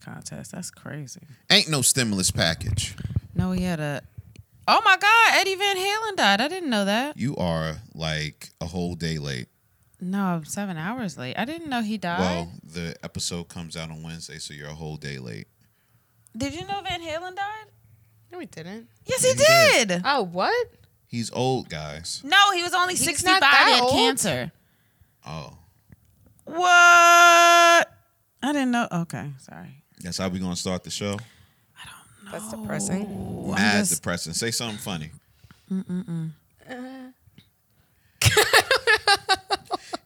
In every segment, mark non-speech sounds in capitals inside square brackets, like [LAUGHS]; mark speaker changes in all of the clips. Speaker 1: contest. That's crazy.
Speaker 2: Ain't no stimulus package.
Speaker 1: No, he had a. Oh my God, Eddie Van Halen died. I didn't know that.
Speaker 2: You are like a whole day late.
Speaker 1: No, I'm seven hours late. I didn't know he died.
Speaker 2: Well, the episode comes out on Wednesday, so you're a whole day late.
Speaker 1: Did you know Van Halen died?
Speaker 3: No, we didn't.
Speaker 1: Yes, he,
Speaker 2: He did.
Speaker 1: did.
Speaker 3: Oh, what?
Speaker 2: He's old, guys.
Speaker 1: No, he was only
Speaker 3: He's
Speaker 1: 65.
Speaker 3: not that
Speaker 1: He had
Speaker 3: old.
Speaker 1: cancer.
Speaker 2: Oh,
Speaker 1: What? I didn't know. Okay, sorry.
Speaker 2: that's how we gonna start the show.
Speaker 3: That's depressing.
Speaker 1: Ooh, I'm
Speaker 2: Mad
Speaker 1: just-
Speaker 2: depressing. Say something funny.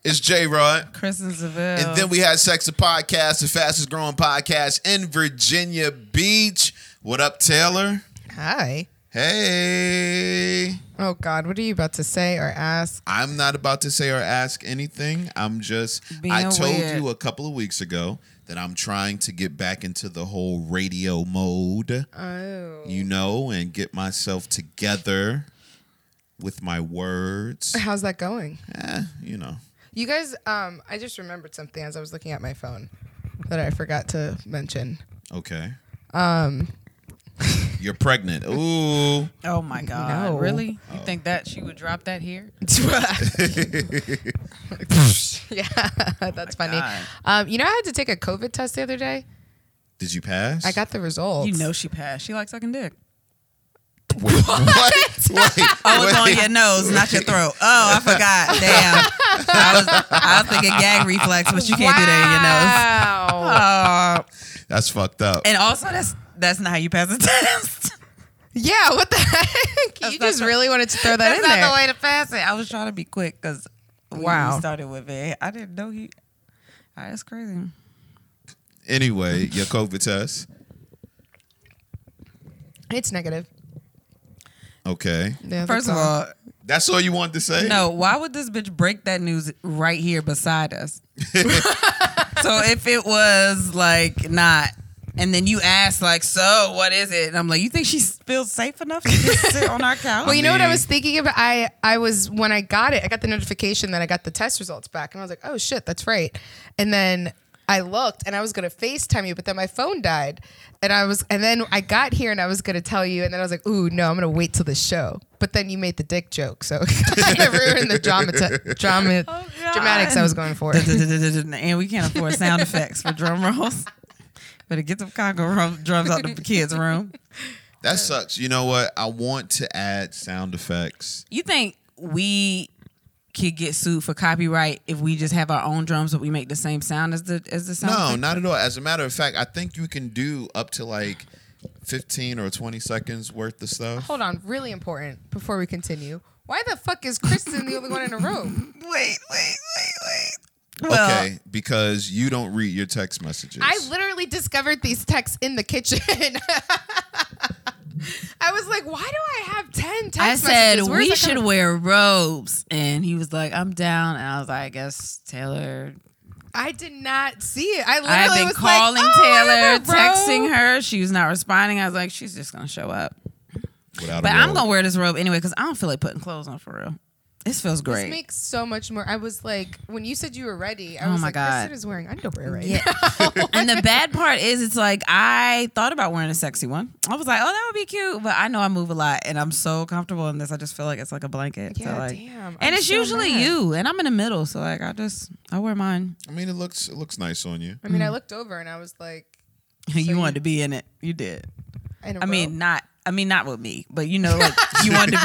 Speaker 2: it's J Rod.
Speaker 1: Chris and Seville.
Speaker 2: And then we had Sex the Podcast, the fastest growing podcast in Virginia Beach. What up, Taylor?
Speaker 3: Hi.
Speaker 2: Hey.
Speaker 3: Oh God, what are you about to say or ask?
Speaker 2: I'm not about to say or ask anything. I'm just
Speaker 1: Being
Speaker 2: I told
Speaker 1: weird.
Speaker 2: you a couple of weeks ago that I'm trying to get back into the whole radio mode,
Speaker 3: Oh.
Speaker 2: you know, and get myself together with my
Speaker 3: [LAUGHS]
Speaker 2: words.
Speaker 3: How's that going?
Speaker 2: Eh, you know.
Speaker 3: You guys, um, I just remembered something as I was looking at my phone that I forgot to mention.
Speaker 2: Okay.
Speaker 3: [LAUGHS]
Speaker 2: Um You're pregnant. Ooh.
Speaker 1: oh my God.
Speaker 3: No.
Speaker 1: Really? You think that she would drop that here?
Speaker 3: yeah, [LAUGHS] that's
Speaker 1: Oh my
Speaker 3: funny.
Speaker 1: God.
Speaker 3: Um, you know, I had to take a COVID test the other day.
Speaker 2: Did you pass?
Speaker 3: I got the results.
Speaker 1: You know she passed. She likes sucking dick.
Speaker 2: Wait,
Speaker 3: [LAUGHS]
Speaker 2: what? Wait,
Speaker 1: Oh, it's on
Speaker 2: wait.
Speaker 1: your nose, not your throat. Oh, I forgot. Damn. I was, I was thinking gag reflex, but you can't do that in your nose.
Speaker 3: Wow.
Speaker 1: Uh,
Speaker 2: That's fucked up.
Speaker 1: and also, that's that's not how you pass a [LAUGHS] test.
Speaker 3: [LAUGHS] yeah. What the [LAUGHS] heck? you
Speaker 1: not
Speaker 3: just
Speaker 1: the-
Speaker 3: really wanted to throw that in there.
Speaker 1: way to pass it. I was trying to be quick because
Speaker 3: Wow.
Speaker 1: started with it. I didn't know he. Ah, that's crazy.
Speaker 2: Anyway, your COVID test.
Speaker 3: it's negative.
Speaker 2: Okay.
Speaker 3: Yeah, that's
Speaker 1: First of all,
Speaker 2: That's all you wanted to say?
Speaker 1: no. Why would this bitch break that news right here beside [LAUGHS] us? so if it was like not, and then you ask like, so what is it? And I'm like, you think she feels safe enough to just sit on our couch?
Speaker 3: Well,
Speaker 1: [LAUGHS]
Speaker 3: you know what I
Speaker 2: mean-
Speaker 3: was thinking about? I I was when I got it, I got the notification that I got the test results back, and I was like, oh shit, that's right. And then I looked, and I was gonna Facetime you, but then my phone died, and I was, and then I got here, and I was gonna tell you, and then I was like, ooh, no, I'm gonna wait till the show. But then you made the dick joke, so [LAUGHS] I ruined the drama, drama,
Speaker 1: God.
Speaker 3: dramatics I was
Speaker 1: [LAUGHS]
Speaker 3: going for.
Speaker 1: and we can't afford sound effects for drum rolls. Better get some Congo rum- drums out the kids' room.
Speaker 2: That sucks. You know what? I want to add sound effects.
Speaker 1: You think we could get sued for copyright if we just have our own drums but we make the same sound as the as the sound?
Speaker 2: No,
Speaker 1: effect?
Speaker 2: not at all. As a matter of fact, I think you can do up to like 15 or 20 seconds worth of stuff.
Speaker 3: Hold on, really important before we continue. Why the fuck is Kristen the only one in a room?
Speaker 1: Wait, wait, wait, wait. Well,
Speaker 2: Okay, because you don't read your text messages.
Speaker 3: I literally discovered these texts in the kitchen. [LAUGHS] I was like, why do I have 10 text
Speaker 1: I said
Speaker 3: messages? Where is
Speaker 1: we
Speaker 3: that
Speaker 1: should
Speaker 3: coming
Speaker 1: wear robes, and he was like, "I'm down," and I was like, "I guess Taylor."
Speaker 3: from?" I did not see it. I literally
Speaker 1: I had been
Speaker 3: was
Speaker 1: calling
Speaker 3: like, "Oh, I
Speaker 1: Taylor,
Speaker 3: have a robe."
Speaker 1: texting her. She was not responding. I was like, "She's just gonna show up."
Speaker 2: without
Speaker 1: But
Speaker 2: a
Speaker 1: I'm
Speaker 2: robe.
Speaker 1: gonna wear this robe anyway because I don't feel like putting clothes on for real. This feels
Speaker 3: This
Speaker 1: great.
Speaker 3: makes so much more. I was like, when you said you were ready, I
Speaker 1: Oh
Speaker 3: was
Speaker 1: my
Speaker 3: like,
Speaker 1: God.
Speaker 3: Kristen is wearing underwear right
Speaker 1: Yeah.
Speaker 3: now.
Speaker 1: [LAUGHS]
Speaker 3: [LAUGHS]
Speaker 1: and the bad part is, it's like I thought about wearing a sexy one. I was like, oh, that would be cute. But I know I move a lot, and I'm so comfortable in this. I just feel like it's like a blanket.
Speaker 3: Yeah,
Speaker 1: so like,
Speaker 3: damn. I'm
Speaker 1: And it's
Speaker 3: so
Speaker 1: usually
Speaker 3: mad.
Speaker 1: you, and I'm in the middle. So like, I just I wear mine.
Speaker 2: I mean, it looks it looks nice on you.
Speaker 3: I mean, I looked over and I was like,
Speaker 1: you wanted to be in it. You did.
Speaker 3: in a
Speaker 1: I
Speaker 3: robe?
Speaker 1: mean, not. I mean, not with me, but you know, like you wanted to [LAUGHS]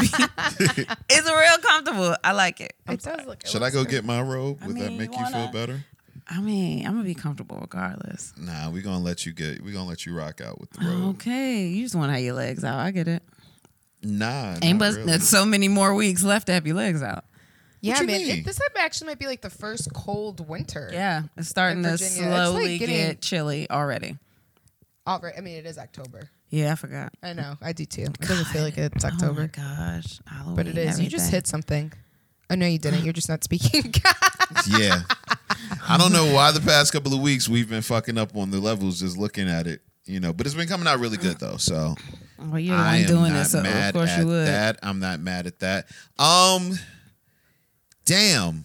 Speaker 1: be. it's real comfortable. I like it.
Speaker 3: it does look. it
Speaker 2: Should I
Speaker 3: looks
Speaker 2: go
Speaker 3: good.
Speaker 2: get my robe? Would that
Speaker 1: mean,
Speaker 2: make you,
Speaker 1: you
Speaker 2: feel
Speaker 1: wanna-
Speaker 2: better?
Speaker 1: I mean, I'm gonna be comfortable regardless.
Speaker 2: Nah, we're gonna let you get we're gonna let you rock out with the robe.
Speaker 1: Oh, Okay, you just want to have your legs out. I get it.
Speaker 2: Nah.
Speaker 1: Ain't
Speaker 2: not
Speaker 1: but
Speaker 2: really.
Speaker 1: there's so many more weeks left to have your legs out.
Speaker 3: Yeah,
Speaker 2: you
Speaker 3: man. it-
Speaker 2: mean?
Speaker 3: this actually might be like the first cold winter.
Speaker 1: Yeah, it's starting to
Speaker 3: In Virginia, it's like
Speaker 1: slowly
Speaker 3: getting-
Speaker 1: get chilly already.
Speaker 3: Alright, I mean, it is October.
Speaker 1: Yeah, I forgot.
Speaker 3: I know. I do too. It doesn't feel like it's October.
Speaker 1: Oh my gosh, Halloween,
Speaker 3: But it is. You just
Speaker 1: everything.
Speaker 3: hit something. Oh no, you didn't. You're just not speaking. [LAUGHS]
Speaker 2: Yeah. I don't know why the past couple of weeks we've been fucking up on the levels just looking at it, you know, but it's been coming out really good though. So
Speaker 1: Well, you're the
Speaker 2: I
Speaker 1: one
Speaker 2: am
Speaker 1: doing
Speaker 2: not
Speaker 1: it, so of
Speaker 2: mad
Speaker 1: course
Speaker 2: at
Speaker 1: you would.
Speaker 2: that. I'm not mad at that. Um
Speaker 1: Mm.
Speaker 2: damn.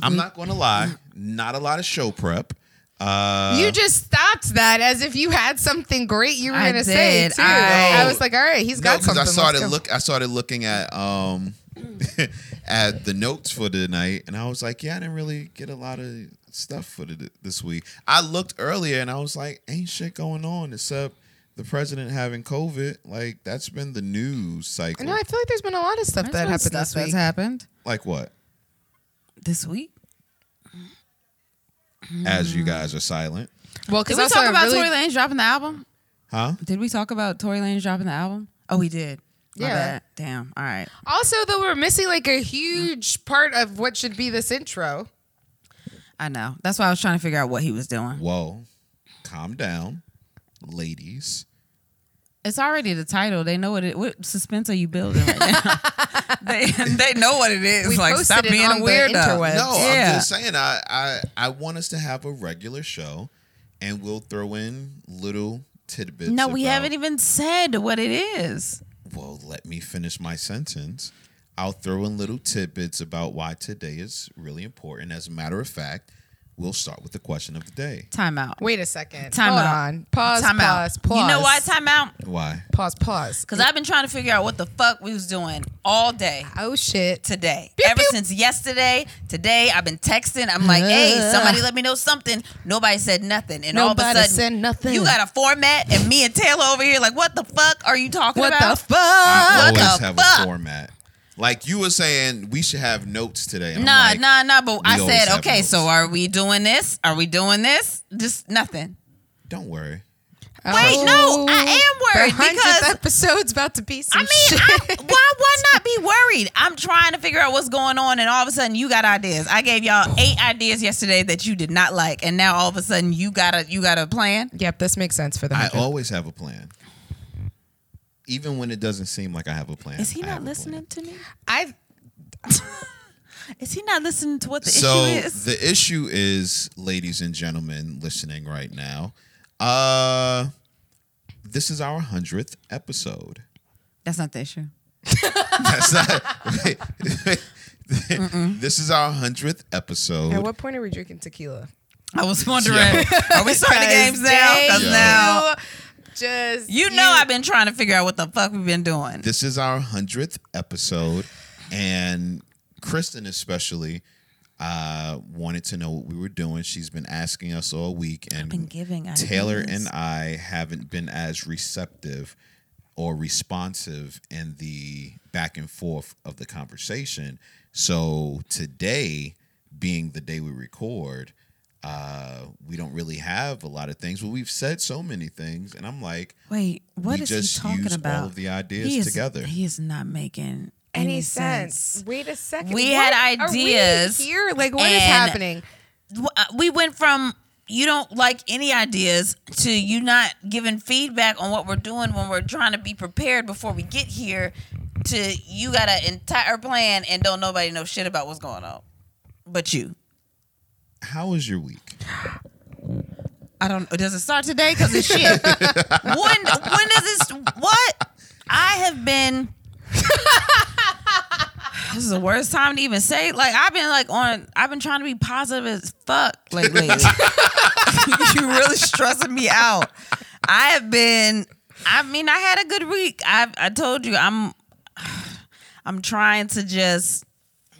Speaker 2: I'm not gonna lie, not a lot of show prep. Uh,
Speaker 3: you just stopped that as if you had something great you were
Speaker 1: I
Speaker 3: gonna say
Speaker 1: did.
Speaker 3: too.
Speaker 1: I-
Speaker 3: I, was like, all right, he's
Speaker 2: no,
Speaker 3: got
Speaker 2: because
Speaker 3: something.
Speaker 2: I started
Speaker 3: Let's go.
Speaker 2: look. I started looking at um [LAUGHS] at the notes for the night, and I was like, yeah, I didn't really get a lot of stuff for the, this week. I looked earlier, and I was like, ain't shit going on except the president having COVID. Like that's been the news cycle.
Speaker 3: No, I feel like there's been a lot of stuff that happened
Speaker 1: Stuff
Speaker 3: this
Speaker 1: that's
Speaker 3: week.
Speaker 1: happened
Speaker 2: like what?
Speaker 1: this week.
Speaker 2: As
Speaker 3: Mm-hmm.
Speaker 2: you guys are silent,
Speaker 3: well,
Speaker 1: Did
Speaker 3: because
Speaker 1: we
Speaker 3: also
Speaker 1: talk
Speaker 3: I
Speaker 1: about
Speaker 3: really,
Speaker 1: Tory Lanez dropping the album?
Speaker 2: huh?
Speaker 1: Did we talk about Tory Lanez dropping the album? Oh, we did. My
Speaker 3: Yeah.
Speaker 1: bad. Damn. All right.
Speaker 3: also though we're missing like a huge part of what should be this intro.
Speaker 1: I know. That's why I was trying to figure out what he was doing.
Speaker 2: Whoa, calm down, ladies.
Speaker 1: It's already the title. They know what it. What suspense are you building right now? [LAUGHS] they they know what it is.
Speaker 3: We
Speaker 1: like
Speaker 3: posted
Speaker 1: stop
Speaker 3: it
Speaker 1: being
Speaker 3: on
Speaker 1: a
Speaker 3: the
Speaker 1: weirdo.
Speaker 3: interwebs.
Speaker 2: No,
Speaker 1: yeah.
Speaker 2: I'm just saying I, I I want us to have a regular show and we'll throw in little tidbits.
Speaker 1: no, we
Speaker 2: about-
Speaker 1: haven't e- even said what it is.
Speaker 2: Well, let me finish my sentence. I'll throw in little tidbits about why today is really important. As a matter of fact, we'll start with the question of the day.
Speaker 1: Time out.
Speaker 3: Wait a second.
Speaker 1: Time
Speaker 3: Hold
Speaker 1: out.
Speaker 3: on. Pause.
Speaker 1: time
Speaker 3: pause.
Speaker 1: out.
Speaker 3: Pause.
Speaker 1: You know why? Time out.
Speaker 2: Why?
Speaker 3: Pause. Pause.
Speaker 1: Because I've been trying to figure out what the fuck we was doing all day.
Speaker 3: Oh shit.
Speaker 1: today.
Speaker 3: Pew,
Speaker 1: Ever
Speaker 3: pew.
Speaker 1: since yesterday, today I've been texting. I'm like, [LAUGHS] hey, somebody let me know something. Nobody said nothing, and all of
Speaker 3: Nobody
Speaker 1: a sudden,
Speaker 3: said nothing.
Speaker 1: You got a format, and me and Taylor over here, like, what the fuck are you talking
Speaker 3: What
Speaker 1: about?
Speaker 3: the fuck?
Speaker 2: I
Speaker 1: What
Speaker 2: always
Speaker 1: the
Speaker 2: have
Speaker 1: fuck?
Speaker 2: a format. Like you were saying, we should have notes today. and I'm
Speaker 1: Nah,
Speaker 2: like,
Speaker 1: nah, nah. But I
Speaker 2: always
Speaker 1: said,
Speaker 2: have
Speaker 1: okay,
Speaker 2: notes.
Speaker 1: so are we doing this? Are we doing this? Just nothing.
Speaker 2: Don't worry.
Speaker 1: Wait, no, I am worried
Speaker 3: the 100th
Speaker 1: because-
Speaker 3: episode's about to be
Speaker 1: I
Speaker 3: some
Speaker 1: mean, [LAUGHS]
Speaker 3: shit.
Speaker 1: I, why why not be worried? I'm trying to figure out what's going on, and all of a sudden you got ideas. I gave y'all eight ideas yesterday that you did not like, and now all of a sudden you got a you got a plan.
Speaker 3: yep, this makes sense
Speaker 1: Oh
Speaker 3: for the
Speaker 2: I
Speaker 3: 100th.
Speaker 2: always have a plan. Even when it doesn't seem like I have a plan.
Speaker 1: Is he
Speaker 2: I have
Speaker 1: not
Speaker 2: a plan.
Speaker 1: listening to me?
Speaker 3: I
Speaker 1: [LAUGHS] Is he not listening to what [LAUGHS] the
Speaker 2: so
Speaker 1: issue is?
Speaker 2: the issue is ladies and gentlemen listening right now uh this is our 100th episode [LAUGHS]
Speaker 1: That's not the issue.
Speaker 2: that's not [LAUGHS] this is our 100th episode
Speaker 3: At what point are we drinking tequila?
Speaker 1: I was wondering,
Speaker 2: Yo.
Speaker 1: are
Speaker 2: [LAUGHS]
Speaker 1: we starting the games now? 'Cause
Speaker 2: Yo.
Speaker 1: now
Speaker 3: just
Speaker 1: you know I've been trying to figure out what the fuck we've been doing.
Speaker 2: this is our 100th episode and kristen especially uh wanted to know what we were doing she's been asking us all week and
Speaker 1: been giving
Speaker 2: taylor
Speaker 1: ideas.
Speaker 2: and i haven't been as receptive or responsive in the back and forth of the conversation so today being the day we record uh we don't really have a lot of things but we've said so many things and i'm like
Speaker 1: Wait, what
Speaker 2: we
Speaker 1: is
Speaker 2: just
Speaker 1: he talking
Speaker 2: used all
Speaker 1: about?
Speaker 2: of the ideas
Speaker 1: He is-
Speaker 2: together.
Speaker 1: He is not making any,
Speaker 3: any sense. Wait a second.
Speaker 1: We had
Speaker 3: What are we
Speaker 1: ideas
Speaker 3: here. Like what is
Speaker 1: and-
Speaker 3: happening?
Speaker 1: w- uh, we went from you don't like any ideas to you not giving feedback on what we're doing when we're trying to be prepared before we get here to you got an entire plan and don't nobody know shit about what's going on but you
Speaker 2: how was your week
Speaker 1: i don't does it start today because it's shit when when does it what i have been [LAUGHS] this is the worst time to even say like i've been like on i've been trying to be positive as fuck lately [LAUGHS] you really stressing me out. I have been. I mean, I had a good week. I I told you I'm. [SIGHS] I'm trying to just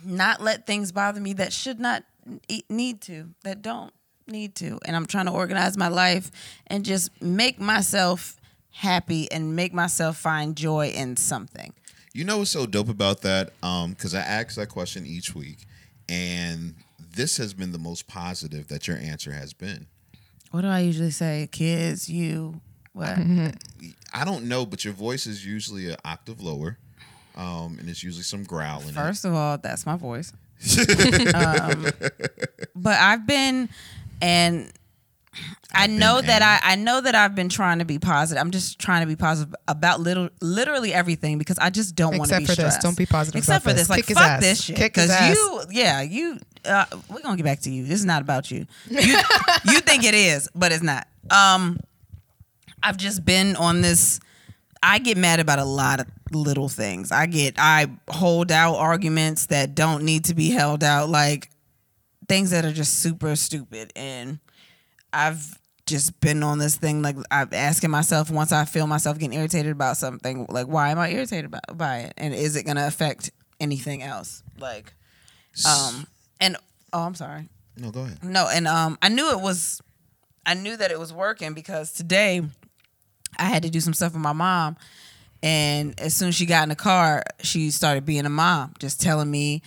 Speaker 1: not let things bother me that should not e- need to that don't need to, and I'm trying to organize my life and just make myself happy and make myself find joy in something.
Speaker 2: You know what's so dope about that? Um, because I ask that question each week, and this has been the most positive that your answer has been.
Speaker 1: What do I usually say? Kids, you, what?
Speaker 2: I don't know, but your voice is usually an octave lower, um, and it's usually some growling.
Speaker 1: First of all, that's my voice. um, but I've been, and I know
Speaker 2: been
Speaker 1: that I, I know that I've been trying to be positive. I'm just trying to be positive about little, literally everything because I just don't want to
Speaker 3: Except
Speaker 1: be
Speaker 3: for this.
Speaker 1: stressed.
Speaker 3: Don't be positive
Speaker 1: Except
Speaker 3: about
Speaker 1: for
Speaker 3: this.
Speaker 1: this, like
Speaker 3: Kick his
Speaker 1: fuck
Speaker 3: ass.
Speaker 1: this shit.
Speaker 3: Kick his ass.
Speaker 1: you, yeah, you. Uh, we're gonna get back to you. This is not about you.
Speaker 3: [LAUGHS]
Speaker 1: You, you think it is, but it's not. Um, I've just been on this. I get mad about a lot of little things. I get I hold out arguments that don't need to be held out, like things that are just super stupid. And I've just been on this thing like I'm asking myself once I feel myself getting irritated about something, like why am I irritated by, by it, and is it gonna affect anything else? Like, um, and oh, I'm sorry.
Speaker 2: No, go ahead.
Speaker 1: No, and um, I knew it was, I knew that it was working because today, I had to do some stuff with my mom, and as soon as she got in the car, she started being a mom, just telling me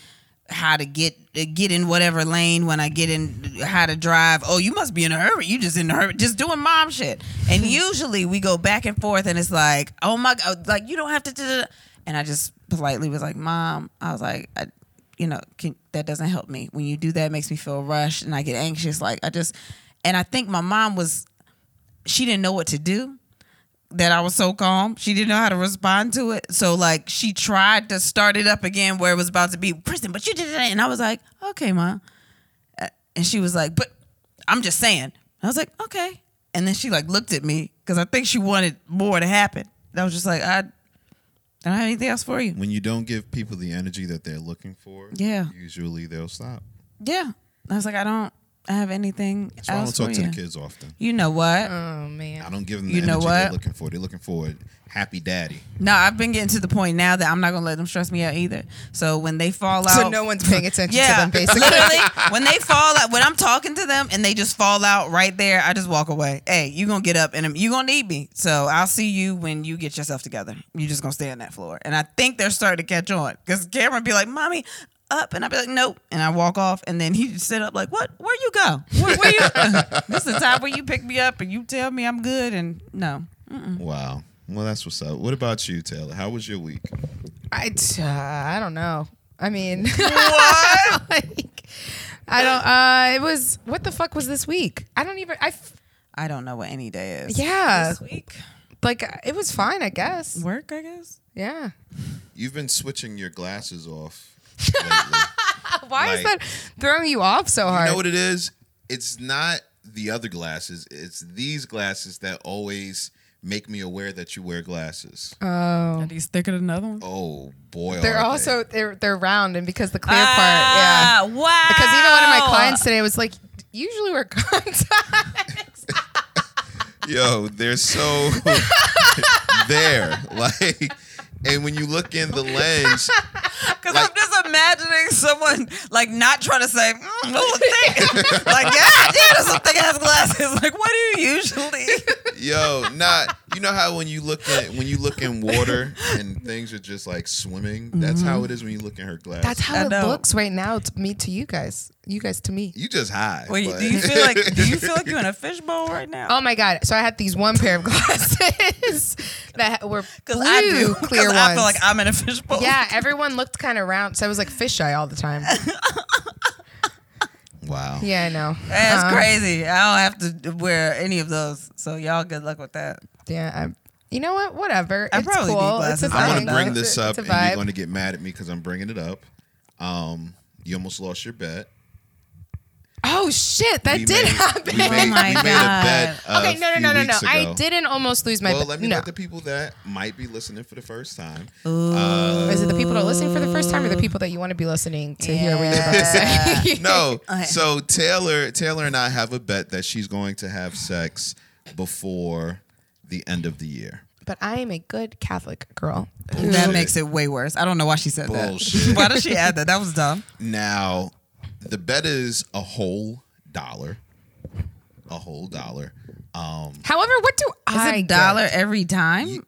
Speaker 1: how to get get in whatever lane when I get in, how to drive. Oh, you must be in a hurry. You just in a hurry, just doing mom shit. And usually we go back and forth, and it's like, oh my god, like you don't have to. da-da-da." And I just politely was like, mom, I was like. I, you know, can, that doesn't help me. When you do that, it makes me feel rushed and I get anxious. Like I just, and I think my mom was, she didn't know what to do. That I was so calm, she didn't know how to respond to it. So like she tried to start it up again where it was about to be prison, but you did it, and I was like, okay, mom. Uh, And she was like, but I'm just saying. I was like, okay. And then she like looked at me because I think she wanted more to happen. And I was just like, I, I don't have anything else for you.
Speaker 2: When you don't give people the energy that they're looking for,
Speaker 1: Yeah.
Speaker 2: usually they'll stop.
Speaker 1: Yeah. I was like, I don't have anything
Speaker 2: That's why I don't
Speaker 1: else for
Speaker 2: talk to
Speaker 1: you.
Speaker 2: the kids often.
Speaker 1: You know what?
Speaker 3: Oh
Speaker 2: I
Speaker 3: man.
Speaker 2: don't give them the
Speaker 1: You know
Speaker 2: energy
Speaker 1: what?
Speaker 2: they're looking for. They're looking for a happy daddy.
Speaker 1: No, I've been getting to the point now that I'm not gonna let them stress me out either. So when they fall out,
Speaker 3: So no one's paying [LAUGHS] attention
Speaker 1: yeah,
Speaker 3: to them basically. [LAUGHS]
Speaker 1: literally, when they fall out, when I'm talking to them and they just fall out right there, I just walk away. Hey, you gonna get up and you gonna need me, so I'll see you when you get yourself together. you just gonna stay on that floor, and I think they're starting to catch on because Cameron be like, "Mommy." Up and I'd be like, nope, and I walk off, and then he just sit up like, what? Where you go? Where, where you? [LAUGHS] this is the time where you pick me up and you tell me I'm good, and no,
Speaker 2: Wow. Well, that's what's up. What about you, Taylor? How was your week?
Speaker 3: I, t- uh, I don't know. I mean,
Speaker 1: What?
Speaker 3: [LAUGHS] like, I don't. Uh, it was what the fuck was this week? I don't even. I f-
Speaker 1: I don't know what any day is.
Speaker 3: Yeah.
Speaker 1: This week.
Speaker 3: like it was fine, I guess.
Speaker 1: Work, I guess.
Speaker 3: Yeah.
Speaker 2: You've been switching your glasses off.
Speaker 1: [LAUGHS]
Speaker 2: Lately.
Speaker 3: Why is
Speaker 2: Like-
Speaker 3: that throwing you off so hard?
Speaker 2: You know what it is? It's not the other glasses. It's these glasses that always make me aware that you wear glasses.
Speaker 3: Oh.
Speaker 1: Are these thicker than another one?
Speaker 2: oh boy,
Speaker 3: they're
Speaker 2: are they.
Speaker 3: also they're they're round, and because the clear part, yeah.
Speaker 1: Ah, Oh, Wow.
Speaker 3: Because even one of my clients today was like, usually we're [LAUGHS] contacts.
Speaker 2: yo. They're
Speaker 3: [LAUGHS]
Speaker 2: so there, like, and when you look in the lens,
Speaker 1: Because I'm just imagining someone like not trying to say, mm, those are thick. [LAUGHS] like, yeah, yeah, those are thick ass glasses. [LAUGHS] Like, what do you
Speaker 3: [LAUGHS]
Speaker 1: usually?
Speaker 2: yo, not. You know how when you look at when you look in water and things are just like swimming. That's how it is when you look in her glasses.
Speaker 3: Mm-hmm. That's how
Speaker 1: I
Speaker 3: it
Speaker 1: know.
Speaker 3: looks right now to me to you guys. You guys to me.
Speaker 2: you just high.
Speaker 1: Wait,
Speaker 2: but-
Speaker 1: do you feel
Speaker 2: [LAUGHS]
Speaker 1: like do you feel like you're in
Speaker 3: [LAUGHS]
Speaker 1: a fishbowl right now?
Speaker 3: Oh my god! So I had these one pair of [LAUGHS] glasses [LAUGHS] that were blue
Speaker 1: Because I do. 'Cause
Speaker 3: clear ones.
Speaker 1: I feel like I'm in a fishbowl.
Speaker 3: yeah, everyone looked kind of round, so I was like fisheye all the time.
Speaker 2: wow?
Speaker 3: Yeah, I know.
Speaker 1: [LAUGHS] That's
Speaker 3: Uh,
Speaker 1: crazy. I don't have to wear any of those. So y'all good luck with that.
Speaker 3: Yeah, I, you know what? Whatever.
Speaker 1: I
Speaker 3: it's
Speaker 1: probably
Speaker 3: cool.
Speaker 1: need
Speaker 3: It's a
Speaker 1: glasses.
Speaker 2: I
Speaker 1: I
Speaker 2: want
Speaker 1: don't
Speaker 2: to
Speaker 1: know.
Speaker 2: bring
Speaker 3: It's a-
Speaker 2: this up,
Speaker 3: it's
Speaker 2: and
Speaker 3: a vibe.
Speaker 2: you're going to get mad at me because I'm bringing it up. Um, you almost lost your bet.
Speaker 3: oh shit! That
Speaker 2: We
Speaker 3: did
Speaker 2: made-
Speaker 3: happen.
Speaker 2: We made,
Speaker 1: Oh my
Speaker 2: we made a bet. a
Speaker 3: okay, no, no,
Speaker 2: few
Speaker 3: no, no, no.
Speaker 2: weeks
Speaker 3: I
Speaker 2: ago.
Speaker 3: didn't almost lose my.
Speaker 2: Well,
Speaker 3: bet.
Speaker 2: let me
Speaker 3: no.
Speaker 2: let the people that might be listening for the first time. Uh,
Speaker 1: [LAUGHS]
Speaker 3: Is it the people that are listening for the first time, or the
Speaker 2: Mm.
Speaker 3: people that you want to be listening to hear what you're about to
Speaker 1: Yeah.
Speaker 3: say?
Speaker 2: [LAUGHS]
Speaker 1: [LAUGHS]
Speaker 2: No,
Speaker 1: Okay.
Speaker 2: so Taylor, Taylor and I have a bet that she's going to have sex before the end of the year.
Speaker 3: but I am a good Catholic girl.
Speaker 1: That makes it way worse. I don't know why she said
Speaker 2: Bullshit.
Speaker 1: that. why did she add that? That was dumb.
Speaker 2: Now, the bet is a whole dollar, a whole dollar. Um,
Speaker 3: However, what do
Speaker 1: It's
Speaker 3: I
Speaker 1: a
Speaker 3: get?
Speaker 1: dollar every time.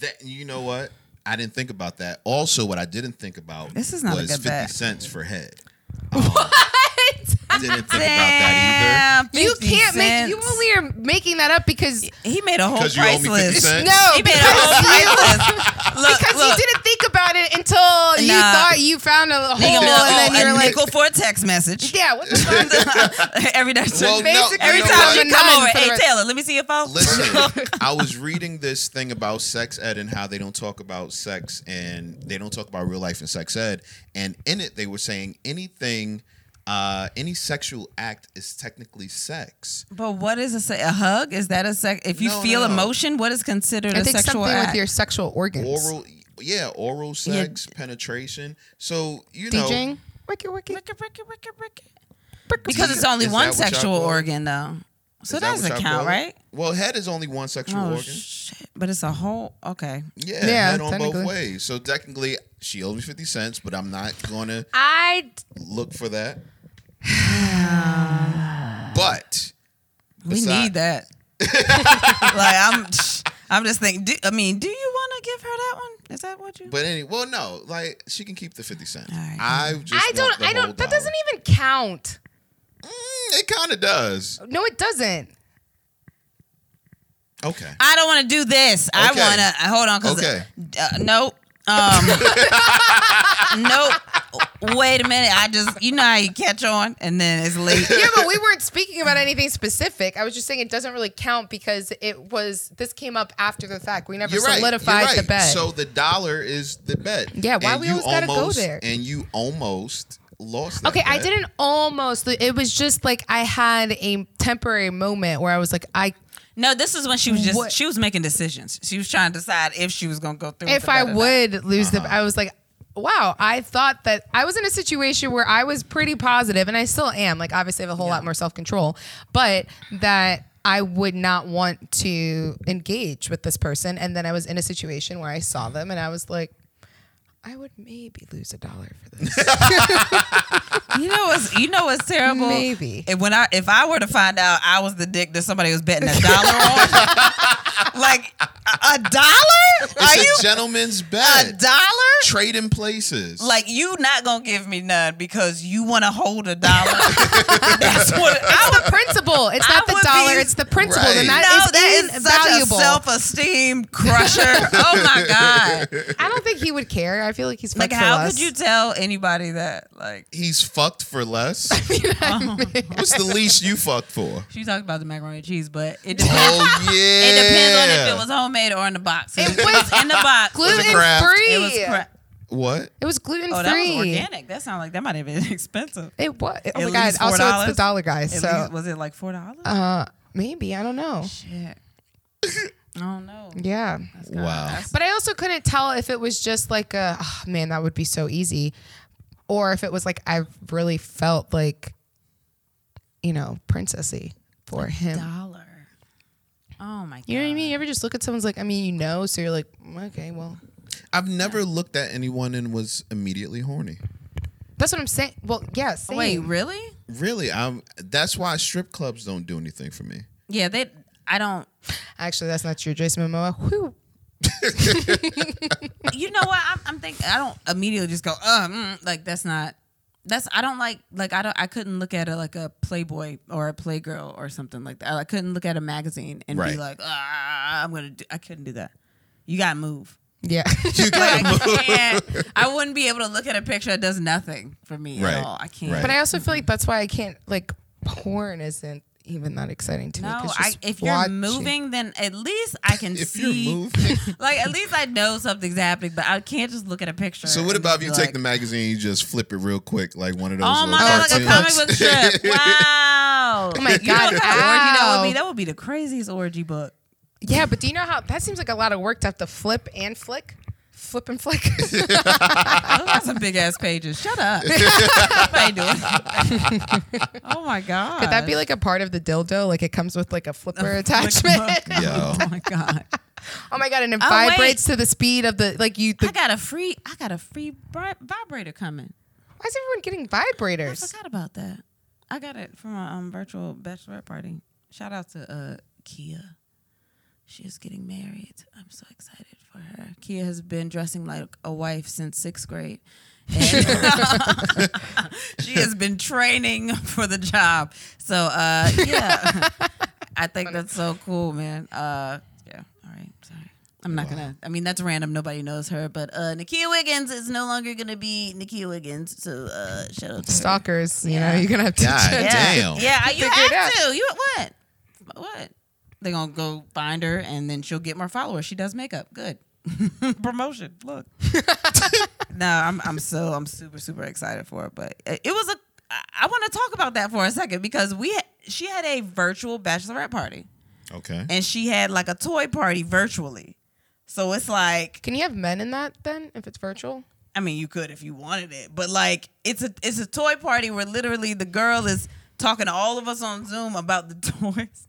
Speaker 2: That you know what? I didn't think about that. Also, what I didn't think about
Speaker 1: This is not a
Speaker 2: was
Speaker 1: good
Speaker 2: fifty
Speaker 1: bet.
Speaker 2: cents
Speaker 1: [LAUGHS]
Speaker 2: for head. what? Didn't think about that
Speaker 1: Damn,
Speaker 3: You
Speaker 1: 50
Speaker 3: can't make. You
Speaker 1: cents.
Speaker 3: only are making that up because
Speaker 1: He made a whole
Speaker 2: 'Cause you owe me
Speaker 1: price
Speaker 2: 50
Speaker 1: list.
Speaker 2: cents?
Speaker 3: no,
Speaker 1: He made a
Speaker 3: because,
Speaker 1: whole
Speaker 3: [LAUGHS]
Speaker 1: price list. Look,
Speaker 3: because
Speaker 1: look.
Speaker 3: you didn't think about it until you
Speaker 1: Nah.
Speaker 3: thought you found a hole,
Speaker 1: He gonna be like,
Speaker 3: and
Speaker 1: oh,
Speaker 3: then
Speaker 1: a
Speaker 3: you're like,
Speaker 1: nickel for a text message.
Speaker 3: [LAUGHS] yeah,
Speaker 2: [LAUGHS]
Speaker 3: what the fuck?
Speaker 1: [LAUGHS] every day,
Speaker 2: Well, Oh, no,
Speaker 3: Basically,
Speaker 1: every
Speaker 2: you know
Speaker 1: time
Speaker 2: what?
Speaker 1: she
Speaker 3: None
Speaker 1: come over,
Speaker 3: for the
Speaker 1: hey
Speaker 3: rest-
Speaker 1: Taylor, let me see your phone.
Speaker 2: Listen,
Speaker 1: [LAUGHS]
Speaker 2: I was reading this thing about sex ed and how they don't talk about sex and they don't talk about real life and sex ed. And in it, they were saying anything, uh, any sexual act is technically sex.
Speaker 1: but what is a, se- a hug? Is that a sex? If you
Speaker 2: No,
Speaker 1: feel
Speaker 2: no, no.
Speaker 1: emotion, what is considered
Speaker 3: I
Speaker 1: a
Speaker 3: think
Speaker 1: sexual
Speaker 3: something
Speaker 1: act?
Speaker 3: with your sexual organs.
Speaker 2: Oral, yeah, oral sex, penetration. So you know,
Speaker 3: DJing. Wicked, wicked.
Speaker 1: Ricky, Ricky, Ricky, Ricky. Because it's only
Speaker 2: Is that
Speaker 1: one
Speaker 2: what y'all
Speaker 1: sexual
Speaker 2: call it?
Speaker 1: organ, though. So
Speaker 2: Is
Speaker 1: that
Speaker 2: what
Speaker 1: doesn't
Speaker 2: y'all
Speaker 1: count,
Speaker 2: call it?
Speaker 1: right?
Speaker 2: Well, head is only one sexual
Speaker 1: Oh,
Speaker 2: organ.
Speaker 1: shit. But it's a whole. Okay.
Speaker 2: yeah,
Speaker 3: Yeah,
Speaker 2: head on both
Speaker 3: technically.
Speaker 2: ways. So technically, she owes me fifty cents, but I'm not gonna
Speaker 3: I
Speaker 2: look for that.
Speaker 1: [SIGHS]
Speaker 2: but
Speaker 1: We
Speaker 2: Besi-
Speaker 1: need that.
Speaker 2: [LAUGHS]
Speaker 1: like, I'm. I'm just thinking. Do, I mean, do you want to give her that one? Is that what you?
Speaker 2: but any well, no, like she can keep the fifty cents.
Speaker 1: All right.
Speaker 2: I just
Speaker 3: I
Speaker 2: want
Speaker 3: don't
Speaker 2: the
Speaker 3: I
Speaker 2: whole
Speaker 3: don't that
Speaker 2: dollar.
Speaker 3: doesn't even count.
Speaker 2: Mm, it kind of does.
Speaker 3: No, it doesn't.
Speaker 2: Okay.
Speaker 1: I don't want to do this. I
Speaker 2: Okay.
Speaker 1: want to hold on. Cause,
Speaker 2: Okay.
Speaker 1: Uh, nope. Um, [LAUGHS] nope. Wait a minute. I just, you know how you catch on and then it's late.
Speaker 2: [LAUGHS]
Speaker 3: Yeah, but we weren't speaking about anything specific. I was just saying it doesn't really count because it was this came up after the fact. We never
Speaker 2: You're right.
Speaker 3: solidified
Speaker 2: You're right.
Speaker 3: the bet.
Speaker 2: So the dollar is the bet.
Speaker 3: Yeah, why
Speaker 2: And
Speaker 3: we
Speaker 2: you
Speaker 3: always gotta go
Speaker 2: almost-
Speaker 3: there?
Speaker 2: And you almost lost. That
Speaker 3: Okay, I
Speaker 2: bet.
Speaker 3: didn't almost. It was just like I had a temporary moment where I was like, I
Speaker 1: No, this is when she was just,
Speaker 3: What-
Speaker 1: she was making decisions. She was trying to decide if she was going to go through with
Speaker 3: if
Speaker 1: the
Speaker 3: I
Speaker 1: bet or not.
Speaker 3: would lose
Speaker 1: Uh-huh.
Speaker 3: the, I was like, wow, I thought that I was in a situation where I was pretty positive, and I still am. Like, obviously, I have a whole lot more self control, but that I would not want to engage with this person. And then I was in a situation where I saw them, and I was like, I would maybe lose a dollar
Speaker 1: [LAUGHS]
Speaker 3: for this.
Speaker 1: You know what's you know what's terrible?
Speaker 3: Maybe.
Speaker 1: If when I if I were to find out I was the dick that somebody was betting a dollar on, [LAUGHS] like a a dollar? Are
Speaker 2: It's a
Speaker 1: you
Speaker 2: gentleman's
Speaker 1: a
Speaker 2: bet.
Speaker 1: dollar?
Speaker 2: Trade in places.
Speaker 1: Like you not gonna give me none because you want to hold a
Speaker 2: [LAUGHS]
Speaker 1: dollar. That's what I would.
Speaker 3: Oh, the principle. It's
Speaker 1: I
Speaker 3: not the
Speaker 1: would
Speaker 3: dollar.
Speaker 1: be-
Speaker 3: it's the principle.
Speaker 2: Right.
Speaker 3: And
Speaker 1: No,
Speaker 3: that is
Speaker 1: that is such a
Speaker 3: invaluable.
Speaker 1: self-esteem crusher. oh
Speaker 2: [LAUGHS]
Speaker 1: my god!
Speaker 3: I don't think he would care. I feel like he's
Speaker 1: Like,
Speaker 3: fucked for
Speaker 1: how
Speaker 3: less.
Speaker 1: could you tell anybody that? Like,
Speaker 2: He's fucked for less.
Speaker 3: [LAUGHS]
Speaker 2: What's the least you fucked for?
Speaker 1: she talked about the macaroni and cheese, but
Speaker 2: [LAUGHS]
Speaker 1: it depends.
Speaker 2: Oh yeah.
Speaker 1: It depends on if it was homemade or in the box. If It was in the box.
Speaker 3: gluten
Speaker 2: craft.
Speaker 3: free?
Speaker 1: It was crap.
Speaker 2: what?
Speaker 3: It was gluten
Speaker 1: Oh, that was
Speaker 3: free.
Speaker 1: organic. That sounded like that might have been [LAUGHS] expensive.
Speaker 3: It was. Oh
Speaker 1: At
Speaker 3: my god!
Speaker 1: least
Speaker 3: Also, it's the
Speaker 1: $4?
Speaker 3: dollar guys.
Speaker 1: At
Speaker 3: So
Speaker 1: least- was it like four dollars?
Speaker 3: uh, maybe I don't know.
Speaker 1: Shit. I don't know.
Speaker 3: Yeah.
Speaker 1: God,
Speaker 2: Wow.
Speaker 1: that's-
Speaker 3: But I also couldn't tell if it was just like a oh, man that would be so easy, or if it was like I really felt like, you know, princessy for him.
Speaker 1: dollar. Oh my god.
Speaker 3: You know what I mean? You ever just look at someone's like, I mean, you know, so you're like, "Mm, okay, well,
Speaker 2: I've never looked at anyone and was immediately horny.
Speaker 3: that's what I'm saying. Well, yeah, same.
Speaker 1: Wait, really?
Speaker 2: Really, I'm. That's why strip clubs don't do anything for me.
Speaker 1: Yeah, they. I don't.
Speaker 3: actually, that's not true. Jason Momoa, whew,
Speaker 1: You know what? I'm, I'm thinking. I don't immediately just go. Uh, mm, like that's not. That's I don't like. Like I don't. I couldn't look at a like a Playboy or a Playgirl or something like that. I couldn't look at a magazine and
Speaker 2: Right.
Speaker 1: be like, ah, I'm gonna. Do, I couldn't do that. You gotta move. [LAUGHS]
Speaker 3: yeah.
Speaker 2: [LAUGHS]
Speaker 1: Like, I can't. I wouldn't be able to look at a picture that does nothing for me
Speaker 2: Right.
Speaker 1: at all. I can't.
Speaker 2: Right.
Speaker 3: But I also feel like that's why I can't like porn isn't even that exciting to me.
Speaker 1: No,
Speaker 3: 'cause
Speaker 1: I,
Speaker 3: just
Speaker 1: if you're
Speaker 3: watching-
Speaker 1: moving, then at least I can
Speaker 2: [LAUGHS] If you're
Speaker 1: see.
Speaker 2: moving.
Speaker 1: [LAUGHS] like at least I know something's happening, but I can't just look at a picture.
Speaker 2: So what
Speaker 1: and
Speaker 2: about if
Speaker 1: be
Speaker 2: you
Speaker 1: like,
Speaker 2: take the magazine, you just flip it real quick, like one of
Speaker 1: [LAUGHS]
Speaker 2: those.
Speaker 1: Oh
Speaker 2: little
Speaker 1: my god, like a
Speaker 2: cartoons?
Speaker 1: comic
Speaker 2: [LAUGHS]
Speaker 1: book strip! Wow.
Speaker 3: Oh
Speaker 1: You
Speaker 3: my
Speaker 1: know what
Speaker 3: God,
Speaker 1: kind of orgy that would
Speaker 3: ow.
Speaker 1: be? That would be the craziest orgy book.
Speaker 3: Yeah, but do you know how that seems like a lot of work to have to flip and flick, flip and flick? [LAUGHS]
Speaker 1: Those are Oh, some big ass pages. Shut
Speaker 2: [LAUGHS]
Speaker 1: up. I ain't doing
Speaker 3: [LAUGHS]
Speaker 1: it. oh my god.
Speaker 3: Could
Speaker 1: [LAUGHS]
Speaker 3: that be like a part of the dildo? Like it comes with like a flipper
Speaker 1: Like,
Speaker 3: attachment.
Speaker 1: oh my God.
Speaker 2: Yo.
Speaker 1: Oh my god.
Speaker 3: [LAUGHS] oh my god, and it
Speaker 1: Oh, wait.
Speaker 3: vibrates to the speed of the like you. The,
Speaker 1: I got a free. I got a free bri- vibrator coming.
Speaker 3: why is everyone getting
Speaker 1: I
Speaker 3: vibrators?
Speaker 1: forgot about that. I got it from a um, virtual bachelorette party. Shout out to uh, Kia. She is getting married. I'm so excited for her. Kia has been dressing like a wife since sixth grade. And uh, [LAUGHS] she has been training for the job. So, uh, yeah, I think that's so cool, man. Uh, yeah, all right, sorry. I'm not gonna. I mean, that's random. Nobody knows her, but uh, Nikia Wiggins is no longer gonna be Nikia Wiggins. So, uh, shout out to her.
Speaker 3: Stalkers, you
Speaker 1: Yeah.
Speaker 3: know, you're gonna have to.
Speaker 2: God
Speaker 3: check.
Speaker 1: Yeah.
Speaker 2: damn.
Speaker 1: Yeah, you
Speaker 3: Figure it
Speaker 1: have to. You what? What? They gonna go find her, and then she'll get more followers. She does makeup. Good [LAUGHS] promotion. Look. no, I'm I'm so I'm super super excited for it. But it it was a. I- I want to talk about that for a second because we ha- she had a virtual bachelorette party,
Speaker 2: Okay.
Speaker 1: and she had like a toy party virtually. So it's like
Speaker 3: Can you have men in that then if it's virtual?
Speaker 1: I mean, you could if you wanted it, but like it's a it's a toy party where literally the girl is talking to all of us on Zoom about the [LAUGHS] toys.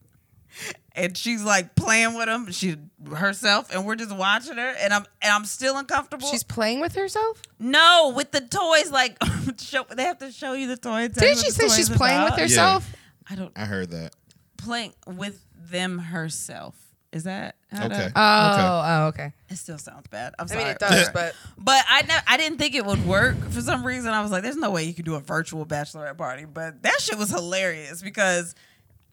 Speaker 1: And she's like playing with them, she herself, and we're just watching her. And I'm and I'm still uncomfortable.
Speaker 3: She's playing with herself.
Speaker 1: no with the toys, like [LAUGHS] show, they have to show you the toys. tell you
Speaker 3: Didn't
Speaker 1: what
Speaker 3: she
Speaker 1: the
Speaker 3: say
Speaker 1: toy
Speaker 3: she's
Speaker 1: is
Speaker 3: playing with
Speaker 1: about.
Speaker 3: herself?
Speaker 1: I don't
Speaker 2: I heard that.
Speaker 1: playing with them herself. Is that how
Speaker 2: Okay.
Speaker 1: that-
Speaker 3: Oh, oh, okay.
Speaker 1: it still sounds bad. I'm
Speaker 3: I
Speaker 1: sorry.
Speaker 3: mean, it does,
Speaker 1: Right.
Speaker 3: but
Speaker 1: [LAUGHS] But I ne- I didn't think it would work for some reason. I was like, there's no way you could do a virtual bachelorette party. But that shit was hilarious because,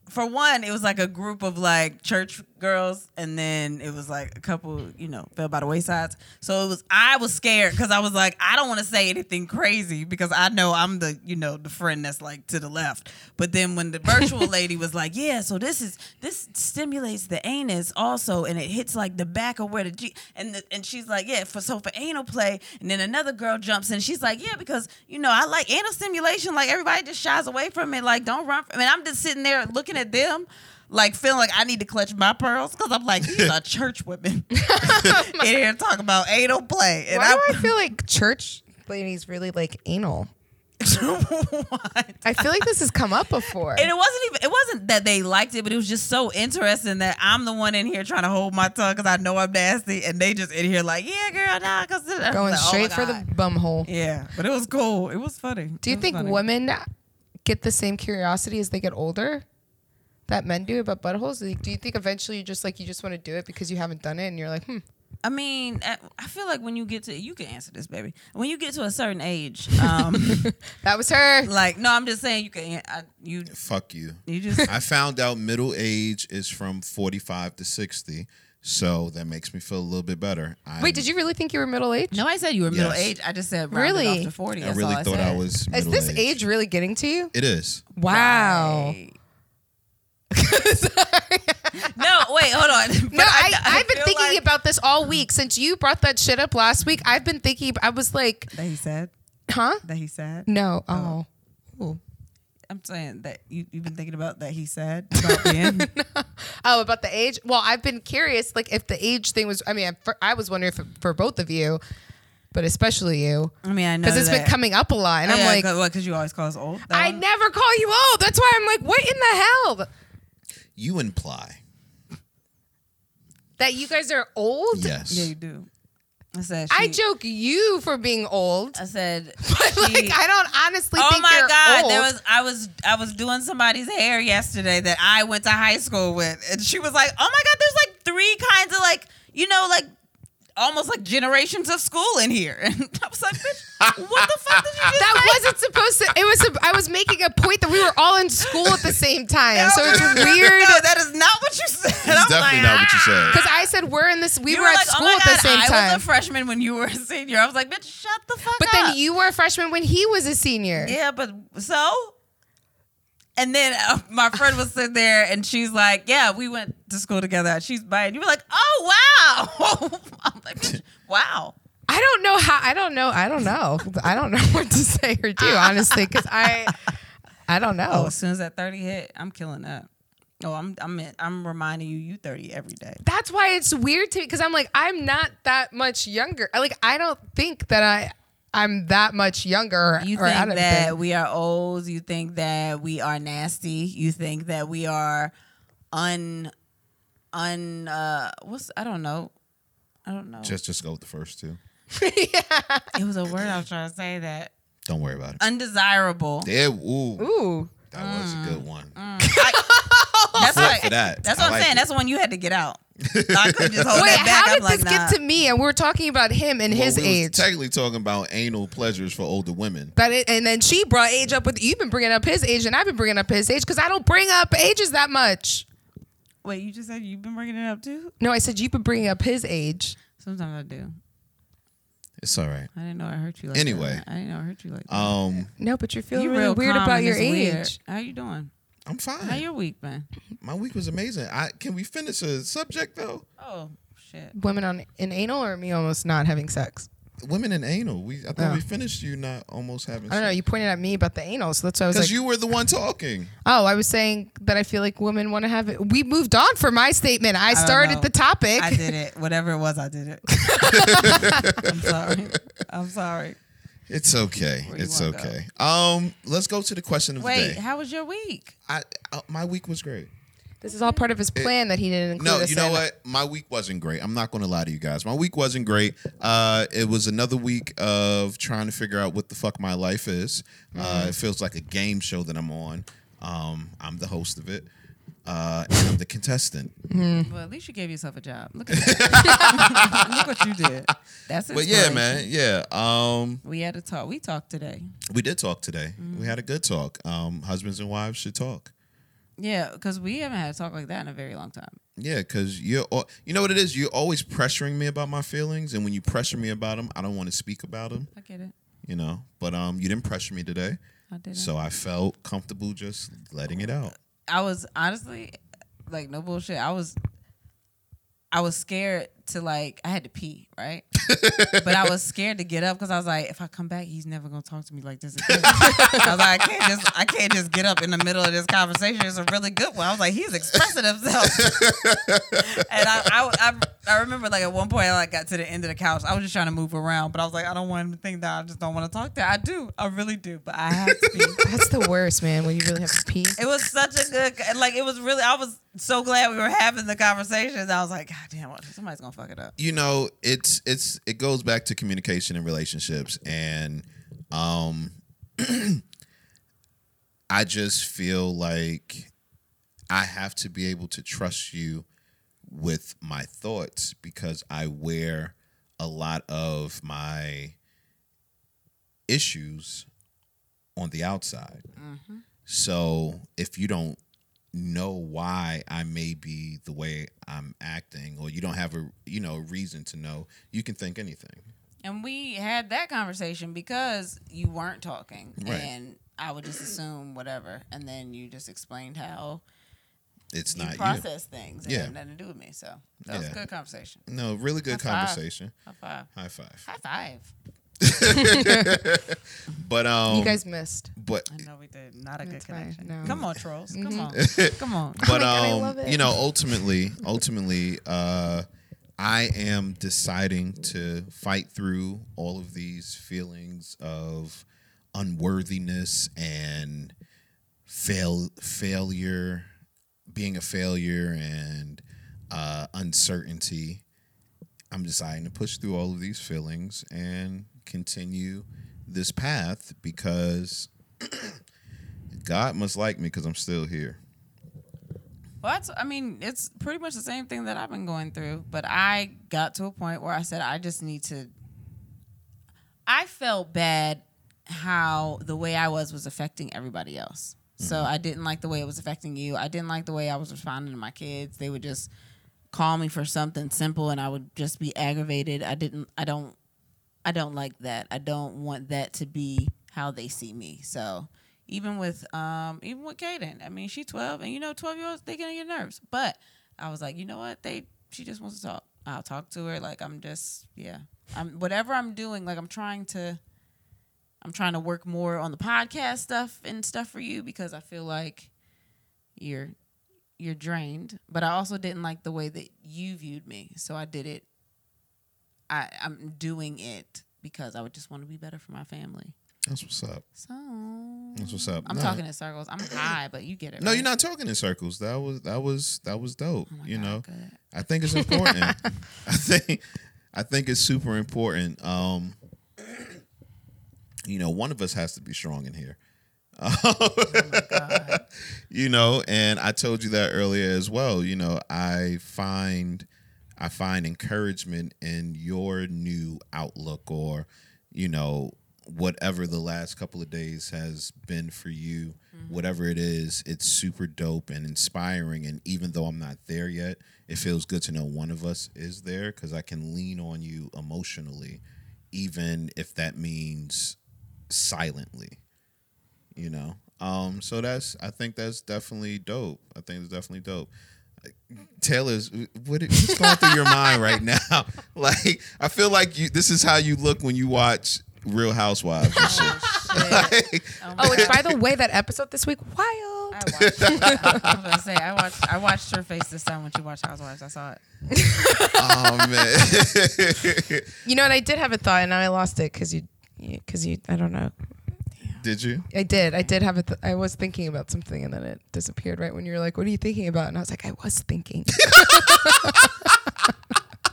Speaker 1: for one, it was like a group of like church girls, and then it was like a couple, you know, fell by the waysides. So it was I was scared because I was like, I don't want to say anything crazy because I know I'm the you know the friend that's like to the left. But then when the
Speaker 3: [LAUGHS]
Speaker 1: virtual lady was like, yeah, so this is this stimulates the anus also, and it hits like the back of where the G and the, and she's like, yeah, for so for anal play. And then another girl jumps in, she's like, yeah, because you know I like anal stimulation. Like everybody just shies away from it. Like don't run. From, and I'm just sitting there looking at them. Like feeling like I need to clutch my pearls because I'm like these are church women [LAUGHS] in here talking about anal play, and
Speaker 3: why
Speaker 1: I,
Speaker 3: do I feel like church ladies really like anal?
Speaker 1: [LAUGHS] what?
Speaker 3: I feel like this has come up before.
Speaker 1: And [LAUGHS] it wasn't even it wasn't that they liked it, but it was just so interesting that I'm the one in here trying to hold my tongue because I know I'm nasty, and they just in here like, yeah, girl, nah, because
Speaker 3: Going
Speaker 1: Oh
Speaker 3: straight for the bum hole.
Speaker 1: yeah. But it was cool. It was funny.
Speaker 3: Do you think women get the same curiosity as they get older that men do about buttholes? Like, do you think eventually you just like you just want to do it because you haven't done it and you're like, hmm,
Speaker 1: I mean, I- I feel like when you get to you can answer this, baby. When you get to a certain age,
Speaker 3: [LAUGHS]
Speaker 1: um,
Speaker 3: that was her.
Speaker 1: like no, I'm just saying you can I, you
Speaker 2: Fuck you.
Speaker 1: you just
Speaker 3: [LAUGHS]
Speaker 2: I found out middle age is from 45 to 60. So that makes me feel a little bit better. i
Speaker 3: Wait, did you really think you were middle aged?
Speaker 1: no, I said you were middle
Speaker 2: Yes.
Speaker 1: age. I just said rounded
Speaker 3: Really?
Speaker 1: off to forty.
Speaker 2: I
Speaker 1: That's
Speaker 2: really
Speaker 1: all
Speaker 2: thought I
Speaker 1: said.
Speaker 2: was.
Speaker 3: Is
Speaker 2: middle
Speaker 3: this age really getting to you?
Speaker 2: It is.
Speaker 3: Wow. [LAUGHS]
Speaker 1: Right. no, wait, hold on. [LAUGHS] But
Speaker 3: No, I, I, have been
Speaker 1: feel
Speaker 3: thinking
Speaker 1: like-
Speaker 3: about this all week since you brought that shit up last week. I've been thinking. I was like,
Speaker 1: that he said
Speaker 3: huh?
Speaker 1: that he said.
Speaker 3: No. Oh. Ooh.
Speaker 1: I'm saying that you, you've been thinking about that he said
Speaker 3: [LAUGHS]
Speaker 1: about being.
Speaker 3: Oh, about the age. Well, I've been curious, like if the age thing was. I mean, I, for, I was wondering if it, for both of you, but especially you,
Speaker 1: I mean, I know
Speaker 3: because it's
Speaker 1: that. Oh,
Speaker 3: been coming up a lot, and
Speaker 1: Yeah,
Speaker 3: I'm like,
Speaker 1: cause, what, 'cause you always call us old. That
Speaker 3: I
Speaker 1: one?
Speaker 3: never call you old. That's why I'm like, what in the hell?
Speaker 2: You imply.
Speaker 3: That you guys are old.
Speaker 2: Yes.
Speaker 1: Yeah, you do. I said.
Speaker 3: I
Speaker 1: she-
Speaker 3: joke you for being old,
Speaker 1: I said.
Speaker 3: [LAUGHS] but
Speaker 1: she-
Speaker 3: like I don't honestly.
Speaker 1: Oh
Speaker 3: think
Speaker 1: my
Speaker 3: you're
Speaker 1: God!
Speaker 3: old.
Speaker 1: There was I was I was doing somebody's hair yesterday that I went to high school with, and she was like, "Oh my God! There's like three kinds of like you know like almost like generations of school in here." [LAUGHS] And I was like, "Bitch, what the fuck did
Speaker 3: [LAUGHS]
Speaker 1: you just
Speaker 3: [LAUGHS] That
Speaker 1: say?"
Speaker 3: wasn't supposed to. It was. a- I was making a point that we were all in school at the
Speaker 1: [LAUGHS]
Speaker 3: same time, so it's weird.
Speaker 1: No, that is not what you said.
Speaker 2: It's definitely not what you said.
Speaker 1: "Ah!"
Speaker 3: Because I said we're in this. We
Speaker 1: You "Oh
Speaker 3: were, at school at the same
Speaker 1: I was
Speaker 3: time.
Speaker 1: a freshman when you were a senior. I was like, bitch, shut the fuck
Speaker 3: but
Speaker 1: up.
Speaker 3: then you were a freshman when he was a senior.
Speaker 1: Yeah, but so? And then uh, my friend was sitting there and she's like, yeah, we went to school together. She's bi. And you were like, oh, wow. [LAUGHS] I'm like, bitch, wow.
Speaker 3: I don't know how. I don't know. I don't know. I don't know [LAUGHS] what to say or do honestly. Because I, I don't
Speaker 1: Oh,
Speaker 3: know.
Speaker 1: as soon as that 30 hit, I'm killing that. Oh, I'm I'm I'm reminding you, you 30 every day.
Speaker 3: That's why it's weird to me. Because I'm like, I'm not that much younger. Like, I don't think that I, I'm that much younger.
Speaker 1: You
Speaker 3: or I
Speaker 1: think
Speaker 3: don't
Speaker 1: that
Speaker 3: think-
Speaker 1: we are old. You think that we are nasty. You think that we are un un uh what's I don't know. I don't know.
Speaker 2: Just, just go with the first two.
Speaker 1: [LAUGHS] it was a word I was trying to say that
Speaker 2: Don't worry about it.
Speaker 1: undesirable.
Speaker 2: There, ooh,
Speaker 3: [LAUGHS] Ooh.
Speaker 2: that was a good one.
Speaker 1: Mm,
Speaker 2: [LAUGHS]
Speaker 1: That's
Speaker 2: Point
Speaker 1: what,
Speaker 2: for that.
Speaker 1: that's
Speaker 2: I
Speaker 1: what I'm
Speaker 2: like
Speaker 1: saying.
Speaker 2: it.
Speaker 1: That's the one you had to get
Speaker 2: [LAUGHS]
Speaker 1: out. I couldn't just hold
Speaker 3: Wait,
Speaker 1: that back.
Speaker 3: how
Speaker 1: I'm
Speaker 3: did
Speaker 1: like,
Speaker 3: this
Speaker 1: nah.
Speaker 3: get to me? And we were talking about him and
Speaker 2: Well,
Speaker 3: his
Speaker 2: we was
Speaker 3: age.
Speaker 2: technically talking about anal pleasures for older women.
Speaker 3: That it, and then she brought age up with you've been bringing up his age and I've been bringing up his age because I don't bring up ages that much.
Speaker 1: Wait, you just said you've been bringing it up too?
Speaker 3: No, I said you've been bringing up his age.
Speaker 1: Sometimes I do.
Speaker 2: It's all right.
Speaker 1: I didn't know I hurt you like
Speaker 2: Anyway.
Speaker 1: that. I didn't know I hurt you like that.
Speaker 2: Um,
Speaker 3: No, but you're feeling
Speaker 1: you
Speaker 3: really
Speaker 1: real
Speaker 3: weird
Speaker 1: calm
Speaker 3: about
Speaker 1: in
Speaker 3: your
Speaker 1: this
Speaker 3: age.
Speaker 1: weird. How you doing?
Speaker 2: I'm
Speaker 1: How
Speaker 2: fine.
Speaker 1: your week been?
Speaker 2: My week was amazing. I can we finish a subject though?
Speaker 1: Oh shit.
Speaker 3: Women on in anal or me almost not having sex.
Speaker 2: Women and anal. We I thought
Speaker 3: Oh.
Speaker 2: we finished you not almost having.
Speaker 3: I don't know. You pointed at me about the anal, so that's why I was
Speaker 2: because
Speaker 3: like,
Speaker 2: you were the one talking.
Speaker 3: "Oh, I was saying that I feel like women want to have it." We moved on from my statement. I,
Speaker 1: don't
Speaker 3: started
Speaker 1: know.
Speaker 3: the
Speaker 2: [LAUGHS]
Speaker 3: topic.
Speaker 1: I did it. Whatever it was, I did it. I'm sorry. I'm sorry.
Speaker 2: It's okay.
Speaker 1: you
Speaker 2: It's
Speaker 1: wanna go?
Speaker 2: okay. Um, let's go to the question of the
Speaker 1: Wait,
Speaker 2: day.
Speaker 1: how was your week?
Speaker 2: I, I, my week was great.
Speaker 3: [LAUGHS] This is all part of his plan that he didn't include.
Speaker 2: No,
Speaker 3: us
Speaker 2: you know
Speaker 3: in.
Speaker 2: what? My week wasn't great. I'm not going to lie to you guys. My week wasn't great. Uh, it was another week of trying to figure out what the fuck my life is. Uh, it feels like a game show that I'm on. Um, I'm the host of it, uh, and I'm the contestant. Mm-hmm.
Speaker 1: Well, at least you gave yourself a job.
Speaker 2: [LAUGHS]
Speaker 1: Look at that. [LAUGHS] Look what you did. That's
Speaker 2: But yeah,
Speaker 1: inspiration.
Speaker 2: man, yeah. Um,
Speaker 1: We had a talk. We talked today.
Speaker 2: we did talk today. We had a good talk. Um, husbands and wives should talk.
Speaker 1: Yeah, because we haven't had a talk like that in a very long time.
Speaker 2: Yeah, because you're, al- you know what it is? You're always pressuring me about my feelings, and when you pressure me about them, I don't want to speak about them.
Speaker 1: I get it.
Speaker 2: You know, but um, you didn't pressure me today.
Speaker 1: I did.
Speaker 2: So I felt comfortable just letting it out.
Speaker 1: I was honestly like no bullshit. I was I was scared to like I had to pee, right? but I was scared to get up because I was like, if I come back, he's never gonna talk to me like this again. [LAUGHS] I was like, I can't just I can't just get up in the middle of this conversation. It's a really good one. I was like, he's expressing himself. and I, I I I remember like at one point I like got to the end of the couch. I was just trying to move around, but I was like, I don't want him to think that I just don't want to talk to. I do, I really do, but I have to pee.
Speaker 3: That's the worst, man. When you really have to
Speaker 2: [LAUGHS]
Speaker 3: pee.
Speaker 1: It was such a good, like, it was really, I was so glad we were having the conversation. I was like, God damn, somebody's going to fuck it up.
Speaker 2: You know, it's it's it goes back to communication and relationships, and um, [CLEARS THROAT] I just feel like I have to be able to trust you with my thoughts because I wear a lot of my issues on the outside. So if you don't know why I may be the way I'm acting, or you don't have a you know a reason to know, you can think anything.
Speaker 1: And we had that conversation because you weren't talking.
Speaker 2: Right.
Speaker 1: And I would just assume whatever. And then you just explained how
Speaker 2: It's
Speaker 1: you
Speaker 2: not
Speaker 1: process things. It
Speaker 2: Yeah.
Speaker 1: had nothing to do with me. So that was a
Speaker 2: Yeah.
Speaker 1: good conversation.
Speaker 2: you. No, really good
Speaker 1: High five.
Speaker 2: conversation.
Speaker 1: High five.
Speaker 2: High five.
Speaker 1: High five.
Speaker 2: But um,
Speaker 3: You
Speaker 2: [LAUGHS]
Speaker 3: guys missed.
Speaker 2: but
Speaker 1: I know we did. Not a good
Speaker 3: That's fine.
Speaker 1: connection.
Speaker 3: No.
Speaker 1: Come on, trolls. Come on. Come
Speaker 2: [LAUGHS]
Speaker 1: on.
Speaker 2: but
Speaker 3: my God, I
Speaker 2: um,
Speaker 3: love it.
Speaker 2: you know, ultimately, ultimately, uh, I am deciding to fight through all of these feelings of unworthiness and fail failure, being a failure and uh, uncertainty. I'm deciding to push through all of these feelings and continue this path because [CLEARS THROAT] God must like me because I'm still here.
Speaker 1: Well, that's, I mean, it's pretty much the same thing that I've been going through. But I got to a point where I said, I just need to. I felt bad how the way I was was affecting everybody else. So I didn't like the way it was affecting you. I didn't like the way I was responding to my kids. They would just call me for something simple and I would just be aggravated. I didn't, I don't I don't like that. I don't want that to be how they see me. So even with um even with Kaden, I mean she's twelve and you know twelve year olds they get on your nerves. But I was like, you know what? They she just wants to talk. I'll talk to her. Like I'm just yeah. I'm whatever I'm doing, like I'm trying to I'm trying to work more on the podcast stuff and stuff for you because I feel like you're you're drained. But I also didn't like the way that you viewed me. So I did it I, I'm doing it because I would just want to be better for my family.
Speaker 2: That's what's up.
Speaker 1: So
Speaker 2: That's what's up.
Speaker 1: I'm
Speaker 2: No.
Speaker 1: talking in circles. I'm high, but you get it.
Speaker 2: No,
Speaker 1: right?
Speaker 2: you're not talking in circles. That was that was that was dope.
Speaker 1: Oh my
Speaker 2: you
Speaker 1: God,
Speaker 2: know,
Speaker 1: good.
Speaker 2: I think
Speaker 1: [LAUGHS]
Speaker 2: it's important. I think I think it's super important. Um, you know, one of us has to be strong in here. you know, and I told you that earlier as well. You know, I find I find encouragement in your new outlook or, you know, whatever the last couple of days has been for you, whatever it is, it's super dope and inspiring. And even though I'm not there yet, it feels good to know one of us is there because I can lean on you emotionally, even if that means silently you know um so that's i think that's definitely dope i think it's definitely dope taylor's what is what's going through your mind right [LAUGHS] now like i feel like you this is how you look when you watch real housewives [LAUGHS] and shit.
Speaker 1: Oh, shit.
Speaker 2: Like,
Speaker 1: my [LAUGHS]
Speaker 3: Oh, and
Speaker 1: God.
Speaker 3: by the way, that episode this week, wild.
Speaker 1: I watched. I was gonna say I watched. I watched your face this time when she watched Housewives. I saw it.
Speaker 2: oh man
Speaker 3: You know, and I did have a thought, and now I lost it because you because you, I don't know.
Speaker 2: [LAUGHS] Did you?
Speaker 3: I did. I did have a. Th- I was thinking about something, and then it disappeared. Right when you were like, "What are you thinking about?" and I was like, "I was
Speaker 2: [LAUGHS]
Speaker 3: thinking."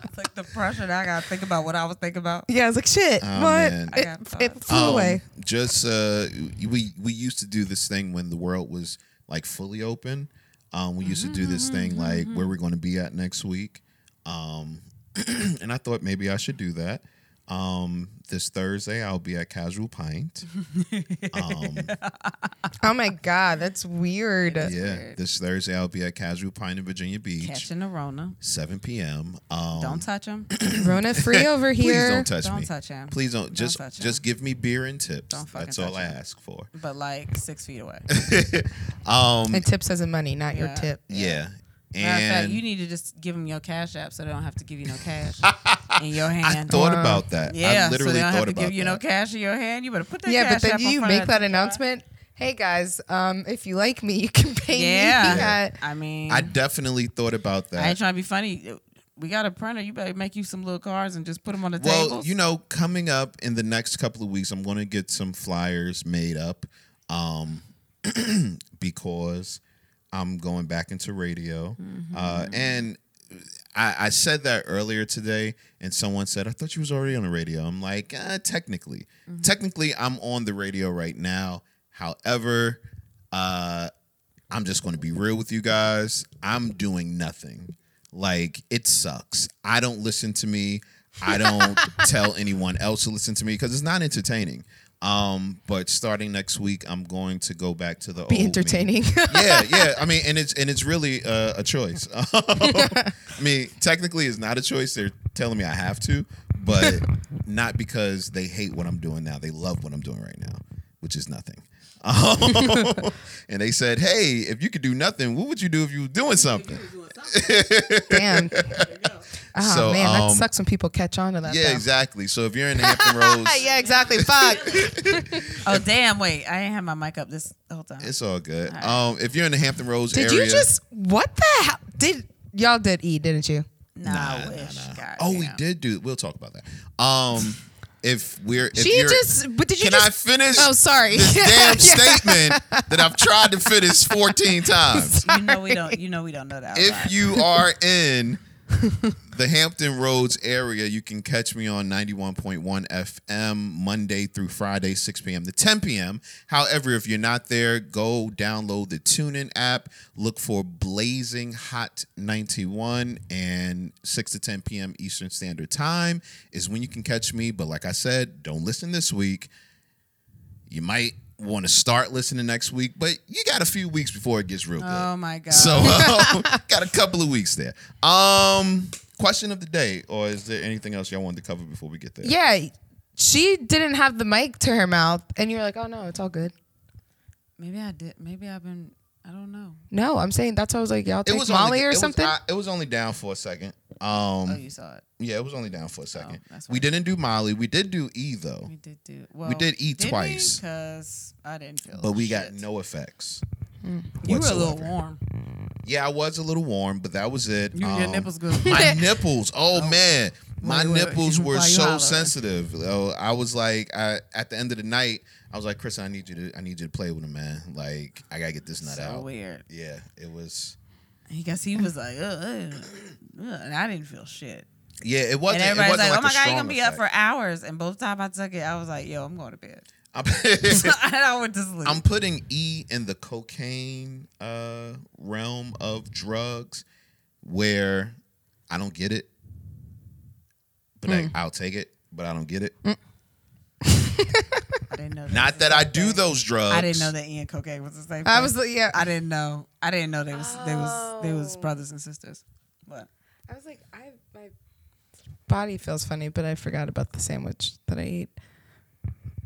Speaker 1: It's like the pressure that I gotta think about what I was thinking about.
Speaker 3: yeah, I was like, "Shit,
Speaker 2: Oh,
Speaker 3: what?"
Speaker 2: man.
Speaker 1: I got
Speaker 3: It, it
Speaker 1: thoughts.
Speaker 3: flew
Speaker 2: Um,
Speaker 3: away.
Speaker 2: Just uh, we we used to do this thing when the world was like fully open. Um, we used to do this
Speaker 1: Mm-hmm,
Speaker 2: thing like where we're going to be at next week. Um, [CLEARS THROAT] and I thought maybe I should do that. Um, this Thursday I'll be at
Speaker 1: [LAUGHS]
Speaker 2: Casual Pint. Um,
Speaker 3: Oh my god, that's weird.
Speaker 2: yeah, this Thursday I'll be at Casual Pint in Virginia Beach,
Speaker 1: Catching the Rona.
Speaker 2: 7 p.m. Um,
Speaker 1: Don't touch
Speaker 2: [CLEARS THROAT]
Speaker 1: him.
Speaker 2: [LAUGHS]
Speaker 3: Rona free over
Speaker 2: please
Speaker 3: here.
Speaker 2: don't touch
Speaker 1: Don't
Speaker 2: me.
Speaker 1: touch him.
Speaker 2: Please don't just
Speaker 1: touch him.
Speaker 2: just give me beer and tips.
Speaker 1: Don't fucking
Speaker 2: That's all
Speaker 1: touch
Speaker 2: I
Speaker 1: him.
Speaker 2: ask for.
Speaker 1: But like six feet away.
Speaker 2: Um,
Speaker 3: and tips as in money, not your
Speaker 1: Yeah.
Speaker 3: tip.
Speaker 2: yeah.
Speaker 1: Matter of fact,
Speaker 2: And
Speaker 1: you need to just give them your cash app so they don't have to give you no
Speaker 2: [LAUGHS]
Speaker 1: cash in your
Speaker 2: I
Speaker 1: hand.
Speaker 2: thought
Speaker 3: Wow.
Speaker 2: about that.
Speaker 1: Uh, yeah,
Speaker 2: I literally
Speaker 1: so they don't
Speaker 2: thought
Speaker 1: have to
Speaker 2: about
Speaker 1: give you
Speaker 2: that.
Speaker 1: no cash in your hand. You better put that.
Speaker 3: Yeah,
Speaker 1: cash
Speaker 3: but then
Speaker 1: app in
Speaker 3: you
Speaker 1: front
Speaker 3: make
Speaker 1: of
Speaker 3: that
Speaker 1: the-
Speaker 3: announcement. Hey guys, um, if you like me, you can pay me.
Speaker 1: Yeah,
Speaker 3: [LAUGHS] at-"
Speaker 1: I mean,
Speaker 2: I
Speaker 1: I,
Speaker 2: definitely thought about that.
Speaker 1: ain't trying to be funny. We got a printer. You better make you some little cards and just put them on the
Speaker 2: well,
Speaker 1: table.
Speaker 2: you know, coming up in the next couple of weeks, I'm going to get some flyers made up um, [CLEARS THROAT] because I'm going back into radio. Uh,
Speaker 1: Mm-hmm.
Speaker 2: and I, I said that earlier today, and someone said, I thought you was already on the radio. I'm like, uh, technically.
Speaker 3: Mm-hmm.
Speaker 2: Technically, I'm on the radio right now. However, uh, I'm just going to be real with you guys. I'm doing nothing. Like, it sucks. I don't listen to me. I
Speaker 3: [LAUGHS]
Speaker 2: don't tell anyone else to listen to me because it's not entertaining. Um, but starting next week, I'm going to go back to the old
Speaker 3: be
Speaker 2: me
Speaker 3: entertaining. [LAUGHS]
Speaker 2: yeah, yeah. I mean, and it's and it's really uh, a choice. [LAUGHS] I mean, technically, it's not a choice. They're telling me I have to, but not because they hate what I'm doing now. They love what I'm doing right now, which is nothing. [LAUGHS] and they said, "Hey, if you could do nothing, what would you do if you were doing something?" [LAUGHS]
Speaker 3: Damn. Oh
Speaker 2: So,
Speaker 3: man, that
Speaker 2: um,
Speaker 3: sucks when people catch on to that.
Speaker 2: Yeah,
Speaker 3: though.
Speaker 2: exactly. So if you're in
Speaker 3: [LAUGHS]
Speaker 2: Hampton Roads,
Speaker 3: yeah, exactly.
Speaker 2: [LAUGHS]
Speaker 3: Fuck.
Speaker 1: oh damn! Wait, I ain't have my mic up this whole time.
Speaker 2: it's all good. Um, if you're in the Hampton Roads
Speaker 3: Did
Speaker 2: area,
Speaker 3: you just what the hell did y'all did eat, didn't you?
Speaker 1: nah,
Speaker 2: Nah,
Speaker 1: I
Speaker 2: nah,
Speaker 1: wish.
Speaker 2: nah.
Speaker 1: God
Speaker 2: Oh, we
Speaker 1: damn.
Speaker 2: did do. We'll talk about that. Um, if we're if
Speaker 3: she
Speaker 2: you're-
Speaker 3: just but did you
Speaker 2: Can
Speaker 3: just
Speaker 2: I finish?
Speaker 3: Oh sorry. [LAUGHS]
Speaker 2: this damn
Speaker 3: Yeah.
Speaker 2: statement that I've tried to fit is 14 times.
Speaker 1: You know we don't. You know we don't know that.
Speaker 2: If you
Speaker 1: [LAUGHS]
Speaker 2: are in the Hampton Roads area, you can catch me on 91.1 FM Monday through Friday, 6 p.m. to 10 p.m. However, if you're not there, go download the TuneIn app, look for Blazing Hot 91, and 6 to 10 p.m. Eastern Standard Time is when you can catch me. But like I said, don't listen this week you might want to start listening next week, but you got a few weeks before it gets real good.
Speaker 1: oh my god. [LAUGHS]
Speaker 2: so um, got a couple of weeks there. Um, question of the day, or is there anything else y'all wanted to cover before we get there?
Speaker 3: Yeah. She didn't have the mic to her mouth and you're like, Oh no, it's all good.
Speaker 1: maybe I did. Maybe I've been. I don't know.
Speaker 3: No, I'm saying that's why I was like, Y'all
Speaker 2: It
Speaker 3: take
Speaker 2: was
Speaker 3: Molly
Speaker 2: only, it
Speaker 3: or
Speaker 2: was-
Speaker 3: something?
Speaker 2: I- it was only down for a second. Um,
Speaker 1: Oh, you saw it.
Speaker 2: yeah, it was only down for a second.
Speaker 1: that's
Speaker 2: we didn't do Molly. We did do E though,
Speaker 1: We did do. Well,
Speaker 2: did eat twice.
Speaker 1: because I didn't feel.
Speaker 2: but we got
Speaker 1: shit.
Speaker 2: no effects.
Speaker 1: You were a little
Speaker 2: whatsoever.
Speaker 1: warm.
Speaker 2: Yeah, I was a little warm, but that was it.
Speaker 1: You, your
Speaker 2: Um,
Speaker 1: nipples [LAUGHS]
Speaker 2: [LAUGHS]
Speaker 1: good.
Speaker 2: my nipples. Oh, man, my
Speaker 1: Wait, wait,
Speaker 2: nipples
Speaker 1: why
Speaker 2: were
Speaker 1: you
Speaker 2: so
Speaker 1: hollering?
Speaker 2: sensitive. Oh, I was like, I, at the end of the night, I was like, Chris, I need you to, I need you to play with him, man. Like, I gotta get this nut
Speaker 1: so
Speaker 2: out.
Speaker 1: weird.
Speaker 2: Yeah, it was.
Speaker 1: I guess he was like, ugh, ugh, ugh," and I didn't feel shit.
Speaker 2: Yeah, it wasn't.
Speaker 1: And
Speaker 2: it
Speaker 1: everybody's
Speaker 2: wasn't
Speaker 1: like, "Oh my god,
Speaker 2: a
Speaker 1: you're
Speaker 2: strong
Speaker 1: gonna be up for
Speaker 2: effect.
Speaker 1: hours." And both time I took it, I was like, "Yo, I'm going to
Speaker 2: [LAUGHS]
Speaker 1: bed." [LAUGHS]
Speaker 2: I'm-
Speaker 1: and I went to sleep.
Speaker 2: I'm putting E in the cocaine uh, realm of drugs, where I don't get it, but
Speaker 1: Hmm.
Speaker 2: I, I'll take it, but I don't get it.
Speaker 1: I didn't know. That
Speaker 2: Not that I do those drugs.
Speaker 1: I didn't know that Ian cocaine was the same.
Speaker 3: I
Speaker 1: thing.
Speaker 3: was like, yeah.
Speaker 1: I didn't know. I didn't know they was they was they was
Speaker 3: Oh.
Speaker 1: brothers and sisters. But
Speaker 3: I was like, I my body feels funny, but I forgot about the sandwich that I ate.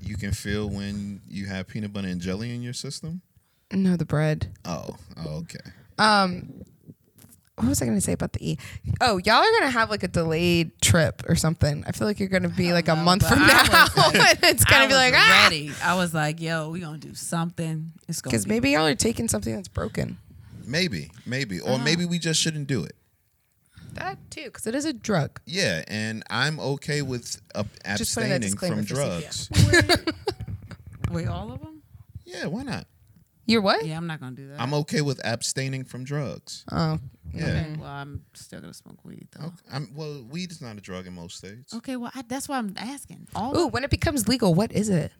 Speaker 2: you can feel when you have peanut butter and jelly in your system.
Speaker 3: No, the bread.
Speaker 2: Oh, oh, okay.
Speaker 3: Um, what was I gonna say about the E? Oh, y'all are gonna have like a delayed trip or something. I feel like you're gonna be like a
Speaker 1: know,
Speaker 3: month
Speaker 1: but
Speaker 3: from
Speaker 1: I
Speaker 3: now, [LAUGHS]
Speaker 1: was like-
Speaker 3: and it's gonna
Speaker 1: I
Speaker 3: be
Speaker 1: was
Speaker 3: like ah,
Speaker 1: ready. I was like, "Yo, we gonna do something." It's gonna
Speaker 3: because
Speaker 1: be
Speaker 3: maybe y'all are taking something that's broken.
Speaker 1: Uh-huh.
Speaker 2: Maybe, maybe, or maybe we just shouldn't do it.
Speaker 3: That too, because it is a drug.
Speaker 2: Yeah, and I'm okay with uh,
Speaker 3: Just putting that
Speaker 2: abstaining
Speaker 3: disclaimer
Speaker 2: from
Speaker 3: for safety.
Speaker 2: drugs.
Speaker 1: Wait, all of them?
Speaker 2: Yeah, why not?
Speaker 3: You're what?
Speaker 1: Yeah, I'm not gonna do that.
Speaker 2: I'm okay with abstaining from drugs.
Speaker 3: Oh,
Speaker 2: Yeah.
Speaker 1: okay. Well, I'm still gonna smoke weed though.
Speaker 2: Okay. I'm, well, weed is not a drug in most states.
Speaker 1: Okay, well I, that's why I'm asking. All
Speaker 3: ooh. When it becomes legal, what is it?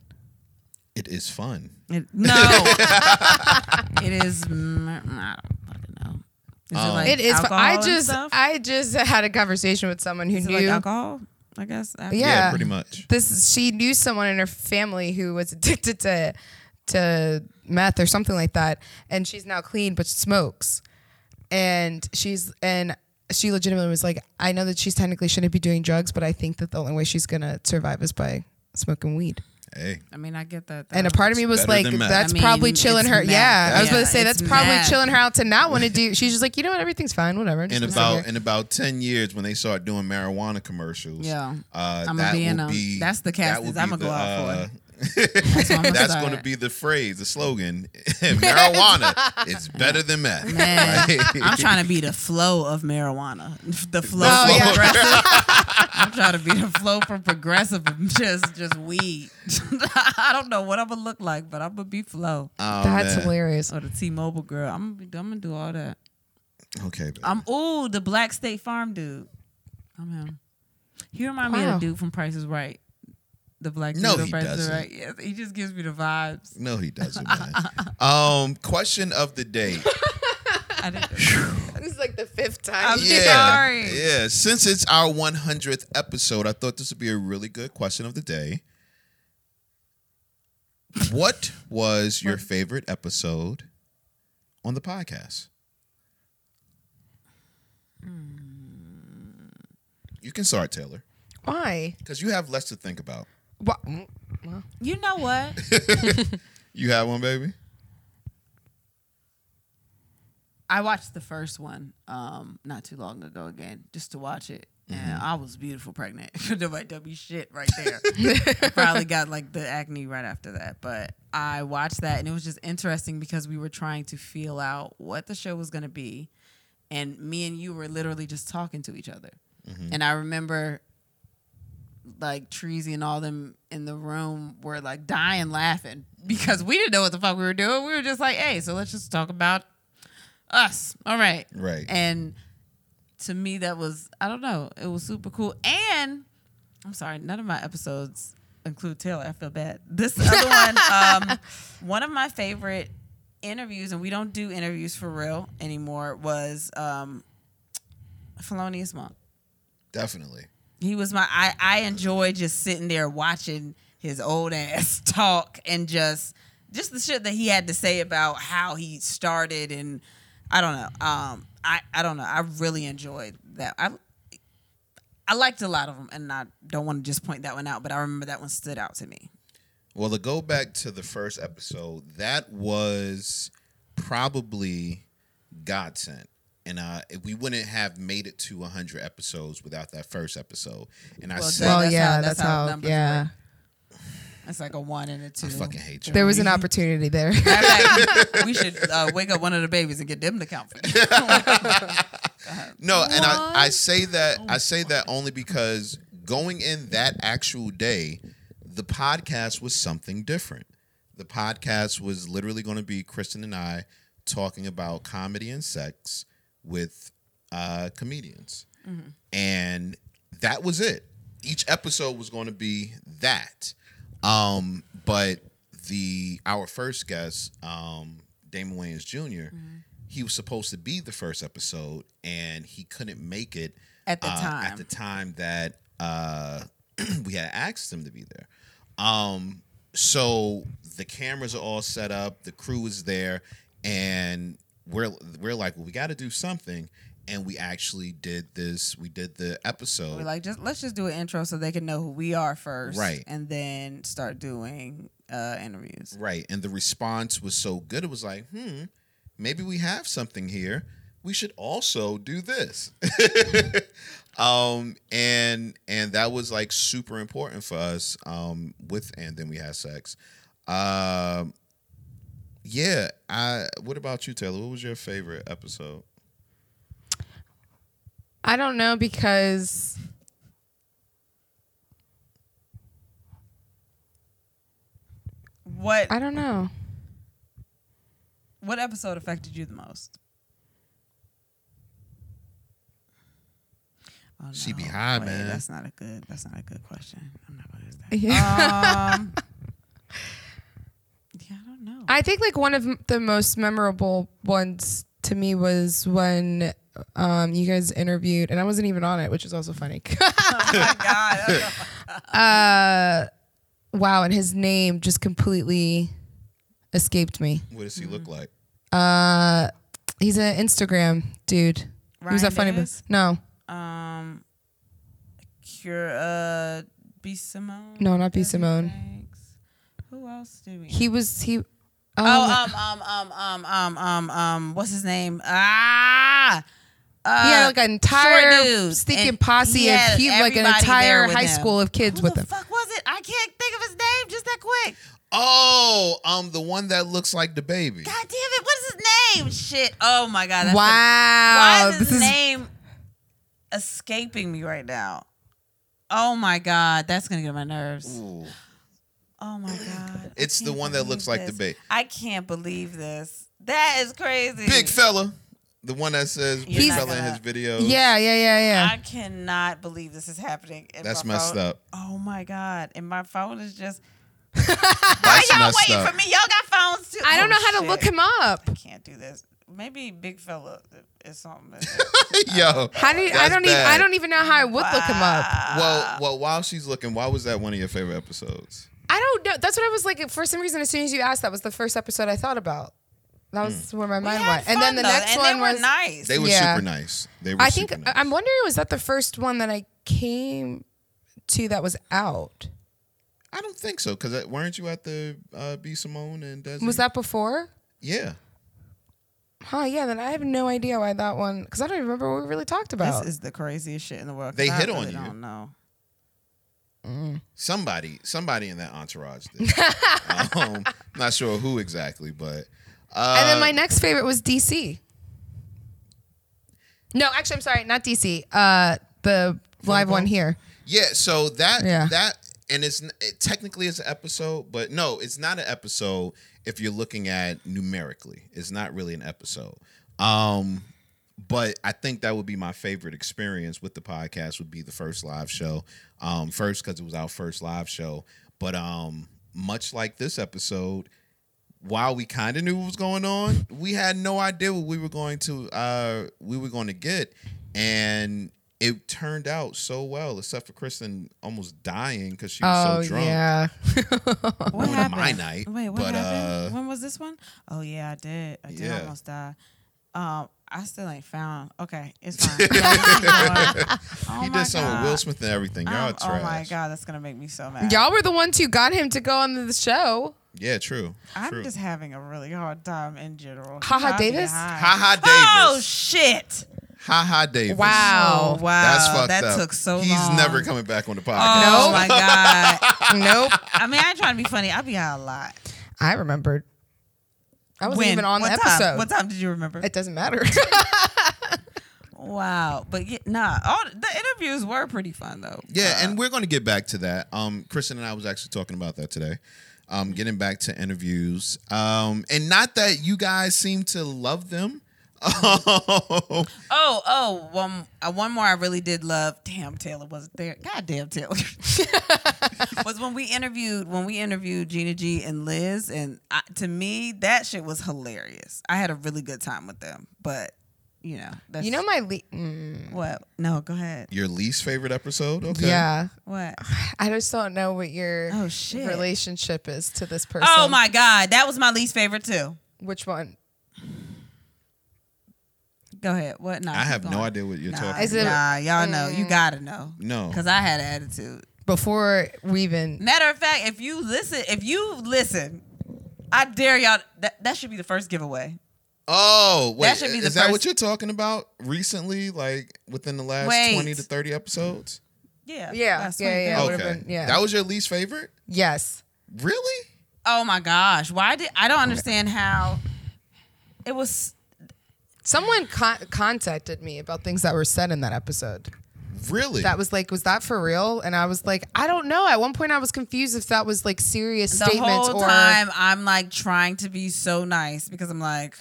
Speaker 2: It is fun.
Speaker 1: It, no, it is. mm, I don't fucking know. Is
Speaker 2: Um,
Speaker 1: like
Speaker 3: It is. fu-
Speaker 1: alcohol
Speaker 3: I
Speaker 1: and
Speaker 3: just,
Speaker 1: stuff?
Speaker 3: I just had a conversation with someone who
Speaker 1: Is it
Speaker 3: knew.
Speaker 1: like alcohol. I guess. I-
Speaker 2: Yeah,
Speaker 3: Yeah.
Speaker 2: pretty much.
Speaker 3: this is- she knew someone in her family who was addicted to to meth or something like that and she's now clean but smokes and she's and she legitimately was like i know that she's technically shouldn't be doing drugs but i think that the only way she's gonna survive is by smoking weed
Speaker 2: Hey,
Speaker 1: I mean, I get that.
Speaker 3: and a
Speaker 1: though.
Speaker 3: part of me was
Speaker 2: better
Speaker 3: like
Speaker 2: than meth.
Speaker 3: that's
Speaker 1: I mean,
Speaker 3: probably chilling
Speaker 1: it's
Speaker 3: her
Speaker 1: meth.
Speaker 3: yeah i was
Speaker 1: Yeah,
Speaker 3: about to say that's
Speaker 1: it's
Speaker 3: probably
Speaker 1: meth.
Speaker 3: chilling her out to not want to do she's just like you know what everything's fine whatever I'm
Speaker 2: in
Speaker 3: just gonna sit
Speaker 2: about
Speaker 3: here."
Speaker 2: in about ten years, when they start doing marijuana commercials,
Speaker 1: Yeah.
Speaker 2: uh,
Speaker 1: I'ma
Speaker 2: that
Speaker 1: be in
Speaker 2: will
Speaker 1: them.
Speaker 2: be
Speaker 1: That's the
Speaker 2: that
Speaker 1: cast
Speaker 2: will
Speaker 1: is
Speaker 2: be
Speaker 1: I'ma
Speaker 2: the,
Speaker 1: go out
Speaker 2: uh,
Speaker 1: [LAUGHS] That's, why I'm gonna
Speaker 2: That's
Speaker 1: start.
Speaker 2: going to be the phrase, the
Speaker 1: [LAUGHS]
Speaker 2: slogan. [LAUGHS] marijuana is better than meth.
Speaker 1: Man,
Speaker 2: Right?
Speaker 1: I'm trying to be the flow of marijuana. [LAUGHS] The flow.
Speaker 3: Oh,
Speaker 1: from
Speaker 3: yeah.
Speaker 1: progressive.
Speaker 3: [LAUGHS]
Speaker 1: I'm trying to be the flow from progressive. and Just, just weed. [LAUGHS] I don't know what I'm gonna look like, but I'm gonna be flow.
Speaker 2: [LAUGHS] Oh,
Speaker 3: that's
Speaker 2: man.
Speaker 3: hilarious
Speaker 1: Or the T-Mobile girl. I'm gonna, be, I'm gonna do all that.
Speaker 2: Okay, baby.
Speaker 1: I'm ooh the Black State Farm dude. I'm him. He remind me of
Speaker 3: Wow.
Speaker 1: the dude from Price is Right. The black
Speaker 2: No,
Speaker 1: dude from
Speaker 2: he
Speaker 1: Price is
Speaker 2: doesn't.
Speaker 1: Right. Yes, he just gives me the vibes.
Speaker 2: no, he doesn't. Man. um, question of the day.
Speaker 1: [LAUGHS] I didn't,
Speaker 2: [LAUGHS]
Speaker 3: this is like the fifth time
Speaker 1: I'm sorry.
Speaker 2: yeah. Since it's our 100th episode, I thought this would be a really good question of the day. What was your favorite episode on the podcast?
Speaker 1: Hmm.
Speaker 2: You can start, Taylor,
Speaker 3: why
Speaker 2: because you have less to think about.
Speaker 3: Wha- mm, well,
Speaker 1: you know what?
Speaker 2: You have one, baby.
Speaker 1: I watched the first one um, not too long ago again, just to watch it.
Speaker 2: Mm-hmm.
Speaker 1: And I was beautiful pregnant. [LAUGHS] Nobody done me shit right
Speaker 2: [LAUGHS]
Speaker 1: there. I [LAUGHS] probably got like the acne right after that. But I watched that and it was just interesting because we were trying to feel out what the show was going to be. And me and you were literally just talking to each other. And I remember like Treasy and all them in the room were like dying laughing because we didn't know what the fuck we were doing. We were just like, hey, so let's just talk about us. All right.
Speaker 2: Right.
Speaker 1: And to me, that was, I don't know, it was super cool. And I'm sorry, none of my episodes include Taylor. I feel bad. This other one, um, one of my favorite interviews, and we don't do interviews for real anymore, was um, Felonious Monk
Speaker 2: Definitely.
Speaker 1: he was my I, I enjoy just sitting there watching his old ass [LAUGHS] talk and just just the shit that he had to say about how he started and I don't know. Um I, I don't know. I really enjoyed that. I I liked a lot of them and I don't want to just point that one out, but I remember that one stood out to me.
Speaker 2: Well, to go back to the first episode, that was probably godsend. And uh, we wouldn't have made it to 100 episodes without that first episode. And I
Speaker 1: Well,
Speaker 2: said,
Speaker 1: that-
Speaker 3: well
Speaker 1: that's
Speaker 3: yeah
Speaker 1: how-
Speaker 3: that's,
Speaker 1: that's how
Speaker 3: how,
Speaker 1: numbers
Speaker 3: yeah
Speaker 1: work. It's like a one and a two.
Speaker 2: I fucking hate you.
Speaker 3: There was an opportunity there. [LAUGHS]
Speaker 1: Matter of fact, we should uh, wake up one of the babies and get them to count for you.
Speaker 2: No, and I, I say that I say that only because going in that actual day, the podcast was something different. The podcast was literally going to be Kristen and I talking about comedy and sex with uh, comedians, and that was it. Each episode was going to be that, um, but the our first guest, um, Damon Wayans junior
Speaker 1: Mm-hmm.
Speaker 2: He was supposed to be the first episode, and he couldn't make it
Speaker 1: At the
Speaker 2: uh,
Speaker 1: time.
Speaker 2: At the time that uh, [CLEARS THROAT] we had asked him to be there, um, so the cameras are all set up, the crew is there, and we're we're like, well, we got to do something, and we actually did this. We did the episode.
Speaker 1: We're like, just let's just do an intro so they can know who we are first,
Speaker 2: Right.
Speaker 1: And then start doing uh, interviews.
Speaker 2: Right. And the response was so good. It was like, hmm, maybe we have something here. We should also do this. [LAUGHS] um, and and that was like super important for us um, with and then we had sex. Um, yeah. I. What about you, Taylor? What was your favorite episode?
Speaker 3: I don't know because
Speaker 1: What
Speaker 3: I don't know.
Speaker 1: what episode affected you the most? Oh, no.
Speaker 2: She be high,
Speaker 1: Wait,
Speaker 2: man.
Speaker 1: That's not a good. That's not a good question. I'm not gonna ask that.
Speaker 3: [LAUGHS] Yeah. [LAUGHS]
Speaker 1: Um, yeah, I don't know.
Speaker 3: I think like one of m- the most memorable ones to me was when um, you guys interviewed, and I wasn't even on it, which is also funny. [LAUGHS] Oh
Speaker 1: my God, that's-
Speaker 3: Uh, wow, and his name just completely escaped me. Uh,
Speaker 2: What does he look like?
Speaker 3: He's an Instagram dude. He
Speaker 1: Ryan
Speaker 3: was that funny?
Speaker 1: Diaz?
Speaker 3: But no,
Speaker 1: um, cure. Uh, B Simone.
Speaker 3: No, not B. Simone.
Speaker 1: Thanks. Who else do we?
Speaker 3: he was he. Oh,
Speaker 1: oh, um, um, um, um, um, um, um, what's his name? Ah. Uh,
Speaker 3: he had like an entire
Speaker 1: short dude.
Speaker 3: stinking
Speaker 1: And
Speaker 3: posse
Speaker 1: he
Speaker 3: of
Speaker 1: had
Speaker 3: kids, like an
Speaker 1: everybody there
Speaker 3: entire
Speaker 1: with
Speaker 3: high
Speaker 1: him.
Speaker 3: school of kids
Speaker 1: Who
Speaker 3: with
Speaker 1: the
Speaker 3: him.
Speaker 1: fuck was it? I can't think of his name just that quick.
Speaker 2: Oh, um, the one that looks like the baby.
Speaker 1: God damn it! What is his name? Shit! Oh my god! That's the-
Speaker 3: Wow,
Speaker 1: why is
Speaker 3: this
Speaker 1: his
Speaker 3: is
Speaker 1: name escaping me right now? Oh my god! That's gonna get on my nerves.
Speaker 2: Ooh.
Speaker 1: Oh my god! I
Speaker 2: It's the
Speaker 1: can't
Speaker 2: one that looks
Speaker 1: believe
Speaker 2: like the
Speaker 1: this.
Speaker 2: ba-
Speaker 1: I can't believe this. That is crazy.
Speaker 2: Big fella. The one that says big
Speaker 1: You're
Speaker 3: not
Speaker 2: fella in
Speaker 1: gonna-
Speaker 2: his videos.
Speaker 3: yeah, yeah, yeah, yeah.
Speaker 1: I cannot believe this is happening. in
Speaker 2: That's
Speaker 1: my
Speaker 2: messed
Speaker 1: phone.
Speaker 2: up.
Speaker 1: Oh my god! And my phone is just. Why
Speaker 2: That's
Speaker 1: y'all
Speaker 2: messed
Speaker 1: waiting
Speaker 2: up.
Speaker 1: for me? Y'all got phones too.
Speaker 3: I don't
Speaker 1: Oh,
Speaker 3: know how to
Speaker 1: shit.
Speaker 3: look him up.
Speaker 1: I can't do this. Maybe big fella is
Speaker 3: [LAUGHS]
Speaker 1: something.
Speaker 2: [LAUGHS] Yo.
Speaker 3: How do you, I
Speaker 2: That's
Speaker 3: don't even I
Speaker 2: bad.
Speaker 3: don't even know how I would look him up.
Speaker 2: Well, well, while she's looking, why was that one of your favorite episodes?
Speaker 3: I don't know. That's what I was like. For some reason, as soon as you asked, that was the first episode I thought about. That
Speaker 2: Hmm.
Speaker 3: was where my
Speaker 1: We
Speaker 3: mind
Speaker 1: had
Speaker 3: went. And
Speaker 1: fun,
Speaker 3: then the
Speaker 1: though,
Speaker 3: next
Speaker 1: and
Speaker 3: one
Speaker 1: they were
Speaker 3: was.
Speaker 1: nice.
Speaker 2: They were
Speaker 3: Yeah.
Speaker 2: super nice. They were
Speaker 3: I think
Speaker 2: super nice.
Speaker 3: I'm wondering was that the first one that I came to that was out?
Speaker 2: I don't think so because weren't you at the uh, B Simone and Desi?
Speaker 3: Was that before?
Speaker 2: Yeah.
Speaker 3: Huh? Yeah. Then I have no idea why that one because I don't even remember what we really talked about.
Speaker 1: This is the craziest shit in the world. 'cause
Speaker 2: They
Speaker 1: I
Speaker 2: hit
Speaker 1: really
Speaker 2: on you.
Speaker 1: Don't
Speaker 3: [LAUGHS]
Speaker 1: know.
Speaker 2: Somebody, somebody in that entourage.
Speaker 3: [LAUGHS]
Speaker 2: Did. um, not sure who exactly, but uh,
Speaker 3: and then my next favorite was DC. No, actually, I'm sorry, not DC. Uh, the live one here.
Speaker 2: yeah. So that
Speaker 3: Yeah.
Speaker 2: that and it's n- it technically is an episode, but no, it's not an episode. If you're looking at numerically, it's not really an episode. Um, but I think that would be my favorite experience with the podcast would be the first live show. Um, first because it was our first live show, but um, much like this episode, while we kind of knew what was going on, we had no idea what we were going to uh we were going to get, and it turned out so well, except for Kristen almost dying because she was
Speaker 3: oh
Speaker 2: so drunk.
Speaker 3: yeah.
Speaker 1: What
Speaker 2: One of
Speaker 1: happened?
Speaker 2: my night,
Speaker 1: Wait, what
Speaker 2: but,
Speaker 1: happened?
Speaker 2: uh,
Speaker 1: when was this one? Oh yeah, I did. I did
Speaker 2: Yeah.
Speaker 1: almost die. Um, I still ain't found. Okay,
Speaker 2: [LAUGHS]
Speaker 1: it's fine. oh my
Speaker 2: He did something with Will
Speaker 1: God.
Speaker 2: Smith and everything.
Speaker 1: Um,
Speaker 2: Y'all are trash.
Speaker 1: oh my god, that's gonna make me so mad.
Speaker 3: [LAUGHS] Y'all were the ones who got him to go on the show.
Speaker 2: Yeah, true.
Speaker 1: I'm
Speaker 2: true.
Speaker 1: just having a really hard time in general.
Speaker 3: Ha Ha
Speaker 1: Y'all be
Speaker 3: Davis?
Speaker 1: high.
Speaker 2: Ha ha
Speaker 1: Oh
Speaker 2: Davis.
Speaker 1: shit!
Speaker 2: ha ha Davis.
Speaker 1: Oh
Speaker 3: Wow.
Speaker 1: wow,
Speaker 2: That's fucked
Speaker 1: that
Speaker 2: up.
Speaker 1: took so
Speaker 2: He's
Speaker 1: long.
Speaker 2: never coming back on the podcast.
Speaker 1: Oh
Speaker 3: No.
Speaker 1: my god.
Speaker 3: [LAUGHS] nope.
Speaker 1: I mean, I ain't trying to be funny. I be high a lot.
Speaker 3: I remembered. I wasn't
Speaker 1: When?
Speaker 3: even on
Speaker 1: what
Speaker 3: the
Speaker 1: time?
Speaker 3: episode.
Speaker 1: What time did you remember?
Speaker 3: It
Speaker 1: [LAUGHS]
Speaker 3: doesn't matter.
Speaker 1: Wow, but yeah, nah, all the interviews were pretty fun though.
Speaker 2: Yeah,
Speaker 1: Uh,
Speaker 2: and we're going to get back to that. Um, Kristen and I was actually talking about that today. Um, getting back to interviews, um, and not that you guys seem to love them. [LAUGHS] Oh,
Speaker 1: oh, oh, one, uh, one more I really did love. Damn, Taylor wasn't there. God damn, Taylor [LAUGHS] was when we interviewed when we interviewed Gina G and Liz, and I, to me that shit was hilarious. I had a really good time with them, but you know, that's,
Speaker 3: you know my le- mm,
Speaker 1: what? No, go ahead.
Speaker 2: your least favorite episode? Okay.
Speaker 3: yeah. [SIGHS]
Speaker 1: What?
Speaker 3: I just don't know what your
Speaker 1: Oh, shit.
Speaker 3: relationship is to this person.
Speaker 1: Oh my god, that was my least favorite too.
Speaker 3: Which one
Speaker 1: Go ahead. What? No,
Speaker 2: I
Speaker 1: keep
Speaker 2: have no
Speaker 1: going.
Speaker 2: idea what you're
Speaker 1: Nah,
Speaker 2: talking.
Speaker 3: Is it-
Speaker 2: about.
Speaker 1: nah, y'all know. You
Speaker 3: Mm.
Speaker 1: gotta know.
Speaker 2: No.
Speaker 1: Because I had an attitude.
Speaker 3: before we even?
Speaker 1: Matter of fact, if you listen, if you listen, I dare y'all. That, that should be the first giveaway.
Speaker 2: Oh, wait.
Speaker 1: That should be the
Speaker 2: is that what
Speaker 1: first-
Speaker 2: you're talking about? Recently, like within the last
Speaker 1: Wait.
Speaker 2: twenty to thirty episodes?
Speaker 1: Yeah.
Speaker 3: Yeah,
Speaker 1: that's what it
Speaker 3: yeah, yeah.
Speaker 1: is.
Speaker 3: That
Speaker 2: okay.
Speaker 3: would've been- yeah.
Speaker 2: That was your least favorite?
Speaker 3: Yes.
Speaker 2: Really?
Speaker 1: Oh my gosh, why did I don't understand how it was?
Speaker 3: Someone con- contacted me about things that were said in that episode.
Speaker 2: Really?
Speaker 3: That was like, was that for real? And I was like, I don't know. At one point, I was confused if that was like serious
Speaker 1: the
Speaker 3: statements
Speaker 1: whole
Speaker 3: or
Speaker 1: time I'm like trying to be so nice because I'm like,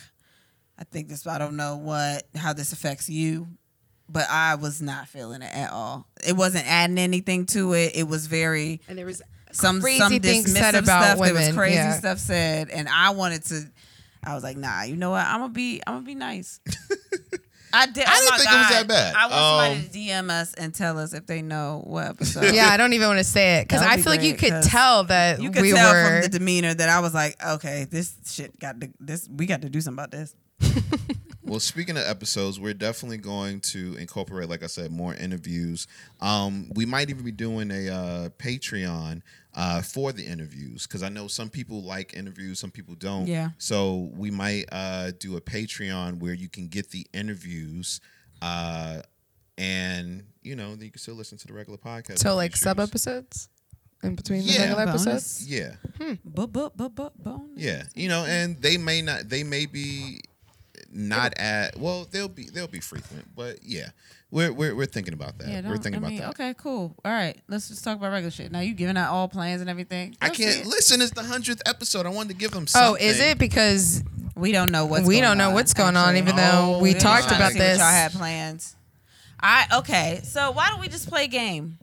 Speaker 1: I think this. I don't know what how this affects you, but I was not feeling it at all. It wasn't adding anything to it. It was very
Speaker 3: and there was
Speaker 1: some
Speaker 3: crazy
Speaker 1: some
Speaker 3: things
Speaker 1: dismissive
Speaker 3: said about
Speaker 1: stuff. There was
Speaker 3: women,
Speaker 1: crazy
Speaker 3: yeah.
Speaker 1: stuff said, and I wanted to. I was like, nah, you know what? I'm gonna be I'm gonna be
Speaker 2: [LAUGHS]
Speaker 1: nice. I did.
Speaker 2: I
Speaker 1: oh
Speaker 2: didn't
Speaker 1: my
Speaker 2: think it was
Speaker 1: God.
Speaker 2: that bad.
Speaker 1: I want
Speaker 2: Um,
Speaker 1: somebody to DM us and tell us if they know what episode.
Speaker 3: [LAUGHS] yeah, I don't even want to say it because
Speaker 1: That'd
Speaker 3: I
Speaker 1: be
Speaker 3: feel like you
Speaker 1: great,
Speaker 3: could
Speaker 1: 'cause
Speaker 3: tell that
Speaker 1: You could
Speaker 3: we
Speaker 1: tell
Speaker 3: were.
Speaker 1: from the demeanor that I was like, okay, this shit got to this. We got to do something about this.
Speaker 2: Well, speaking of episodes, we're definitely going to incorporate, like I said, more interviews. Um, we might even be doing a uh, Patreon uh, for the interviews because I know some people like interviews, some people don't.
Speaker 1: Yeah.
Speaker 2: So we might uh, do a Patreon where you can get the interviews, uh, and you know, then you can still listen to the regular podcast.
Speaker 3: so
Speaker 2: if
Speaker 3: like
Speaker 2: you
Speaker 3: sub
Speaker 2: choose.
Speaker 3: episodes in between the
Speaker 2: Yeah.
Speaker 3: regular
Speaker 1: Bonus.
Speaker 3: episodes.
Speaker 2: Yeah.
Speaker 1: Bu- bu- bu- bu- bonus.
Speaker 2: Yeah, you know, and they may not, they may be not at. Well, they'll be they'll be frequent, but yeah, we're we're, we're thinking about that.
Speaker 1: Yeah,
Speaker 2: we're
Speaker 1: don't-
Speaker 2: thinking
Speaker 1: I
Speaker 2: about
Speaker 1: mean,
Speaker 2: that.
Speaker 1: Okay, cool. All right, let's just talk about regular shit. Now you giving out all plans and everything.
Speaker 2: I
Speaker 1: That's
Speaker 2: can't
Speaker 1: it.
Speaker 2: listen. It's the hundredth episode. I wanted to give them.
Speaker 3: Oh,
Speaker 2: Something.
Speaker 3: is it because
Speaker 1: We don't know what's.
Speaker 3: We
Speaker 1: going
Speaker 3: don't know
Speaker 1: on,
Speaker 3: what's going on,
Speaker 1: actually.
Speaker 3: even though
Speaker 2: Oh,
Speaker 3: we
Speaker 2: yeah.
Speaker 3: talked
Speaker 2: Trying to
Speaker 3: about
Speaker 1: see what
Speaker 3: this?
Speaker 1: Y'all had plans. I okay. So why don't we just play a game?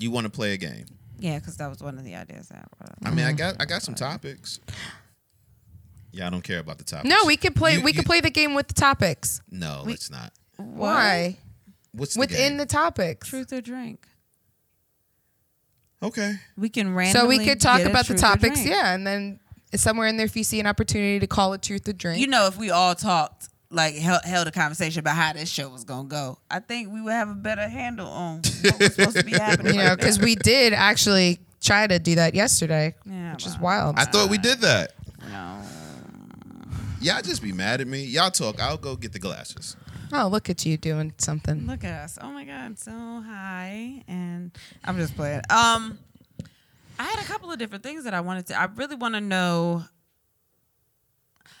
Speaker 2: You want to play a game?
Speaker 1: Yeah, because that was one of the ideas that. I brought up.
Speaker 2: I mean, I
Speaker 3: Mm-hmm.
Speaker 2: got I got some topics. Yeah, I don't care about the topics.
Speaker 3: No, we could play.
Speaker 2: You-
Speaker 3: we
Speaker 2: you-
Speaker 3: could play the game with the topics.
Speaker 2: No, it's not.
Speaker 3: Why?
Speaker 2: What's the
Speaker 3: Within
Speaker 2: game?
Speaker 3: the topics.
Speaker 1: Truth or drink?
Speaker 2: Okay.
Speaker 1: We can randomly.
Speaker 3: So we could talk
Speaker 1: get a
Speaker 3: about the
Speaker 1: truth or
Speaker 3: topics,
Speaker 1: drink.
Speaker 3: yeah, and then somewhere in there, if you see an opportunity to call it truth or drink,
Speaker 1: you know, if we all talked, like held, held a conversation about how this show was gonna go, I think we would have a better handle on what was supposed to be happening.
Speaker 3: you know, because we did actually try to do that yesterday,
Speaker 1: [LAUGHS] Yeah,
Speaker 3: which is
Speaker 1: well,
Speaker 3: wild.
Speaker 2: I thought we did that.
Speaker 1: No.
Speaker 2: Y'all just be mad at me. Y'all talk. I'll go get the glasses.
Speaker 3: oh, look at you doing something.
Speaker 1: Look at us! Oh my God, so high, and I'm just playing. Um, I had a couple of different things that I wanted to. I really want to know.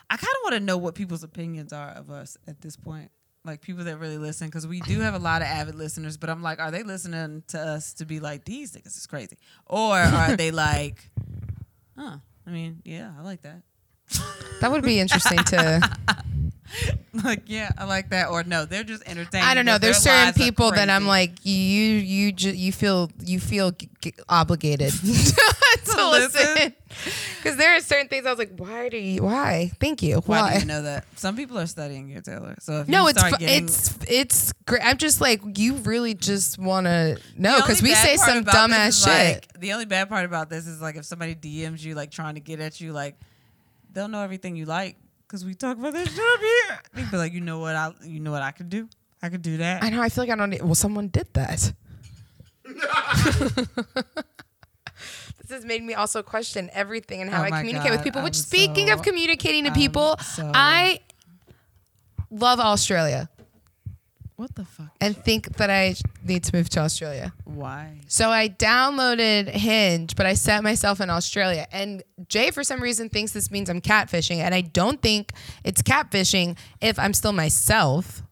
Speaker 1: I kind of want to know what people's opinions are of us at this point, like people that really listen, because we do have a lot of avid listeners. But I'm like, are they listening to us to be like these niggas is crazy, or are
Speaker 3: [LAUGHS]
Speaker 1: they like, huh? I mean, yeah, I like that. [LAUGHS]
Speaker 3: That would be interesting to.
Speaker 1: Like, yeah, I like that. Or no, they're just entertaining.
Speaker 3: I don't know.
Speaker 1: but their
Speaker 3: There's certain
Speaker 1: lives are
Speaker 3: people that I'm
Speaker 1: crazy.
Speaker 3: like you. You ju- you feel you feel g- g-
Speaker 1: [LAUGHS]
Speaker 3: obligated [LAUGHS] to listen
Speaker 1: listen?
Speaker 3: because there are certain things I was like, why do you? Why? Thank you.
Speaker 1: Why, do you know that? Some people are studying you, Taylor. So if
Speaker 3: No,
Speaker 1: you
Speaker 3: it's
Speaker 1: start
Speaker 3: fu-
Speaker 1: getting,
Speaker 3: it's it's great. I'm just like you really just want to know
Speaker 1: The
Speaker 3: because
Speaker 1: only
Speaker 3: we
Speaker 1: bad
Speaker 3: say
Speaker 1: part
Speaker 3: some
Speaker 1: about this
Speaker 3: dumbass
Speaker 1: is,
Speaker 3: shit.
Speaker 1: Like, the only bad part about this is like if somebody DMs you like trying to get at you, like they'll know everything you like because we talk about this job here. They be like, you know what I, you know what I could do, I could do that.
Speaker 3: I know. I feel like I don't. Need, well, someone did that. [LAUGHS] this has made me also question everything and how
Speaker 1: Oh
Speaker 3: I
Speaker 1: my
Speaker 3: communicate with
Speaker 1: God,
Speaker 3: people. Which,
Speaker 1: I'm
Speaker 3: speaking
Speaker 1: so-
Speaker 3: of communicating to people,
Speaker 1: so-
Speaker 3: I love Australia
Speaker 1: what the fuck?
Speaker 3: and think that I need to move to Australia.
Speaker 1: Why?
Speaker 3: So I downloaded Hinge, but I set myself in Australia. And Jay, for some reason, thinks this means I'm catfishing. And I don't think it's catfishing if I'm still myself.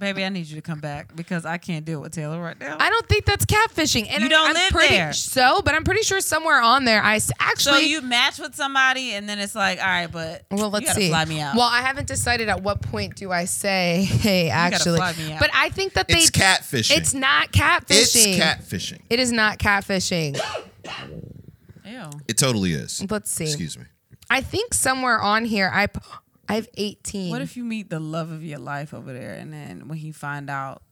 Speaker 1: Baby, I need you to come back because I can't deal with Taylor right now.
Speaker 3: I don't think that's catfishing. And
Speaker 1: You
Speaker 3: I,
Speaker 1: don't
Speaker 3: am
Speaker 1: live
Speaker 3: pretty,
Speaker 1: there.
Speaker 3: So, but I'm pretty sure somewhere on there, I s-
Speaker 1: so
Speaker 3: actually.
Speaker 1: you match with somebody and then it's like, all right, but
Speaker 3: well,
Speaker 1: you
Speaker 3: let's
Speaker 1: gotta
Speaker 3: see.
Speaker 1: Fly me out.
Speaker 3: Well, I haven't decided at what point do I say, hey, actually.
Speaker 1: fly me out.
Speaker 3: But I think that they.
Speaker 2: It's catfishing.
Speaker 3: It's not catfishing.
Speaker 2: It's catfishing.
Speaker 3: It is not catfishing.
Speaker 1: Ew.
Speaker 2: It totally is.
Speaker 3: Let's see.
Speaker 2: Excuse me.
Speaker 3: I think somewhere on here, I, p- I have 18.
Speaker 1: What if you meet the love of your life over there, and then when he find out,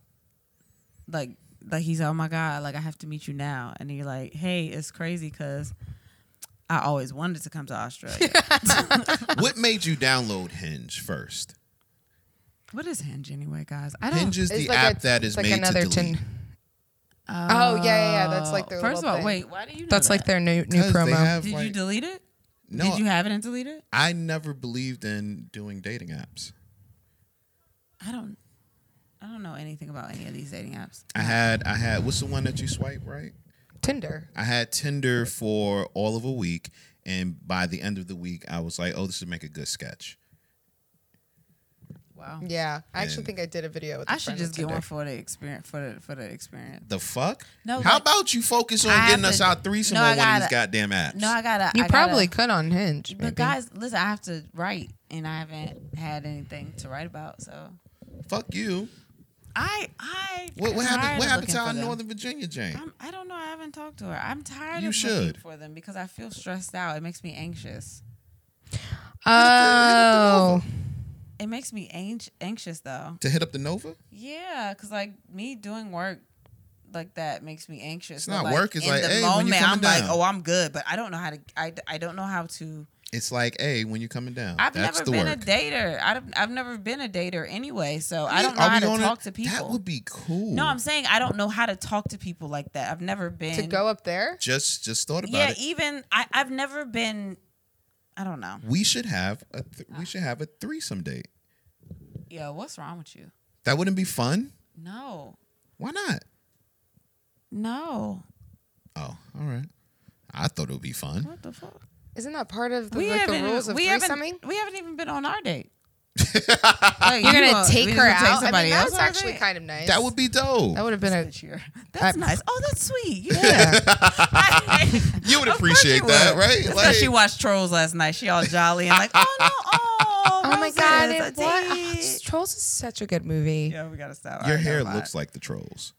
Speaker 1: like, like he's oh my god, like I have to meet you now, and you're like, hey, it's crazy because I always wanted to come to [LAUGHS] Australia.
Speaker 2: what made you download Hinge first?
Speaker 1: what is Hinge anyway, guys? I don't.
Speaker 2: Hinge is
Speaker 3: It's
Speaker 2: the
Speaker 3: like a-
Speaker 2: app that is
Speaker 3: it's like
Speaker 2: made to
Speaker 3: another
Speaker 2: delete.
Speaker 3: tin- Oh, yeah, yeah, yeah. That's like their
Speaker 1: First of
Speaker 3: little
Speaker 1: all,
Speaker 3: thing.
Speaker 1: wait, why do you? Know
Speaker 3: That's like
Speaker 1: that?
Speaker 3: their new new
Speaker 2: Because they
Speaker 3: promo.
Speaker 2: have,
Speaker 1: Did you
Speaker 2: like-
Speaker 1: delete it?
Speaker 2: No,
Speaker 1: Did you have it and delete it?
Speaker 2: I never believed in doing dating apps.
Speaker 1: I don't. I don't know anything about any of these dating apps.
Speaker 2: I had I had what's the one that you swipe right?
Speaker 3: Tinder.
Speaker 2: I had Tinder for all of a week, And by the end of the week, I was like, oh, this would make a good sketch.
Speaker 1: Wow.
Speaker 3: Yeah, I
Speaker 2: And-
Speaker 3: actually think I did a video. With a
Speaker 1: I should
Speaker 3: friend
Speaker 1: just
Speaker 3: on
Speaker 1: get one for
Speaker 3: Sunday.
Speaker 1: the experience for the for the experience.
Speaker 2: The fuck?
Speaker 1: No,
Speaker 2: How
Speaker 1: like-
Speaker 2: about you focus on
Speaker 1: I have
Speaker 2: getting us
Speaker 1: to-
Speaker 2: our threesome
Speaker 1: No,
Speaker 2: on
Speaker 1: I
Speaker 2: one of these
Speaker 1: gotta-
Speaker 2: goddamn apps?
Speaker 1: No, I gotta.
Speaker 3: You
Speaker 1: I
Speaker 3: probably
Speaker 1: Gotta,
Speaker 3: could on Hinge.
Speaker 1: but
Speaker 3: maybe. [LAUGHS]
Speaker 1: guys, listen, I have to write, and I haven't had anything to write about. So
Speaker 2: fuck you.
Speaker 1: I I
Speaker 2: What, what
Speaker 1: tired
Speaker 2: happened? What
Speaker 1: of
Speaker 2: happened to
Speaker 1: looking
Speaker 2: our
Speaker 1: for them.
Speaker 2: Northern Virginia Jane?
Speaker 1: I'm, I don't know. I haven't talked to her. I'm tired
Speaker 2: You
Speaker 1: of looking
Speaker 2: should.
Speaker 1: for them because I feel stressed out. It makes me anxious.
Speaker 3: oh,
Speaker 1: It makes me ang- anxious though.
Speaker 2: to hit up the Nova?
Speaker 1: Yeah, because like me doing work like that makes me anxious.
Speaker 2: It's
Speaker 1: So,
Speaker 2: not
Speaker 1: like,
Speaker 2: work, it's
Speaker 1: in
Speaker 2: like,
Speaker 1: the
Speaker 2: "Hey, when you
Speaker 1: moment
Speaker 2: coming
Speaker 1: I'm like,
Speaker 2: down?"
Speaker 1: oh, I'm good, but I don't know how to. I, I don't know how to.
Speaker 2: It's like, hey, when you coming down,
Speaker 1: I've
Speaker 2: Oh, that's
Speaker 1: never
Speaker 2: the
Speaker 1: been
Speaker 2: work.
Speaker 1: a dater. I've I've never been a dater anyway, so I
Speaker 2: Yeah,
Speaker 1: don't know
Speaker 2: are
Speaker 1: how
Speaker 2: we
Speaker 1: to
Speaker 2: on it?
Speaker 1: talk to people.
Speaker 2: That would be cool.
Speaker 1: No, I'm saying I don't know how to talk to people like that. I've never been
Speaker 3: to go up there.
Speaker 2: just just thought about
Speaker 1: Yeah, e
Speaker 2: it.
Speaker 1: even I, I've never been. I don't know.
Speaker 2: we should have a th-
Speaker 1: Ah.
Speaker 2: we should have a threesome date.
Speaker 1: Yo, what's wrong with you?
Speaker 2: That wouldn't be fun.
Speaker 1: No,
Speaker 2: Why not?
Speaker 1: no.
Speaker 2: Oh, all right. I thought it would be fun.
Speaker 1: What the fuck?
Speaker 3: Isn't that part of the,
Speaker 1: We
Speaker 3: like, the
Speaker 1: haven't.
Speaker 3: rules of
Speaker 1: we
Speaker 3: threesoming?
Speaker 1: haven't. We haven't even been on our
Speaker 3: [LAUGHS]
Speaker 1: date. Like,
Speaker 3: You're
Speaker 1: you
Speaker 3: gonna
Speaker 1: gonna-
Speaker 3: take
Speaker 1: we
Speaker 3: her
Speaker 1: just gonna take
Speaker 3: out. I
Speaker 1: somebody
Speaker 3: mean, that's
Speaker 1: else on a
Speaker 3: actually
Speaker 1: date?
Speaker 3: kind of nice.
Speaker 2: That would be dope.
Speaker 3: that would have been a.
Speaker 1: This year. That's nice. Oh, that's sweet. Yeah.
Speaker 3: Yeah. [LAUGHS]
Speaker 1: [LAUGHS]
Speaker 2: you would
Speaker 1: Of course
Speaker 2: appreciate
Speaker 1: you
Speaker 2: that,
Speaker 1: would.
Speaker 2: right?
Speaker 1: That's 'cause she watched Trolls last night. She all jolly and like, oh no, oh,
Speaker 3: Oh my god!
Speaker 1: roses,
Speaker 3: It,
Speaker 1: a
Speaker 3: what? [LAUGHS]
Speaker 1: date.
Speaker 3: Ah, Trolls is such a good movie.
Speaker 1: Yeah, we gotta stop.
Speaker 2: your hair looks like the trolls.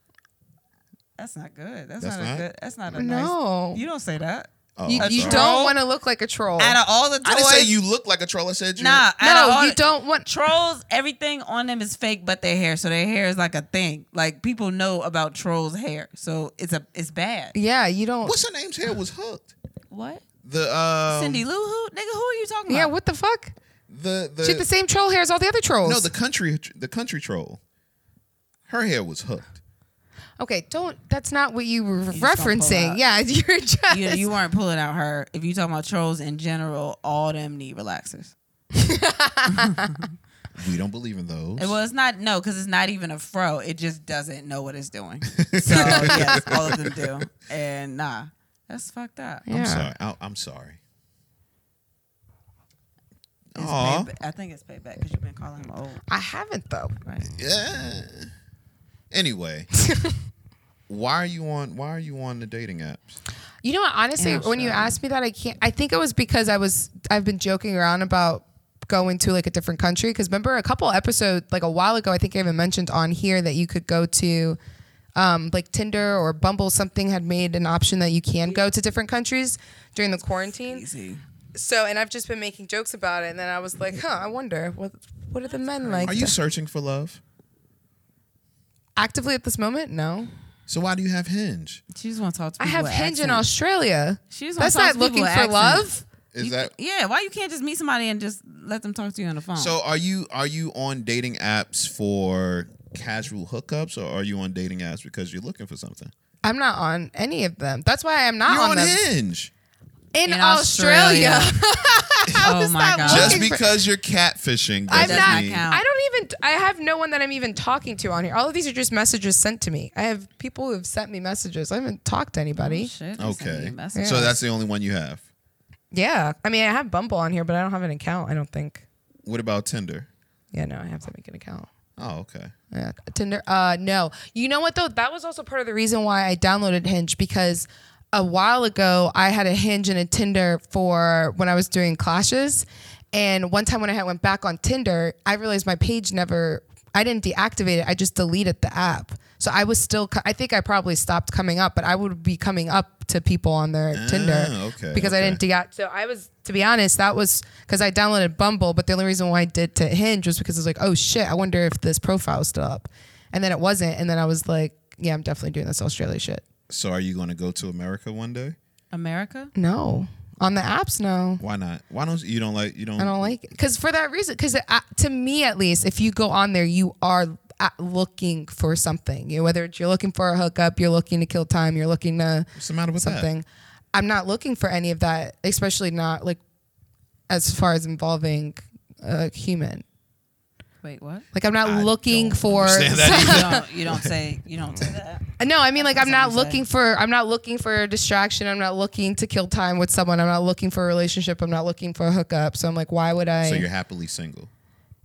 Speaker 1: That's not good. That's,
Speaker 2: That's
Speaker 1: not,
Speaker 2: not?
Speaker 1: a good. That's not a
Speaker 3: No.
Speaker 1: Nice, you don't say that.
Speaker 2: Oh,
Speaker 3: You,
Speaker 2: I'm
Speaker 3: you
Speaker 2: sorry.
Speaker 1: Troll?
Speaker 3: don't want to look like a troll.
Speaker 1: Out of all the toys,
Speaker 2: Oh. I didn't say you look like a troll. I said you.
Speaker 1: Nah, out of
Speaker 3: no,
Speaker 1: all
Speaker 3: you
Speaker 1: the-
Speaker 3: don't want.
Speaker 1: Trolls, everything on them is fake, but their hair. So their hair is like a thing. Like people know about trolls' hair, so it's a it's bad.
Speaker 3: Yeah, you don't.
Speaker 2: What's her name's hair was hooked.
Speaker 1: What?
Speaker 2: The um,
Speaker 1: Cindy Lou Who? Nigga, who are you talking
Speaker 3: yeah,
Speaker 1: about?
Speaker 3: what the fuck?
Speaker 2: The the,
Speaker 3: She had the same troll hair as all Uh, the other trolls.
Speaker 2: no the country the country troll. Her hair was hooked.
Speaker 3: okay, don't. That's not what you were
Speaker 1: just gonna pull
Speaker 3: referencing.
Speaker 1: out.
Speaker 3: Yeah, [LAUGHS] you're just.
Speaker 1: you, you weren't pulling out her. If you talking about trolls in general, all them need relaxers.
Speaker 2: We don't believe in those.
Speaker 1: It was not no, because it's not even a fro. It just doesn't know what it's
Speaker 2: [LAUGHS]
Speaker 1: doing. So yes, all of them do. And nah, that's fucked up.
Speaker 2: I'm
Speaker 3: Yeah.
Speaker 2: sorry. I, I'm sorry.
Speaker 1: It's
Speaker 2: Aw.
Speaker 1: payback. I think it's payback because you've been calling him old.
Speaker 3: I haven't though.
Speaker 1: Right.
Speaker 2: Yeah.
Speaker 3: [LAUGHS]
Speaker 2: Anyway, why are you on? Why are you on the dating apps?
Speaker 3: You know what? Honestly,
Speaker 1: Yeah,
Speaker 3: when you
Speaker 1: sure.
Speaker 3: asked me that, I can't. I think it was because I was. I've been joking around about going to like a different country. Because remember, a couple episodes like a while ago, I think I even mentioned on here that you could go to, um, like Tinder or Bumble. Something had made an option that you can go to different countries during the quarantine.
Speaker 1: Easy.
Speaker 3: So, and I've just been making jokes about it, and then I was like, huh, I wonder what what are the men like
Speaker 2: Are you searching for love?
Speaker 3: actively at this moment? No,
Speaker 2: So why do you have Hinge?
Speaker 1: She just want to talk to
Speaker 3: I
Speaker 1: people.
Speaker 3: have
Speaker 1: with
Speaker 3: Hinge in
Speaker 1: accents.
Speaker 3: Australia.
Speaker 1: She just wanna
Speaker 3: That's
Speaker 1: talk
Speaker 3: not
Speaker 1: to people
Speaker 3: looking
Speaker 1: with
Speaker 3: for
Speaker 1: accents.
Speaker 3: love.
Speaker 2: Is
Speaker 1: You-
Speaker 2: that
Speaker 1: yeah? Why you can't just meet somebody and just let them talk to you on the phone?
Speaker 2: so? Are you are you on dating apps for casual hookups, or are you on dating apps because you're looking for something?
Speaker 3: I'm not on any of them. That's why I'm not
Speaker 2: You're
Speaker 3: on,
Speaker 2: on
Speaker 3: them.
Speaker 2: Hinge.
Speaker 3: In,
Speaker 1: In
Speaker 3: [LAUGHS] Australia.
Speaker 1: oh
Speaker 3: is
Speaker 1: my
Speaker 3: that
Speaker 1: god!
Speaker 3: looking
Speaker 2: Just
Speaker 3: for-
Speaker 2: because you're catfishing
Speaker 3: I'm
Speaker 2: doesn't
Speaker 1: not
Speaker 3: not.
Speaker 2: mean
Speaker 1: count.
Speaker 3: I don't even. I have no one that I'm even talking to on here. All of these are just messages sent to me. I have people who have sent me messages. I haven't talked to anybody.
Speaker 1: Shit, they sent me
Speaker 2: okay.
Speaker 1: a message.
Speaker 2: So that's the only one you have.
Speaker 3: yeah. I mean, I have Bumble on here, but I don't have an account. I don't think.
Speaker 2: What about Tinder?
Speaker 3: Yeah. No, I have to make an account.
Speaker 2: Oh, okay.
Speaker 3: Yeah, Tinder. Uh, no. You know what though? That was also part of the reason why I downloaded Hinge because a while ago I had a Hinge and a Tinder for when I was doing clashes, and one time when I had went back on Tinder, I realized my page never. I didn't deactivate it. I just deleted the app. So I was still. co- I think I probably stopped coming up, but I would be coming up to people on their Tinder
Speaker 2: okay,
Speaker 3: because I
Speaker 2: okay.
Speaker 3: didn't to got- so I was to be honest, that was because I downloaded Bumble, but the only reason why I did to Hinge was because I was like, oh shit, I wonder if this profile is still up, and then it wasn't, and then I was like, yeah, I'm definitely doing this Australia shit.
Speaker 2: So are you going to go to America one day?
Speaker 1: America.
Speaker 3: No, on the apps, no.
Speaker 2: Why not? Why don't you don't like you don't?
Speaker 3: I don't like it because for that reason, because to me at least, if you go on there, you are at looking for something. You know, whether it's you're looking for a hookup, you're looking to kill time, you're looking to
Speaker 2: What's the matter with
Speaker 3: something. I'm not looking for any of that, especially not like as far as involving a uh, human.
Speaker 1: Wait, what?
Speaker 3: Like I'm not
Speaker 2: I
Speaker 3: looking
Speaker 2: don't
Speaker 3: for
Speaker 2: understand [LAUGHS]
Speaker 1: you,
Speaker 2: that
Speaker 1: don't, you don't say you don't say that.
Speaker 3: No, I mean like I'm
Speaker 1: That's what
Speaker 3: not
Speaker 1: I'm
Speaker 3: looking for I'm not looking for distraction. I'm not looking to kill time with someone. I'm not looking for a relationship. I'm not looking for a hookup. So I'm like, why would I
Speaker 2: So you're happily single.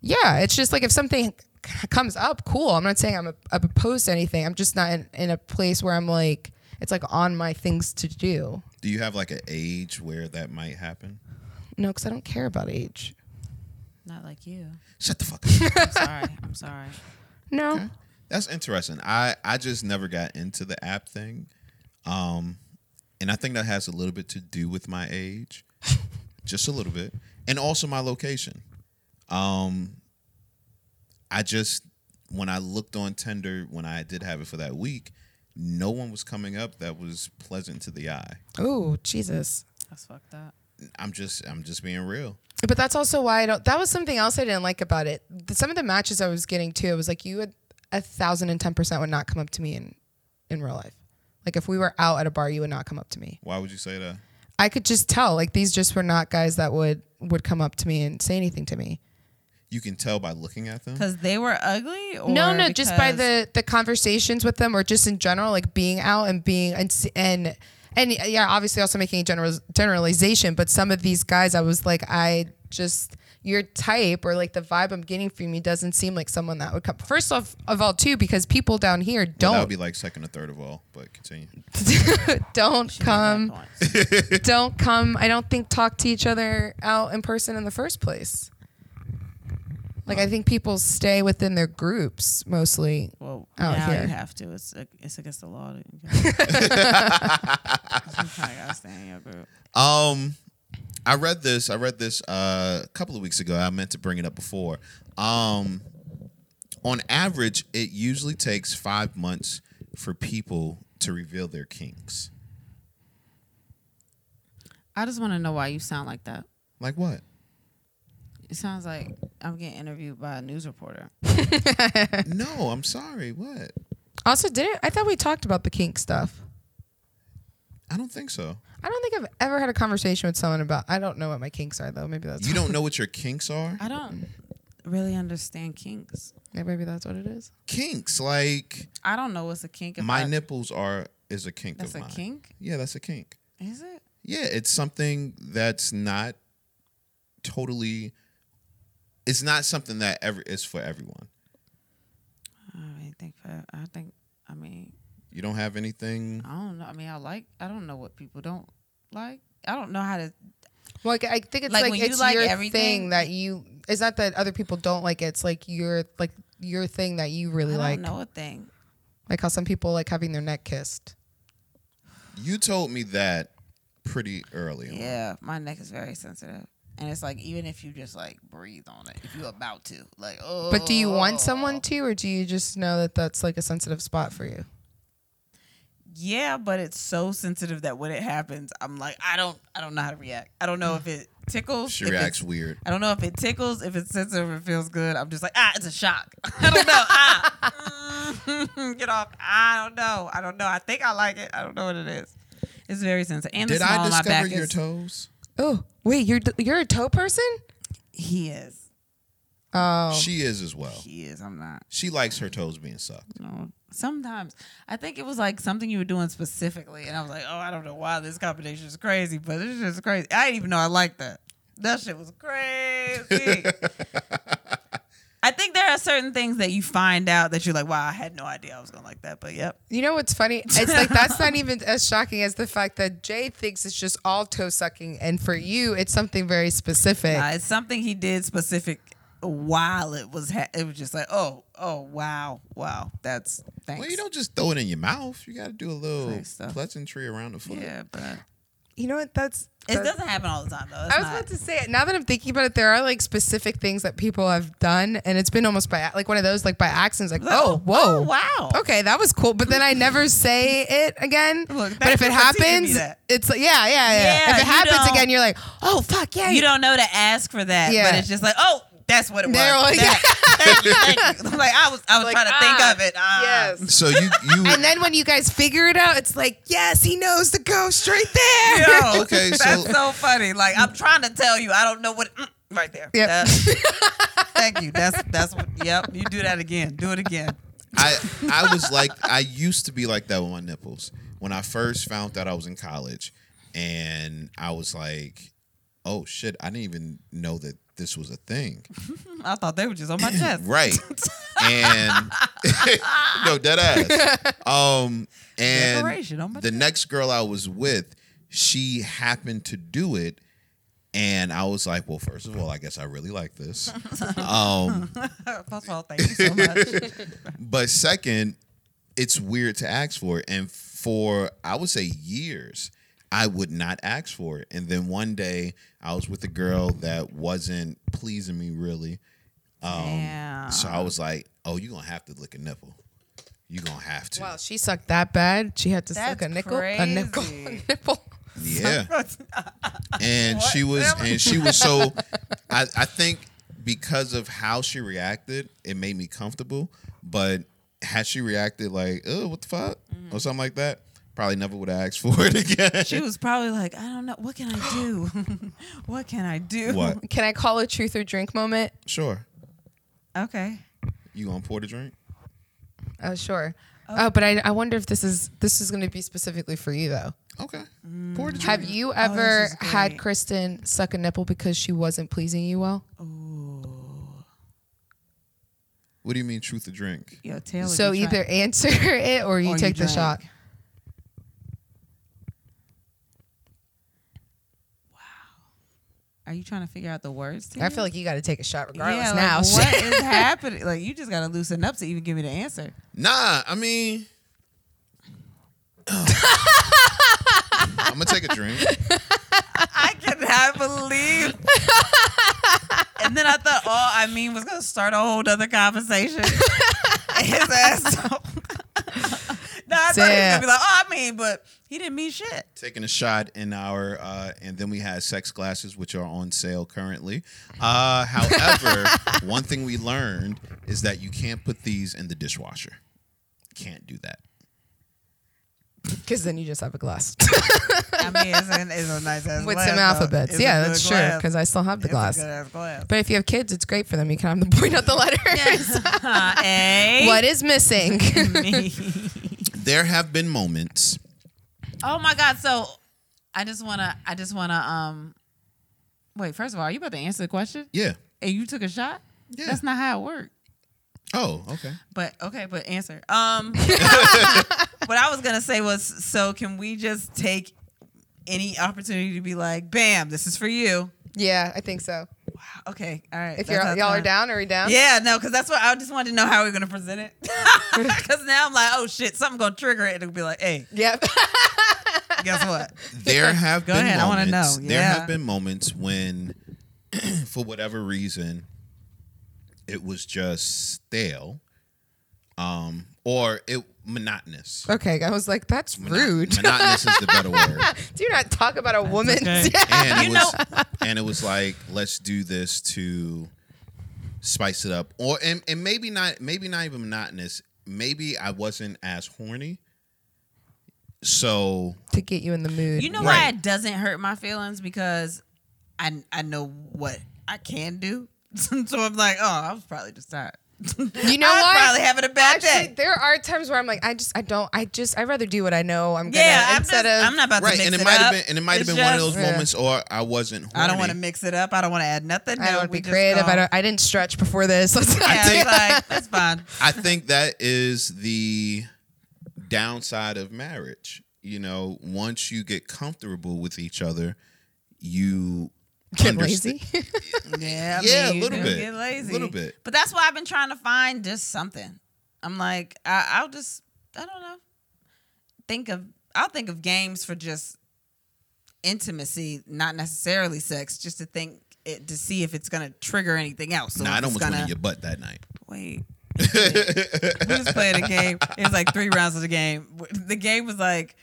Speaker 3: Yeah, it's just like if something c- comes up, cool. I'm not saying I'm, a, I'm opposed to anything. I'm just not in, in a place where I'm like it's like on my things to do.
Speaker 2: Do you have like an age where that might happen?
Speaker 3: No, because I don't care about age.
Speaker 1: Not like you.
Speaker 2: Shut the fuck
Speaker 3: [LAUGHS]
Speaker 2: up.
Speaker 1: I'm sorry. I'm sorry.
Speaker 3: No.
Speaker 2: That's interesting. I I just never got into the app thing, um, and I think that has a little bit to do with my
Speaker 3: [LAUGHS]
Speaker 2: age, just a little bit, and also my location. Um, I just when I looked on Tinder when I did have it for that week, no one was coming up that was pleasant to the eye.
Speaker 3: Oh Jesus.
Speaker 1: That's fucked up.
Speaker 2: I'm just I'm just being real.
Speaker 3: But that's also why I don't. That was something else I didn't like about it. The- Some of the matches I was getting too, it was like you would a thousand and ten percent would not come up to me in in real life. Like if we were out at a bar, you would not come up to me.
Speaker 2: Why would you say that?
Speaker 3: I could just tell. Like these just were not guys that would would come up to me and say anything to me.
Speaker 2: You can tell by looking at them.
Speaker 1: Because they were ugly. Or
Speaker 3: no, no, just by
Speaker 1: because-
Speaker 3: the the conversations with them, or just in general, like being out and being and s- and and yeah, obviously also making a general generalization. But some of these guys, I was like, I just your type or like the vibe I'm getting from you doesn't seem like someone that would come. First off of all, too, because people down here
Speaker 2: Well, that
Speaker 3: don't
Speaker 2: would be like second or third of all. But continue.
Speaker 3: don't [LAUGHS]
Speaker 1: She made that
Speaker 3: come
Speaker 1: point.
Speaker 3: don't come. I don't think talk to each other out in person in the first place. Like I think people stay within their groups mostly.
Speaker 1: Well,
Speaker 3: [LAUGHS] Out
Speaker 1: now
Speaker 3: here.
Speaker 1: you have to. It's it's against the law.
Speaker 3: [LAUGHS]
Speaker 1: that You gotta- [LAUGHS] you probably gotta stay in your group.
Speaker 2: Um, I read this. I read this uh, a couple of weeks ago. I meant to bring it up before. Um, on average, it usually takes five months for people to reveal their kinks.
Speaker 1: I just want to know why you sound like that. [LAUGHS]
Speaker 2: Like what?
Speaker 1: It sounds like I'm getting interviewed by a news reporter.
Speaker 2: no, I'm sorry. What?
Speaker 3: Also, didn't I thought we talked about the kink stuff?
Speaker 2: I don't think so.
Speaker 3: I don't think I've ever had a conversation with someone about. I don't know what my kinks are though. Maybe that's
Speaker 2: You don't know what your
Speaker 1: [LAUGHS]
Speaker 2: kinks are?
Speaker 1: I don't really understand kinks.
Speaker 3: maybe that's what it is.
Speaker 2: Kinks like
Speaker 1: I don't know what's a kink. if
Speaker 2: my
Speaker 1: I-
Speaker 2: nipples are is a kink
Speaker 1: That's
Speaker 2: of
Speaker 1: a
Speaker 2: mine.
Speaker 1: kink.
Speaker 2: Yeah, that's a kink.
Speaker 1: Is it?
Speaker 2: Yeah, it's something that's not totally. It's not something that ever is for everyone.
Speaker 1: I mean, think for, I think. I mean,
Speaker 2: You don't have anything.
Speaker 1: I don't know. I mean, I like. I don't know what people don't like. I don't know how to.
Speaker 3: Well, like, I think it's
Speaker 1: Like,
Speaker 3: like,
Speaker 1: when you
Speaker 3: it's
Speaker 1: like
Speaker 3: your
Speaker 1: everything-
Speaker 3: thing that you. It's not that other people don't like it. It's like your like your thing that you
Speaker 1: I
Speaker 3: really
Speaker 1: don't
Speaker 3: like.
Speaker 1: know a thing.
Speaker 3: Like how some people like having their neck kissed.
Speaker 2: You told me that pretty early. on.
Speaker 1: Yeah, my neck is very sensitive, and it's like even if you just like breathe on it, if you're about to, like oh.
Speaker 3: But do you want someone to, or do you just know that that's like a sensitive spot for you?
Speaker 1: Yeah, but it's so sensitive that when it happens, I'm like, I don't, I don't know how to react. I don't know if it tickles.
Speaker 2: She
Speaker 1: if it's-
Speaker 2: reacts weird.
Speaker 1: I don't know if it tickles, if it's sensitive, if it feels good. I'm just like, ah, it's a shock. [LAUGHS] I don't know. ah, mm, [LAUGHS] get off. I don't know. I don't know. I think I like it. I don't know what it is. It's very sensitive. And
Speaker 2: Did
Speaker 1: the small
Speaker 2: I
Speaker 1: on my
Speaker 2: discover
Speaker 1: back
Speaker 2: your
Speaker 1: is.
Speaker 2: toes?
Speaker 3: Oh, wait, you're you're a toe person?
Speaker 1: he is.
Speaker 3: Oh,
Speaker 2: She is as well.
Speaker 1: He is. I'm not.
Speaker 2: She likes her toes being sucked.
Speaker 1: No. Sometimes I think it was like something you were doing specifically, and I was like, oh, I don't know why this combination is crazy, but it's just crazy. I didn't even know I liked that. That shit was
Speaker 3: [LAUGHS]
Speaker 1: crazy. I think there are certain things that you find out that you're like, wow, I had no idea I was gonna like that, but yep.
Speaker 3: you know what's funny? It's like that's not even as shocking as the fact that Jay thinks it's just all toe sucking, and for you, it's something very specific.
Speaker 1: Uh, it's something he did specific while it was ha- it was just like, oh, oh, wow, wow, that's thanks.
Speaker 2: Well, you don't just throw it in your mouth. You got to do a little
Speaker 1: Nice stuff.
Speaker 2: pleasantry around the foot.
Speaker 1: yeah, but
Speaker 3: You know what? That's,
Speaker 1: it
Speaker 3: that's-
Speaker 1: doesn't happen all the time though. It's
Speaker 3: I was
Speaker 1: not-
Speaker 3: about to say it. Now that I'm thinking about it, there are like specific things that people have done, and it's been almost by a- like one of those like by accidents, like
Speaker 1: [LAUGHS]
Speaker 3: oh whoa
Speaker 1: oh, wow.
Speaker 3: okay that was cool, but then I never say it again.
Speaker 1: Look,
Speaker 3: but if
Speaker 1: thank you for teaching
Speaker 3: it
Speaker 1: me
Speaker 3: happens,
Speaker 1: that.
Speaker 3: it's like yeah yeah yeah.
Speaker 1: Yeah,
Speaker 3: if it
Speaker 1: you
Speaker 3: happens
Speaker 1: don't-
Speaker 3: again, you're like oh fuck yeah.
Speaker 1: you don't know to ask for that,
Speaker 3: Yeah.
Speaker 1: but it's just like, oh, that's what it was.
Speaker 3: They're
Speaker 1: [LAUGHS]
Speaker 3: like-
Speaker 1: That- thank you, thank you. I'm like I was, I was
Speaker 3: Like,
Speaker 1: trying to
Speaker 3: ah,
Speaker 1: think of it. Ah.
Speaker 3: Yes.
Speaker 2: So you
Speaker 1: [LAUGHS]
Speaker 2: you
Speaker 3: And then when you guys figure it out, it's like yes, he knows to go straight there.
Speaker 1: Yo,
Speaker 2: [LAUGHS]
Speaker 3: [LAUGHS]
Speaker 2: Okay,
Speaker 1: that's
Speaker 2: so-
Speaker 1: so funny. Like I'm trying to tell you, I don't know what. mm, Right there. [LAUGHS]
Speaker 3: Yep.
Speaker 1: That- thank you. That's that's what. Yep. You do that again. Do it again.
Speaker 2: I I was like I used to be like that with my nipples. When I first found out I was in college and I was like, "Oh shit, I didn't even know that this was a thing."
Speaker 1: I thought they were just on my chest. [LAUGHS]
Speaker 2: Right. and [LAUGHS] no dead ass. Um
Speaker 1: Decoration on
Speaker 2: and
Speaker 1: my
Speaker 2: the next girl I was with, she happened to do it and I was like, "Well, first of all, I guess I really like
Speaker 1: [LAUGHS]
Speaker 2: this." Um
Speaker 1: First of all, thank you so much.
Speaker 2: But second, it's weird to ask for it. And for I would say years, I would not ask for it. And then one day I was with a girl that wasn't pleasing me really. Um,
Speaker 1: Yeah.
Speaker 2: So I was like, Oh, you're gonna have to lick a nipple. You're gonna have to.
Speaker 3: Wow, she sucked that bad. She had to suck
Speaker 1: That's
Speaker 3: a nickel, a nickel,
Speaker 1: [LAUGHS]
Speaker 3: a
Speaker 1: crazy.
Speaker 3: nipple.
Speaker 2: yeah. and she was and she was so I, I think because of how she reacted it made me comfortable but had she reacted like oh what the fuck or something like that probably never would have asked [LAUGHS] for it again
Speaker 1: [LAUGHS] she was probably like, I don't know. What can I do? [LAUGHS] what can I do?
Speaker 2: what
Speaker 3: Can I call a truth or drink moment?
Speaker 2: sure
Speaker 1: Okay.
Speaker 2: you gonna pour the drink
Speaker 3: Oh, sure. Oh, but I, I wonder if this is this is going to be specifically for you though.
Speaker 2: okay pour the drink
Speaker 3: Have you ever
Speaker 1: Oh, is
Speaker 3: had
Speaker 1: great.
Speaker 3: Kristen suck a nipple because she wasn't pleasing you well?
Speaker 1: Oh,
Speaker 2: what do you mean truth to drink
Speaker 1: Yo, Taylor.
Speaker 3: so
Speaker 1: you
Speaker 3: either answer [LAUGHS] it or you
Speaker 1: Or you
Speaker 3: take the
Speaker 1: drank.
Speaker 3: shot.
Speaker 1: trying- are you trying to figure out the words? To
Speaker 3: I feel like you got to take a shot regardless
Speaker 1: yeah, like,
Speaker 3: now. [LAUGHS]
Speaker 1: what [LAUGHS] is happening? Like you just gotta loosen up to even give me the answer.
Speaker 2: nah i mean i'm gonna take a drink
Speaker 1: I cannot [LAUGHS] believe. and then I thought, all I mean was gonna start a whole other conversation. [LAUGHS] His [LAUGHS] ass. no, I thought he was gonna
Speaker 3: Damn.
Speaker 1: be like, oh, I mean, but he didn't mean shit.
Speaker 2: taking a shot in our uh, and then we had sex glasses which are on sale currently
Speaker 1: Mm-hmm.
Speaker 2: uh, however [LAUGHS] one thing we learned is that you can't put these in the dishwasher can't do that
Speaker 3: Because then you just have
Speaker 1: [LAUGHS]
Speaker 3: a glass [LAUGHS]
Speaker 1: I mean, it's, an, it's a nice ass
Speaker 3: with
Speaker 1: glass,
Speaker 3: some
Speaker 1: though.
Speaker 3: alphabets.
Speaker 1: It's a
Speaker 3: yeah,
Speaker 1: good
Speaker 3: that's true.
Speaker 1: glass.
Speaker 3: Because I still have the
Speaker 1: It's a
Speaker 3: glass.
Speaker 1: good ass glass.
Speaker 3: But if you have kids, it's great for them. You can have them [LAUGHS] point out the letters.
Speaker 1: Uh, eh?
Speaker 3: [LAUGHS]
Speaker 1: [LAUGHS]
Speaker 3: what is missing?
Speaker 2: there have been moments
Speaker 1: Oh my god! So I just wanna, I just wanna, um, wait. First of all, are you about to answer the question?
Speaker 2: yeah
Speaker 1: And you took a shot.
Speaker 2: Yeah.
Speaker 1: That's not how it worked.
Speaker 2: oh
Speaker 1: [LAUGHS]
Speaker 2: okay
Speaker 1: But okay, but answer.
Speaker 3: [LAUGHS]
Speaker 1: Um, what I was gonna say was, so can we just take any opportunity to be like, bam, this is for you?
Speaker 3: yeah, I think so.
Speaker 1: Okay, all right.
Speaker 3: If
Speaker 1: that's
Speaker 3: you're,
Speaker 1: how it's
Speaker 3: y'all are
Speaker 1: done.
Speaker 3: down, are we down?
Speaker 1: Yeah, no, because that's what I just wanted to know how we're gonna present it. [LAUGHS] Because now I'm like, oh shit, something gonna trigger it. It'll be like, hey,
Speaker 3: Yep. [LAUGHS]
Speaker 1: guess what?
Speaker 2: there have
Speaker 1: Go
Speaker 2: been
Speaker 1: ahead, I wanna
Speaker 2: moments
Speaker 1: know.
Speaker 2: there
Speaker 1: Yeah.
Speaker 2: have been moments when [CLEARS THROAT] for whatever reason it was just stale um or it monotonous
Speaker 3: okay, I was like,
Speaker 1: [LAUGHS]
Speaker 3: that's rude.
Speaker 2: monotonous is the better word
Speaker 3: Do not talk about a woman.
Speaker 1: [LAUGHS] okay.
Speaker 2: and it
Speaker 1: You
Speaker 2: was
Speaker 1: [LAUGHS]
Speaker 2: and it was like let's do this to spice it up or and, and maybe not maybe not even monotonous maybe i wasn't as horny so
Speaker 3: to get you in the mood.
Speaker 1: You know why
Speaker 2: Right.
Speaker 1: it doesn't hurt my feelings because I I know what I can do. [LAUGHS] so I'm like, oh, I was probably just tired.
Speaker 3: You
Speaker 1: [LAUGHS]
Speaker 3: know
Speaker 1: I was
Speaker 3: why?
Speaker 1: probably having a bad
Speaker 3: Actually,
Speaker 1: day.
Speaker 3: there are times where I'm like, I just, I don't, I just, I'd rather do what I know. I'm gonna
Speaker 1: Yeah, I'm, just,
Speaker 3: instead of.
Speaker 1: I'm not about to
Speaker 2: right
Speaker 1: mix
Speaker 2: and it,
Speaker 1: it
Speaker 2: might have
Speaker 1: up.
Speaker 2: been and it might have
Speaker 1: It's
Speaker 2: been one of
Speaker 1: just-
Speaker 2: those
Speaker 3: Yeah.
Speaker 2: moments or i wasn't horny.
Speaker 1: I don't want to mix it up. I don't want to add nothing.
Speaker 3: I
Speaker 1: No,
Speaker 3: don't want to
Speaker 1: we
Speaker 3: be
Speaker 1: just
Speaker 3: creative. I
Speaker 1: gonna-
Speaker 3: don't. I didn't stretch before this. [LAUGHS] Let's not
Speaker 1: [LAUGHS] Yeah,
Speaker 3: do
Speaker 1: it's
Speaker 3: that.
Speaker 1: like that's
Speaker 3: [LAUGHS]
Speaker 1: fine.
Speaker 2: I think that is the downside of marriage. You know, once you get comfortable with each other, you
Speaker 3: Get
Speaker 2: understa-
Speaker 3: lazy. [LAUGHS]
Speaker 1: Yeah, I
Speaker 2: Yeah,
Speaker 1: mean,
Speaker 2: a
Speaker 1: you
Speaker 2: little
Speaker 1: do
Speaker 2: bit.
Speaker 1: Get lazy,
Speaker 2: A little bit.
Speaker 1: But that's why I've been trying to find just something. I'm like, I, I'll just, I don't know. Think of, I'll think of games for just intimacy, not necessarily sex, just to think it to see if it's gonna trigger anything else. So
Speaker 2: Nah, I
Speaker 1: if it's
Speaker 2: almost went
Speaker 1: gonna
Speaker 2: in your butt that night.
Speaker 1: wait. we just played a game. It was like three rounds of the game. The game was like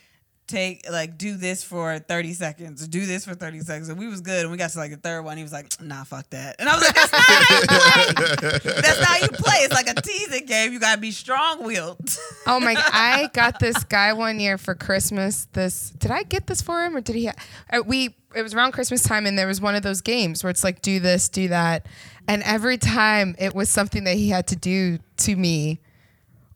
Speaker 1: take like do this for 30 seconds, do this for 30 seconds. And we was good. And we got to like the third one. He was like, nah, fuck that. And I was like, that's not how you play. That's not how you play. It's like a teasing game. You gotta be strong willed.
Speaker 3: [LAUGHS] Oh my! I got this guy one year for Christmas. This did I get this for him or did he? Ha- uh, we it was around Christmas time and there was one of those games where it's like do this, do that, and every time it was something that he had to do to me,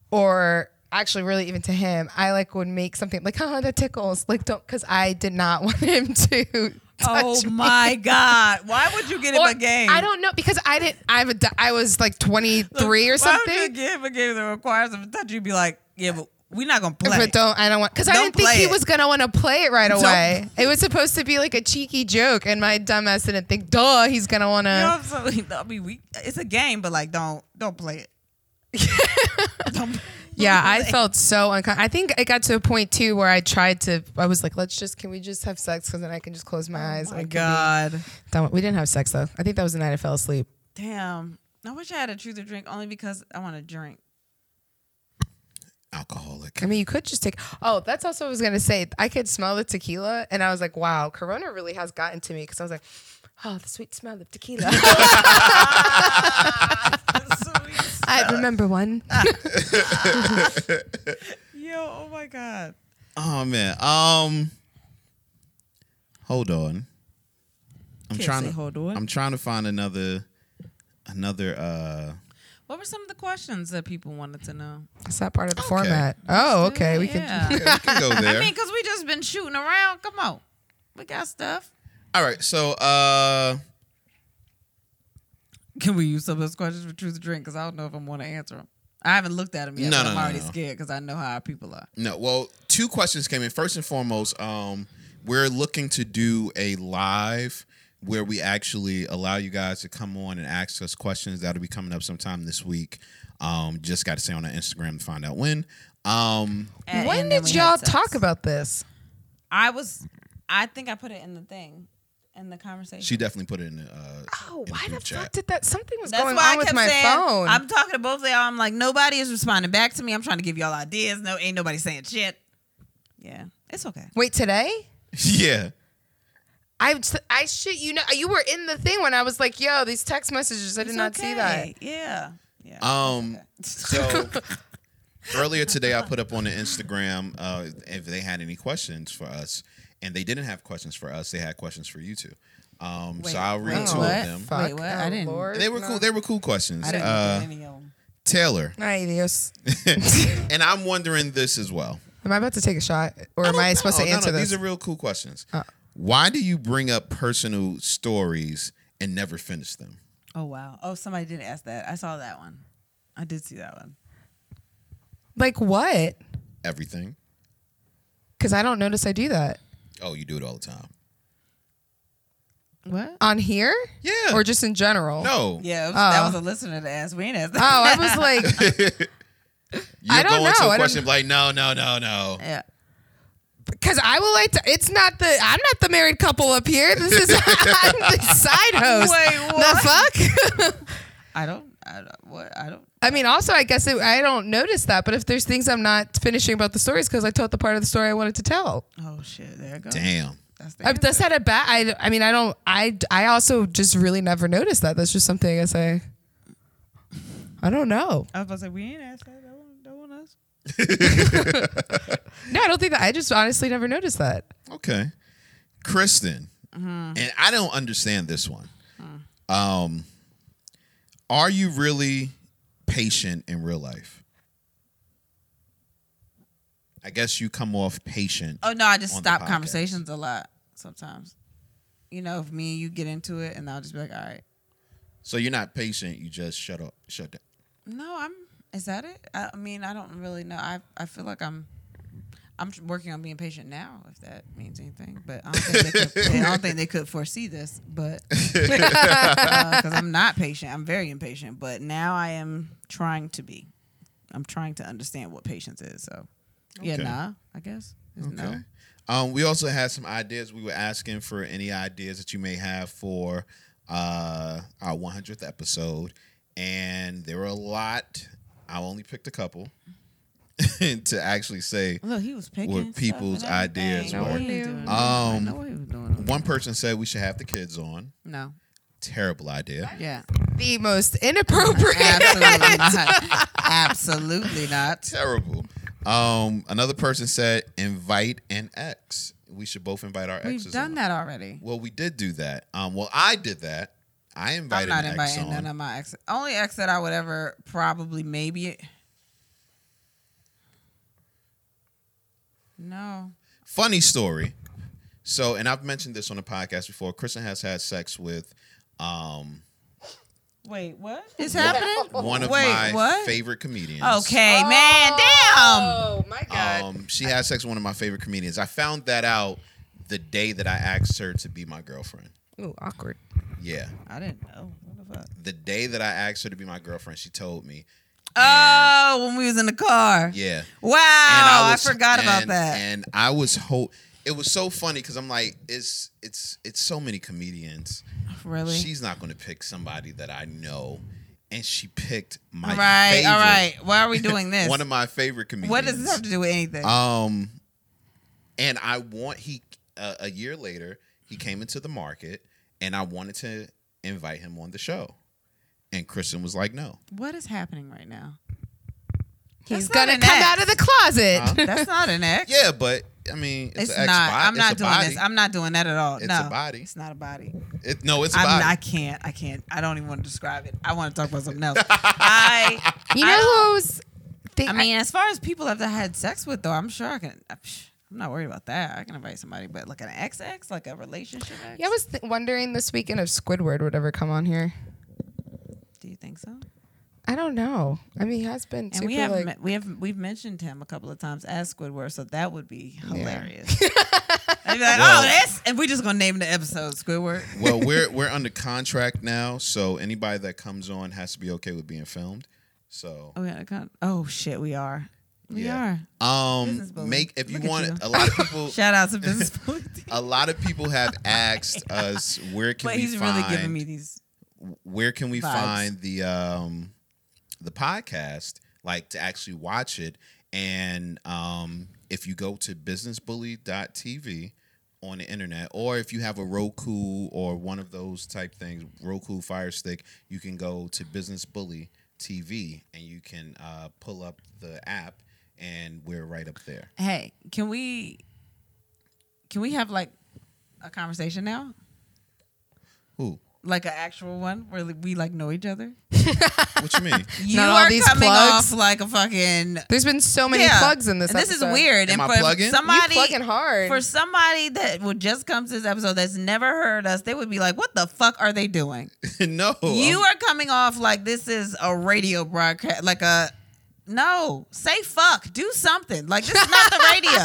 Speaker 3: or actually really even to him. I like would make something like oh that tickles like don't because I did not [LAUGHS] want him to.
Speaker 1: oh
Speaker 3: touch me.
Speaker 1: my God. Why would you get him
Speaker 3: Or-
Speaker 1: a game?
Speaker 3: I don't know because I didn't. I've ad- I was like 23 or
Speaker 1: Why would
Speaker 3: something.
Speaker 1: you give him a game that requires him to touch you? Be like, yeah, but we're not gonna play.
Speaker 3: But don't I don't want because I
Speaker 1: Don't
Speaker 3: didn't think
Speaker 1: play
Speaker 3: he
Speaker 1: it.
Speaker 3: was gonna want to play it right
Speaker 1: Don't-
Speaker 3: away. It was supposed to be like a cheeky joke, and my dumbass didn't think, duh, he's gonna want
Speaker 1: You know
Speaker 3: to.
Speaker 1: what [LAUGHS] I'm saying? I mean, we, it's a game, but like, don't don't play it. [LAUGHS] Don't-
Speaker 3: Yeah,
Speaker 1: [LAUGHS]
Speaker 3: I felt so uncomfortable. I think it got to a point too where I tried to. I was like, let's just can we just have sex because then I can just close my eyes. and
Speaker 1: Oh my
Speaker 3: I can be
Speaker 1: God,
Speaker 3: done with-" We didn't have sex though. I think that was the night I fell asleep.
Speaker 1: damn! I wish I had a truth or drink only because I want to [LAUGHS] drink.
Speaker 2: Alcoholic.
Speaker 3: I mean, you could just take. Oh, that's also what I was gonna say. I could smell the tequila, and I was like, wow, Corona really has gotten to me because I was like, oh, the sweet smell of tequila.
Speaker 1: [LAUGHS]
Speaker 3: I remember one.
Speaker 1: Yo, oh my God!
Speaker 2: Oh man. Um hold on. I'm
Speaker 1: Can't
Speaker 2: trying
Speaker 1: say
Speaker 2: to
Speaker 1: hold on.
Speaker 2: I'm trying to find another another
Speaker 1: [LAUGHS]
Speaker 2: uh
Speaker 1: What were some of the questions that people wanted to [LAUGHS] know?
Speaker 3: It's not part of the format. Oh, okay. We can.
Speaker 1: [LAUGHS] Yeah.
Speaker 2: yeah, we can go there.
Speaker 1: I mean, cause we just been shooting around. Come on, we got stuff.
Speaker 2: All right, so uh
Speaker 1: Can we use some of those questions for truth or drink? Cause I don't know if I'm going to answer them. I haven't looked at them yet.
Speaker 2: No,
Speaker 1: but
Speaker 2: no,
Speaker 1: I'm
Speaker 2: no,
Speaker 1: already
Speaker 2: no.
Speaker 1: scared because I know how our people are.
Speaker 2: no, well, two questions came in. First and foremost, um we're looking to do a live where we actually allow you guys to come on and ask us questions. That'll be coming up sometime this week. Um just got to stay on our Instagram to find out when. Um
Speaker 1: And-
Speaker 3: When
Speaker 1: and then
Speaker 3: did
Speaker 1: we had
Speaker 3: y'all
Speaker 1: sex.
Speaker 3: talk about this?
Speaker 1: I was, I think I put it in the thing, in the conversation.
Speaker 2: she definitely put it in the uh
Speaker 3: Oh,
Speaker 2: in
Speaker 3: why the
Speaker 2: group chat.
Speaker 3: fuck did that? Something was
Speaker 1: That's
Speaker 3: going
Speaker 1: why
Speaker 3: on
Speaker 1: I kept
Speaker 3: with my
Speaker 1: saying
Speaker 3: phone.
Speaker 1: I'm talking to both of y'all. I'm like, nobody is responding back to me. I'm trying to give y'all ideas. No, ain't nobody saying shit. Yeah, it's okay.
Speaker 3: Wait, today?
Speaker 2: Yeah.
Speaker 3: I I shit you know you were in the thing when I was like, yo, these text messages. I did
Speaker 1: It's
Speaker 3: not see that.
Speaker 1: okay. Yeah, yeah.
Speaker 2: Um
Speaker 1: it's okay.
Speaker 2: so earlier today I put up on the Instagram uh if they had any questions for us and they didn't have questions for us, they had questions for you two. Um
Speaker 1: Wait,
Speaker 2: so I'll read
Speaker 1: wait,
Speaker 2: two
Speaker 1: what?
Speaker 2: of them.
Speaker 1: Wait, what? I didn't-
Speaker 3: Oh, Lord,
Speaker 2: They were
Speaker 3: no.
Speaker 2: cool. They were cool questions.
Speaker 1: I didn't
Speaker 2: Uh,
Speaker 1: do any of them.
Speaker 2: Taylor, [LAUGHS]
Speaker 3: Ay, Dios.
Speaker 2: and I'm wondering this as well. Oh,
Speaker 3: Am I about to take a shot, or am I supposed
Speaker 2: No,
Speaker 3: to
Speaker 2: no,
Speaker 3: answer
Speaker 2: no,
Speaker 3: this?
Speaker 2: These are real cool questions. Why do you bring up personal stories and never finish them?
Speaker 1: Oh wow. Oh, somebody did ask that. I saw that one. I did see that one.
Speaker 3: like what?
Speaker 2: Everything.
Speaker 3: Because I don't notice I do that
Speaker 2: Oh, you do it all the time.
Speaker 1: What?
Speaker 3: on here,
Speaker 2: Yeah.
Speaker 3: or just in general.
Speaker 2: no.
Speaker 1: Yeah, it was-
Speaker 3: Oh.
Speaker 1: that was a listener that asked. We ain't asked.
Speaker 3: Oh, I was like,
Speaker 2: You'll
Speaker 3: I don't
Speaker 2: go into
Speaker 3: know.
Speaker 2: a
Speaker 3: I don't-
Speaker 2: question like, no, no, no, no.
Speaker 1: [LAUGHS] yeah.
Speaker 3: because I will like to. It's not the. I'm not the married couple up here. This is [LAUGHS] I'm the side host.
Speaker 1: Wait,
Speaker 3: The fuck. [LAUGHS]
Speaker 1: I don't. I don't. What? I don't.
Speaker 3: I mean, also, I guess it, I don't notice that. But if there's things I'm not finishing about the stories because I told the part of the story I wanted to tell.
Speaker 1: Oh shit. There it goes.
Speaker 2: Damn.
Speaker 1: That's the
Speaker 3: I,
Speaker 1: answer.
Speaker 3: that's not a bad. I, I mean, I don't. I I also just really never noticed that. That's just something I guess I. I don't know.
Speaker 1: I was about to say we ain't asked that. That one, that one us.
Speaker 3: No, I don't think that. I just honestly never noticed that.
Speaker 2: Okay. Kristen,
Speaker 3: Mm-hmm.
Speaker 2: and I don't understand this one.
Speaker 3: Mm.
Speaker 2: Um, are you really patient in real life? I guess you come off patient.
Speaker 1: Oh no, I just
Speaker 2: on the
Speaker 1: stop
Speaker 2: podcast.
Speaker 1: conversations a lot sometimes. You know, if me and you get into it, and I'll just be like, "All right,
Speaker 2: So you're not patient. You just shut up, shut down.
Speaker 1: no, I'm." Is that it? I, I mean, I don't really know. I I feel like I'm. I'm tr- working on being patient now, if that means anything. But I don't think they could, I don't think they could foresee this. But [LAUGHS] because I'm not patient, I'm very impatient. But now I am trying to be. I'm trying to understand what patience is. So, yeah,
Speaker 2: Okay.
Speaker 1: nah, I guess. It's No.
Speaker 2: Okay. Um, we also had some ideas. We were asking for any ideas that you may have for uh, our 100th episode, and there were a lot. I only picked a couple. [LAUGHS] to actually say
Speaker 1: Look, he was picking
Speaker 2: What people's
Speaker 1: stuff and everything.
Speaker 2: ideas
Speaker 1: I know
Speaker 3: were.
Speaker 1: what he was doing. I
Speaker 2: Um,
Speaker 1: know what he was doing.
Speaker 2: one person said we should have the kids on.
Speaker 1: No.
Speaker 2: Terrible idea.
Speaker 1: Yeah.
Speaker 3: the most inappropriate.
Speaker 1: Absolutely [LAUGHS] not. Absolutely not.
Speaker 2: Terrible. Um, another person said invite an ex. We should both invite our exes.
Speaker 1: We've done
Speaker 2: on.
Speaker 1: that already.
Speaker 2: Well, we did do that. Um, well, I did that. I
Speaker 1: I'm
Speaker 2: invited
Speaker 1: not
Speaker 2: an ex
Speaker 1: inviting
Speaker 2: on.
Speaker 1: none of my ex. Only ex that I would ever probably maybe. No.
Speaker 2: Funny story. So, and I've mentioned this on the podcast before. Kristen has had sex with um,
Speaker 1: Wait, what? It's [LAUGHS] happening?
Speaker 2: one of
Speaker 1: Wait,
Speaker 2: my
Speaker 1: what?
Speaker 2: favorite comedians.
Speaker 1: Okay, man, damn.
Speaker 3: Oh my god.
Speaker 2: Um, she had sex with one of my favorite comedians. I found that out the day that I asked her to be my girlfriend.
Speaker 1: Oh.
Speaker 3: Ooh, awkward.
Speaker 2: Yeah.
Speaker 1: I didn't know. What the fuck?
Speaker 2: The day that I asked her to be my girlfriend, she told me.
Speaker 1: Oh, when we was in the car.
Speaker 2: Yeah.
Speaker 1: Wow,
Speaker 2: And
Speaker 1: I,
Speaker 2: was-
Speaker 1: forgot about
Speaker 2: and-
Speaker 1: that.
Speaker 2: And I was ho it was so funny because I'm like, it's it's it's so many comedians.
Speaker 1: really?
Speaker 2: She's not gonna pick somebody that I know. And she picked my
Speaker 1: All right,
Speaker 2: favorite,
Speaker 1: all right. Why are we
Speaker 2: [LAUGHS]
Speaker 1: doing this?
Speaker 2: one of my favorite comedians.
Speaker 1: what does this have to do with anything?
Speaker 2: Um, and I want he uh, a year later he came into the market, and I wanted to invite him on the show, and Kristen was like, "No,
Speaker 1: what is happening right
Speaker 2: [LAUGHS]
Speaker 1: now?
Speaker 3: He's
Speaker 1: That's not
Speaker 3: gonna
Speaker 1: an
Speaker 3: come
Speaker 1: ex.
Speaker 3: out of the closet.
Speaker 2: Huh?
Speaker 1: That's not an ex.
Speaker 2: yeah, but I mean, it's,
Speaker 1: It's,
Speaker 2: an
Speaker 1: not.
Speaker 2: ex body.
Speaker 1: I'm
Speaker 2: It's
Speaker 1: not
Speaker 2: a
Speaker 1: doing
Speaker 2: body.
Speaker 1: this. I'm not doing that at all.
Speaker 2: It's
Speaker 1: no,
Speaker 2: a body.
Speaker 1: It's not a body.
Speaker 2: It- no, it's a
Speaker 1: I'm,
Speaker 2: body.
Speaker 1: I can't. I can't. I don't even want to describe it. I want to talk about something
Speaker 2: [LAUGHS]
Speaker 1: else. I.
Speaker 3: [LAUGHS] You know
Speaker 1: I don't-
Speaker 3: who I was? Think-
Speaker 1: I mean, as far as people that I had sex with, though, I'm sure I can. I'm sh- I'm not worried about that. I can invite somebody, but like an ex ex, like a relationship ex.
Speaker 3: Yeah, I was th- wondering this weekend if Squidward would ever come on here.
Speaker 1: Do you think so?
Speaker 3: I don't know. I mean, he has been
Speaker 1: And
Speaker 3: super
Speaker 1: we have
Speaker 3: like.
Speaker 1: me- we have we've mentioned him a couple of times as Squidward, so that would be [LAUGHS] hilarious. I'd be like,
Speaker 2: Well-
Speaker 1: oh, that's and we're just gonna name the episode Squidward.
Speaker 2: [LAUGHS] well, we're we're under contract now, so anybody that comes on has to be okay with being filmed. So,
Speaker 1: Oh, yeah, I can't- oh shit, we are. We
Speaker 2: Yeah.
Speaker 1: are. Business
Speaker 2: um,
Speaker 1: bully.
Speaker 2: make if you
Speaker 1: Look at
Speaker 2: want,
Speaker 1: you.
Speaker 2: a lot
Speaker 1: [LAUGHS]
Speaker 2: of people.
Speaker 1: Shout out to
Speaker 2: [LAUGHS]
Speaker 1: business politics.
Speaker 2: A lot of people have asked us where can
Speaker 1: But
Speaker 2: we
Speaker 1: he's
Speaker 2: find
Speaker 1: really giving me these.
Speaker 2: where can we
Speaker 1: Vibes.
Speaker 2: find the um the podcast like to actually watch it and um if you go to businessbully.tv on the internet or if you have a roku or one of those type things roku fire stick you can go to business bully tv and you can uh, pull up the app and we're right up there
Speaker 1: Hey, can we? Can we have like a conversation now?
Speaker 2: who
Speaker 1: Like an actual one where we like know each other?
Speaker 2: what
Speaker 1: [LAUGHS]
Speaker 2: you mean [LAUGHS]
Speaker 1: You
Speaker 3: Not all
Speaker 1: are
Speaker 3: these
Speaker 1: coming
Speaker 3: plugs?
Speaker 1: off like a fucking
Speaker 3: There's been so many
Speaker 1: Yeah.
Speaker 3: plugs in this.
Speaker 1: And this is
Speaker 3: episode.
Speaker 1: weird.
Speaker 2: Am
Speaker 1: and
Speaker 2: I
Speaker 1: for
Speaker 2: plugging? You
Speaker 1: somebody
Speaker 3: plugging hard.
Speaker 1: for somebody that would just come to this episode that's never heard us, they would be like, "What the fuck are they doing?"
Speaker 2: no
Speaker 1: you
Speaker 2: Oh, I'm-
Speaker 1: are coming off like this is a radio broadcast, like a. No, say fuck. Do something. Like this is not the radio.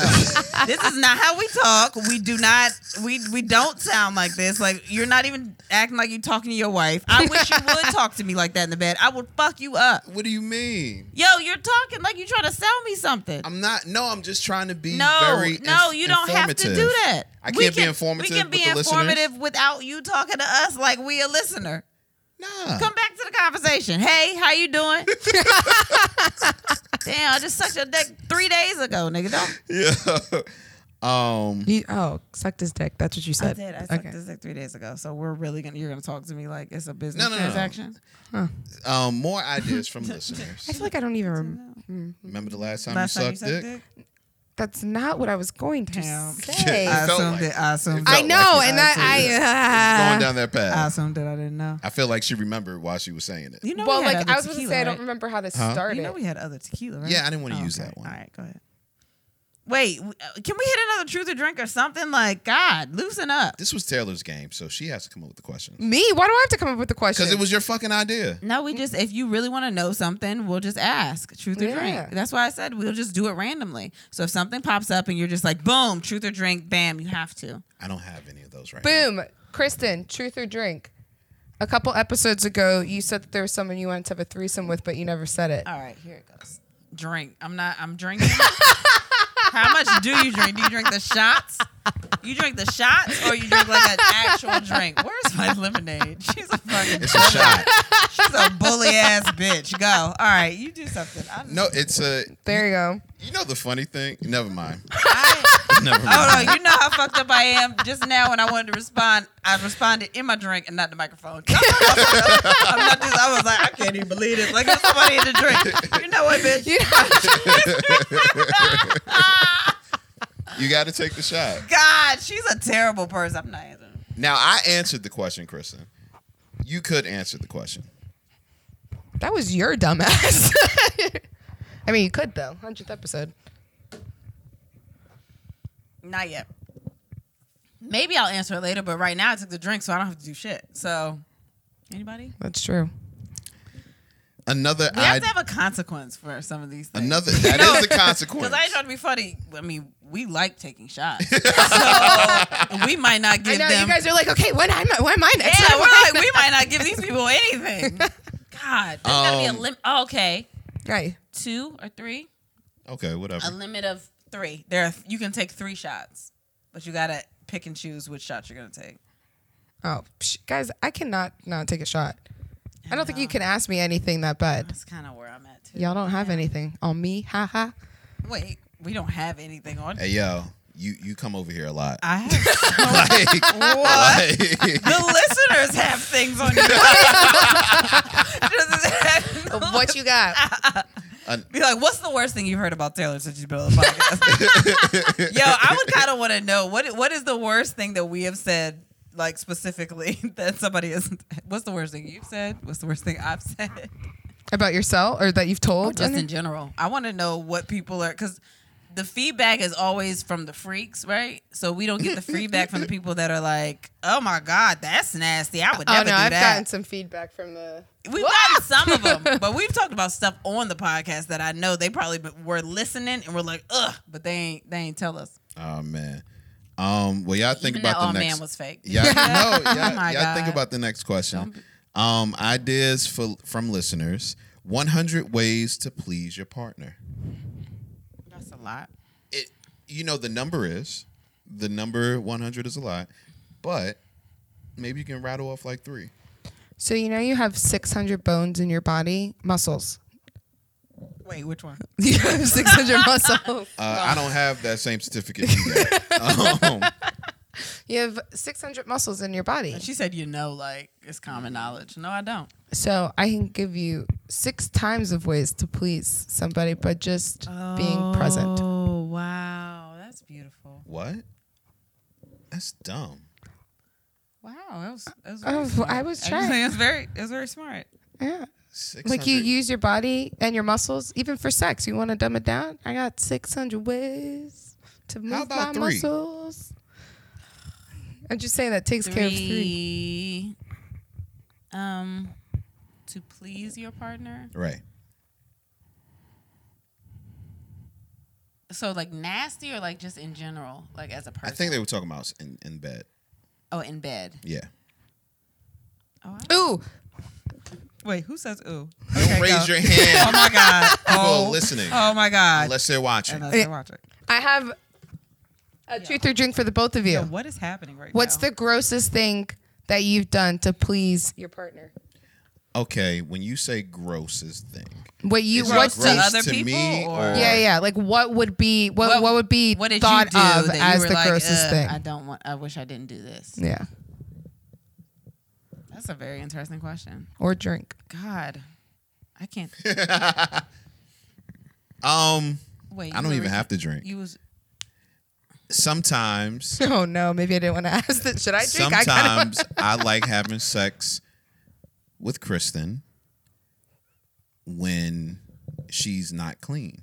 Speaker 1: this is not how we talk. We do not. We we don't sound like this. Like you're not even acting like you're talking to your wife. I wish you would talk to me like that in the bed. I would fuck you up.
Speaker 2: what do you mean
Speaker 1: Yo, you're talking like you're trying to sell me something.
Speaker 2: i'm not no i'm just trying to be
Speaker 1: No,
Speaker 2: very
Speaker 1: no,
Speaker 2: inf-
Speaker 1: you don't have to do
Speaker 2: informative.
Speaker 1: that.
Speaker 2: I
Speaker 1: We
Speaker 2: can't be informative
Speaker 1: We can
Speaker 2: with
Speaker 1: be
Speaker 2: the listeners.
Speaker 1: informative without you talking to us like we a listener.
Speaker 2: Nah.
Speaker 1: Come back to the conversation. Hey, how you
Speaker 2: [LAUGHS]
Speaker 1: doing? Damn, I just sucked your dick three days ago, nigga. Don't.
Speaker 2: [LAUGHS] Yeah. um.
Speaker 3: You, oh, sucked his dick. That's what you
Speaker 1: I
Speaker 3: said.
Speaker 1: did. I sucked
Speaker 3: okay.
Speaker 1: his dick three days ago. So we're really gonna. You're gonna talk to me like it's a business
Speaker 2: No, no, no, no.
Speaker 1: transaction.
Speaker 2: Um. More ideas from
Speaker 1: [LAUGHS]
Speaker 3: I
Speaker 2: listeners.
Speaker 3: feel like I don't even. Rem-
Speaker 2: Remember the last time
Speaker 1: Last
Speaker 2: you
Speaker 1: time you
Speaker 2: sucked
Speaker 1: sucked
Speaker 2: dick? [LAUGHS]
Speaker 1: dick.
Speaker 3: That's not what I was going to
Speaker 1: Damn. [LAUGHS]
Speaker 3: say.
Speaker 1: I
Speaker 2: It felt
Speaker 1: assumed
Speaker 2: like
Speaker 1: it. I assumed.
Speaker 2: felt
Speaker 3: I
Speaker 1: It.
Speaker 3: know,
Speaker 2: like
Speaker 3: and that [LAUGHS] I.
Speaker 2: Going
Speaker 3: Uh,
Speaker 2: down that
Speaker 1: I
Speaker 2: path.
Speaker 1: assumed it. I didn't know.
Speaker 2: I feel like she remembered while she was saying it.
Speaker 1: You know.
Speaker 3: well,
Speaker 1: we had
Speaker 3: like
Speaker 1: other
Speaker 3: I was supposed to
Speaker 1: tequila,
Speaker 3: say, I
Speaker 1: right?
Speaker 3: don't remember how this
Speaker 2: Huh?
Speaker 3: started.
Speaker 1: You know we had other tequila, right? Oh,
Speaker 2: Yeah, I didn't wanna use that one.
Speaker 1: All right, go ahead. Wait, w- uh, can we hit another truth or drink or something? Like, God, loosen up.
Speaker 2: This was Taylor's game, so she has to come up with the questions
Speaker 3: Me? Why do I have to come up with the question?
Speaker 2: because it was your fucking idea.
Speaker 1: No, we just, if you really want to know something, we'll just ask truth or
Speaker 3: Yeah.
Speaker 1: drink. That's why I said we'll just do it randomly. So if something pops up and you're just like, boom, truth or drink, bam, you have to.
Speaker 2: I don't have any of those right now.
Speaker 3: Boom. Kristen, truth or drink? A couple episodes ago, you said that there was someone you wanted to have a threesome with, but you never said it.
Speaker 1: All right, here it goes. Drink. I'm not, I'm drinking. [LAUGHS] How much do you drink? Do you drink the shots? You drink the shots or you drink like an actual drink? Where's my lemonade? She's a fucking [LAUGHS]
Speaker 2: It's a shot.
Speaker 1: She's a bully ass bitch. Go. All right, you do something. I,
Speaker 2: No, it's a.
Speaker 3: There you go.
Speaker 2: You know the funny thing?
Speaker 1: [LAUGHS]
Speaker 2: Never mind.
Speaker 1: I,
Speaker 2: Never
Speaker 1: oh
Speaker 2: mind.
Speaker 1: no, you know how fucked up I am. Just now when I wanted to respond, I responded in my drink and not the microphone. I'm not just, I was like, I can't even believe this. Like there's somebody in the drink. You know what, bitch?
Speaker 3: You know,
Speaker 1: Oh.
Speaker 2: You got to take the shot.
Speaker 1: God, she's a terrible person. I'm not answering.
Speaker 2: Now I answered the question, Kristen. You could answer the question.
Speaker 3: that was your dumbass. [LAUGHS] I mean, you could though. Hundredth episode.
Speaker 1: Not yet. Maybe I'll answer it later, but right now I took the drink, so I don't have to do shit. So, anybody?
Speaker 3: That's true.
Speaker 2: Another
Speaker 1: We have
Speaker 2: I,
Speaker 1: to have a consequence for some of these things.
Speaker 2: another
Speaker 1: [LAUGHS]
Speaker 2: that is the
Speaker 1: Because
Speaker 2: consequence.
Speaker 1: I ain't trying to be funny. I mean, we like taking
Speaker 3: [LAUGHS]
Speaker 1: shots, so we might not
Speaker 3: I
Speaker 1: give
Speaker 3: know
Speaker 1: them.
Speaker 3: you guys are like, okay, when am I? When am I next?
Speaker 1: yeah,
Speaker 3: When am I
Speaker 1: we're like, we
Speaker 3: next?
Speaker 1: might not give these people
Speaker 3: [LAUGHS]
Speaker 1: anything. God, there's gotta be a
Speaker 2: Um,
Speaker 1: limit. okay,
Speaker 3: Right.
Speaker 1: two or three,
Speaker 2: okay, whatever.
Speaker 1: a limit of three. There, are, you can take three shots, but you gotta pick and choose which shots you're gonna take.
Speaker 3: Oh, psh, guys, I cannot not take a shot. I don't think
Speaker 1: know.
Speaker 3: you can ask me anything that bad.
Speaker 1: That's kind of where I'm at too.
Speaker 3: Y'all don't have anything on
Speaker 1: [LAUGHS]
Speaker 3: me, haha.
Speaker 1: Wait, we don't have anything on.
Speaker 2: hey yo, you you come over here a lot.
Speaker 1: I
Speaker 3: [LAUGHS]
Speaker 2: [LAUGHS]
Speaker 1: have.
Speaker 2: Like,
Speaker 1: what?
Speaker 2: like- [LAUGHS]
Speaker 1: The listeners have things
Speaker 3: [LAUGHS]
Speaker 1: on you. [LAUGHS] Just-
Speaker 3: What you got?
Speaker 1: Be like, what's the worst thing you've heard about Taylor since you've been on the podcast? Yo, I would kind of want to know what what is the worst thing that we have said, like specifically [LAUGHS] that somebody isn't. What's the worst thing you've said? What's the worst thing I've said?
Speaker 3: About yourself or that you've told?
Speaker 1: Just in general, I want to know what people are because the feedback is always from the freaks, right? So we don't get
Speaker 3: [LAUGHS]
Speaker 1: the feedback from the people that are like, "Oh my god, that's nasty. I would
Speaker 3: oh
Speaker 1: never do
Speaker 3: no, I've
Speaker 1: that."
Speaker 3: gotten some feedback from the.
Speaker 1: We've [LAUGHS] gotten some of them, but we've talked about stuff on the podcast that I know they probably be- were listening and were like, ugh, but they ain't they ain't tell us.
Speaker 2: oh man. Um. Well, y'all think
Speaker 1: Even
Speaker 2: about
Speaker 1: that all
Speaker 2: the
Speaker 1: man
Speaker 2: next.
Speaker 1: was fake.
Speaker 2: [LAUGHS]
Speaker 1: [LAUGHS]
Speaker 2: y'all, no,
Speaker 1: Oh
Speaker 2: y'all,
Speaker 1: my
Speaker 2: y'all think
Speaker 1: God.
Speaker 2: about the next question. Um, ideas for from listeners. 100 ways to please your partner.
Speaker 1: That's a lot.
Speaker 2: it you know the number is the number 100 is a lot but maybe you can rattle off like three
Speaker 3: So you know you have 600 bones in your body, muscles.
Speaker 1: Wait, which one?
Speaker 3: You have 600 muscles.
Speaker 2: uh, i don't have that same certificate you
Speaker 1: [LAUGHS]
Speaker 2: got. um,
Speaker 3: You have 600 muscles in your body.
Speaker 1: She said, you know, like it's common knowledge. No, I don't.
Speaker 3: So I can give you six times of ways to please somebody, but just being present.
Speaker 1: Oh wow, that's beautiful.
Speaker 2: what that's dumb
Speaker 1: Wow, that was, that was
Speaker 3: Oh,
Speaker 1: very smart.
Speaker 3: I was
Speaker 1: just
Speaker 3: trying.
Speaker 1: saying It's very it's very smart.
Speaker 3: Yeah. Like
Speaker 2: 600
Speaker 3: you use your body and your muscles even for sex. You want to dumb it down? I got 600 ways to move
Speaker 2: about
Speaker 3: my
Speaker 2: three?
Speaker 3: muscles. I'm just saying that takes care of three.
Speaker 1: Three. Um, to please your partner.
Speaker 2: right
Speaker 1: So like nasty or like just in general, like as a person.
Speaker 2: i think they were talking about in, in bed
Speaker 1: Oh, in bed.
Speaker 2: yeah
Speaker 1: Oh,
Speaker 3: Ooh,
Speaker 1: wait, who says ooh?
Speaker 2: don't raise
Speaker 1: [LAUGHS]
Speaker 2: your hand
Speaker 1: my
Speaker 2: [LAUGHS]
Speaker 1: god.
Speaker 2: Oh, listening.
Speaker 1: Oh my god.
Speaker 2: unless they're watching
Speaker 1: Unless they're watching.
Speaker 3: I have a truth or drink for the both of you.
Speaker 1: Yo, what is happening right
Speaker 3: What's
Speaker 1: now?
Speaker 3: the grossest thing that you've done to please your partner?
Speaker 2: okay when you say grossest thing
Speaker 3: What you
Speaker 2: is it
Speaker 3: what's
Speaker 1: to
Speaker 2: gross
Speaker 3: the
Speaker 1: other
Speaker 2: to me
Speaker 1: people,
Speaker 2: or,
Speaker 1: or-
Speaker 3: yeah, yeah. Like, what would be what what, would be
Speaker 1: what did
Speaker 3: thought
Speaker 1: you do
Speaker 3: of
Speaker 1: that you
Speaker 3: as
Speaker 1: were
Speaker 3: the
Speaker 1: like,
Speaker 3: grossest
Speaker 1: "Ugh,
Speaker 3: thing?
Speaker 1: I don't want. I wish I didn't do this.
Speaker 3: yeah,
Speaker 1: That's a very interesting question.
Speaker 3: or drink. [LAUGHS]
Speaker 1: God, I
Speaker 2: [LAUGHS]
Speaker 1: can't.
Speaker 2: um
Speaker 1: Wait,
Speaker 2: i
Speaker 1: you
Speaker 2: don't even
Speaker 1: were-
Speaker 2: have to drink
Speaker 1: You was
Speaker 2: sometimes
Speaker 3: Oh no, maybe I didn't want to ask that. Should I drink? I [LAUGHS] kind of
Speaker 2: Sometimes I like having sex with Kristen when she's not clean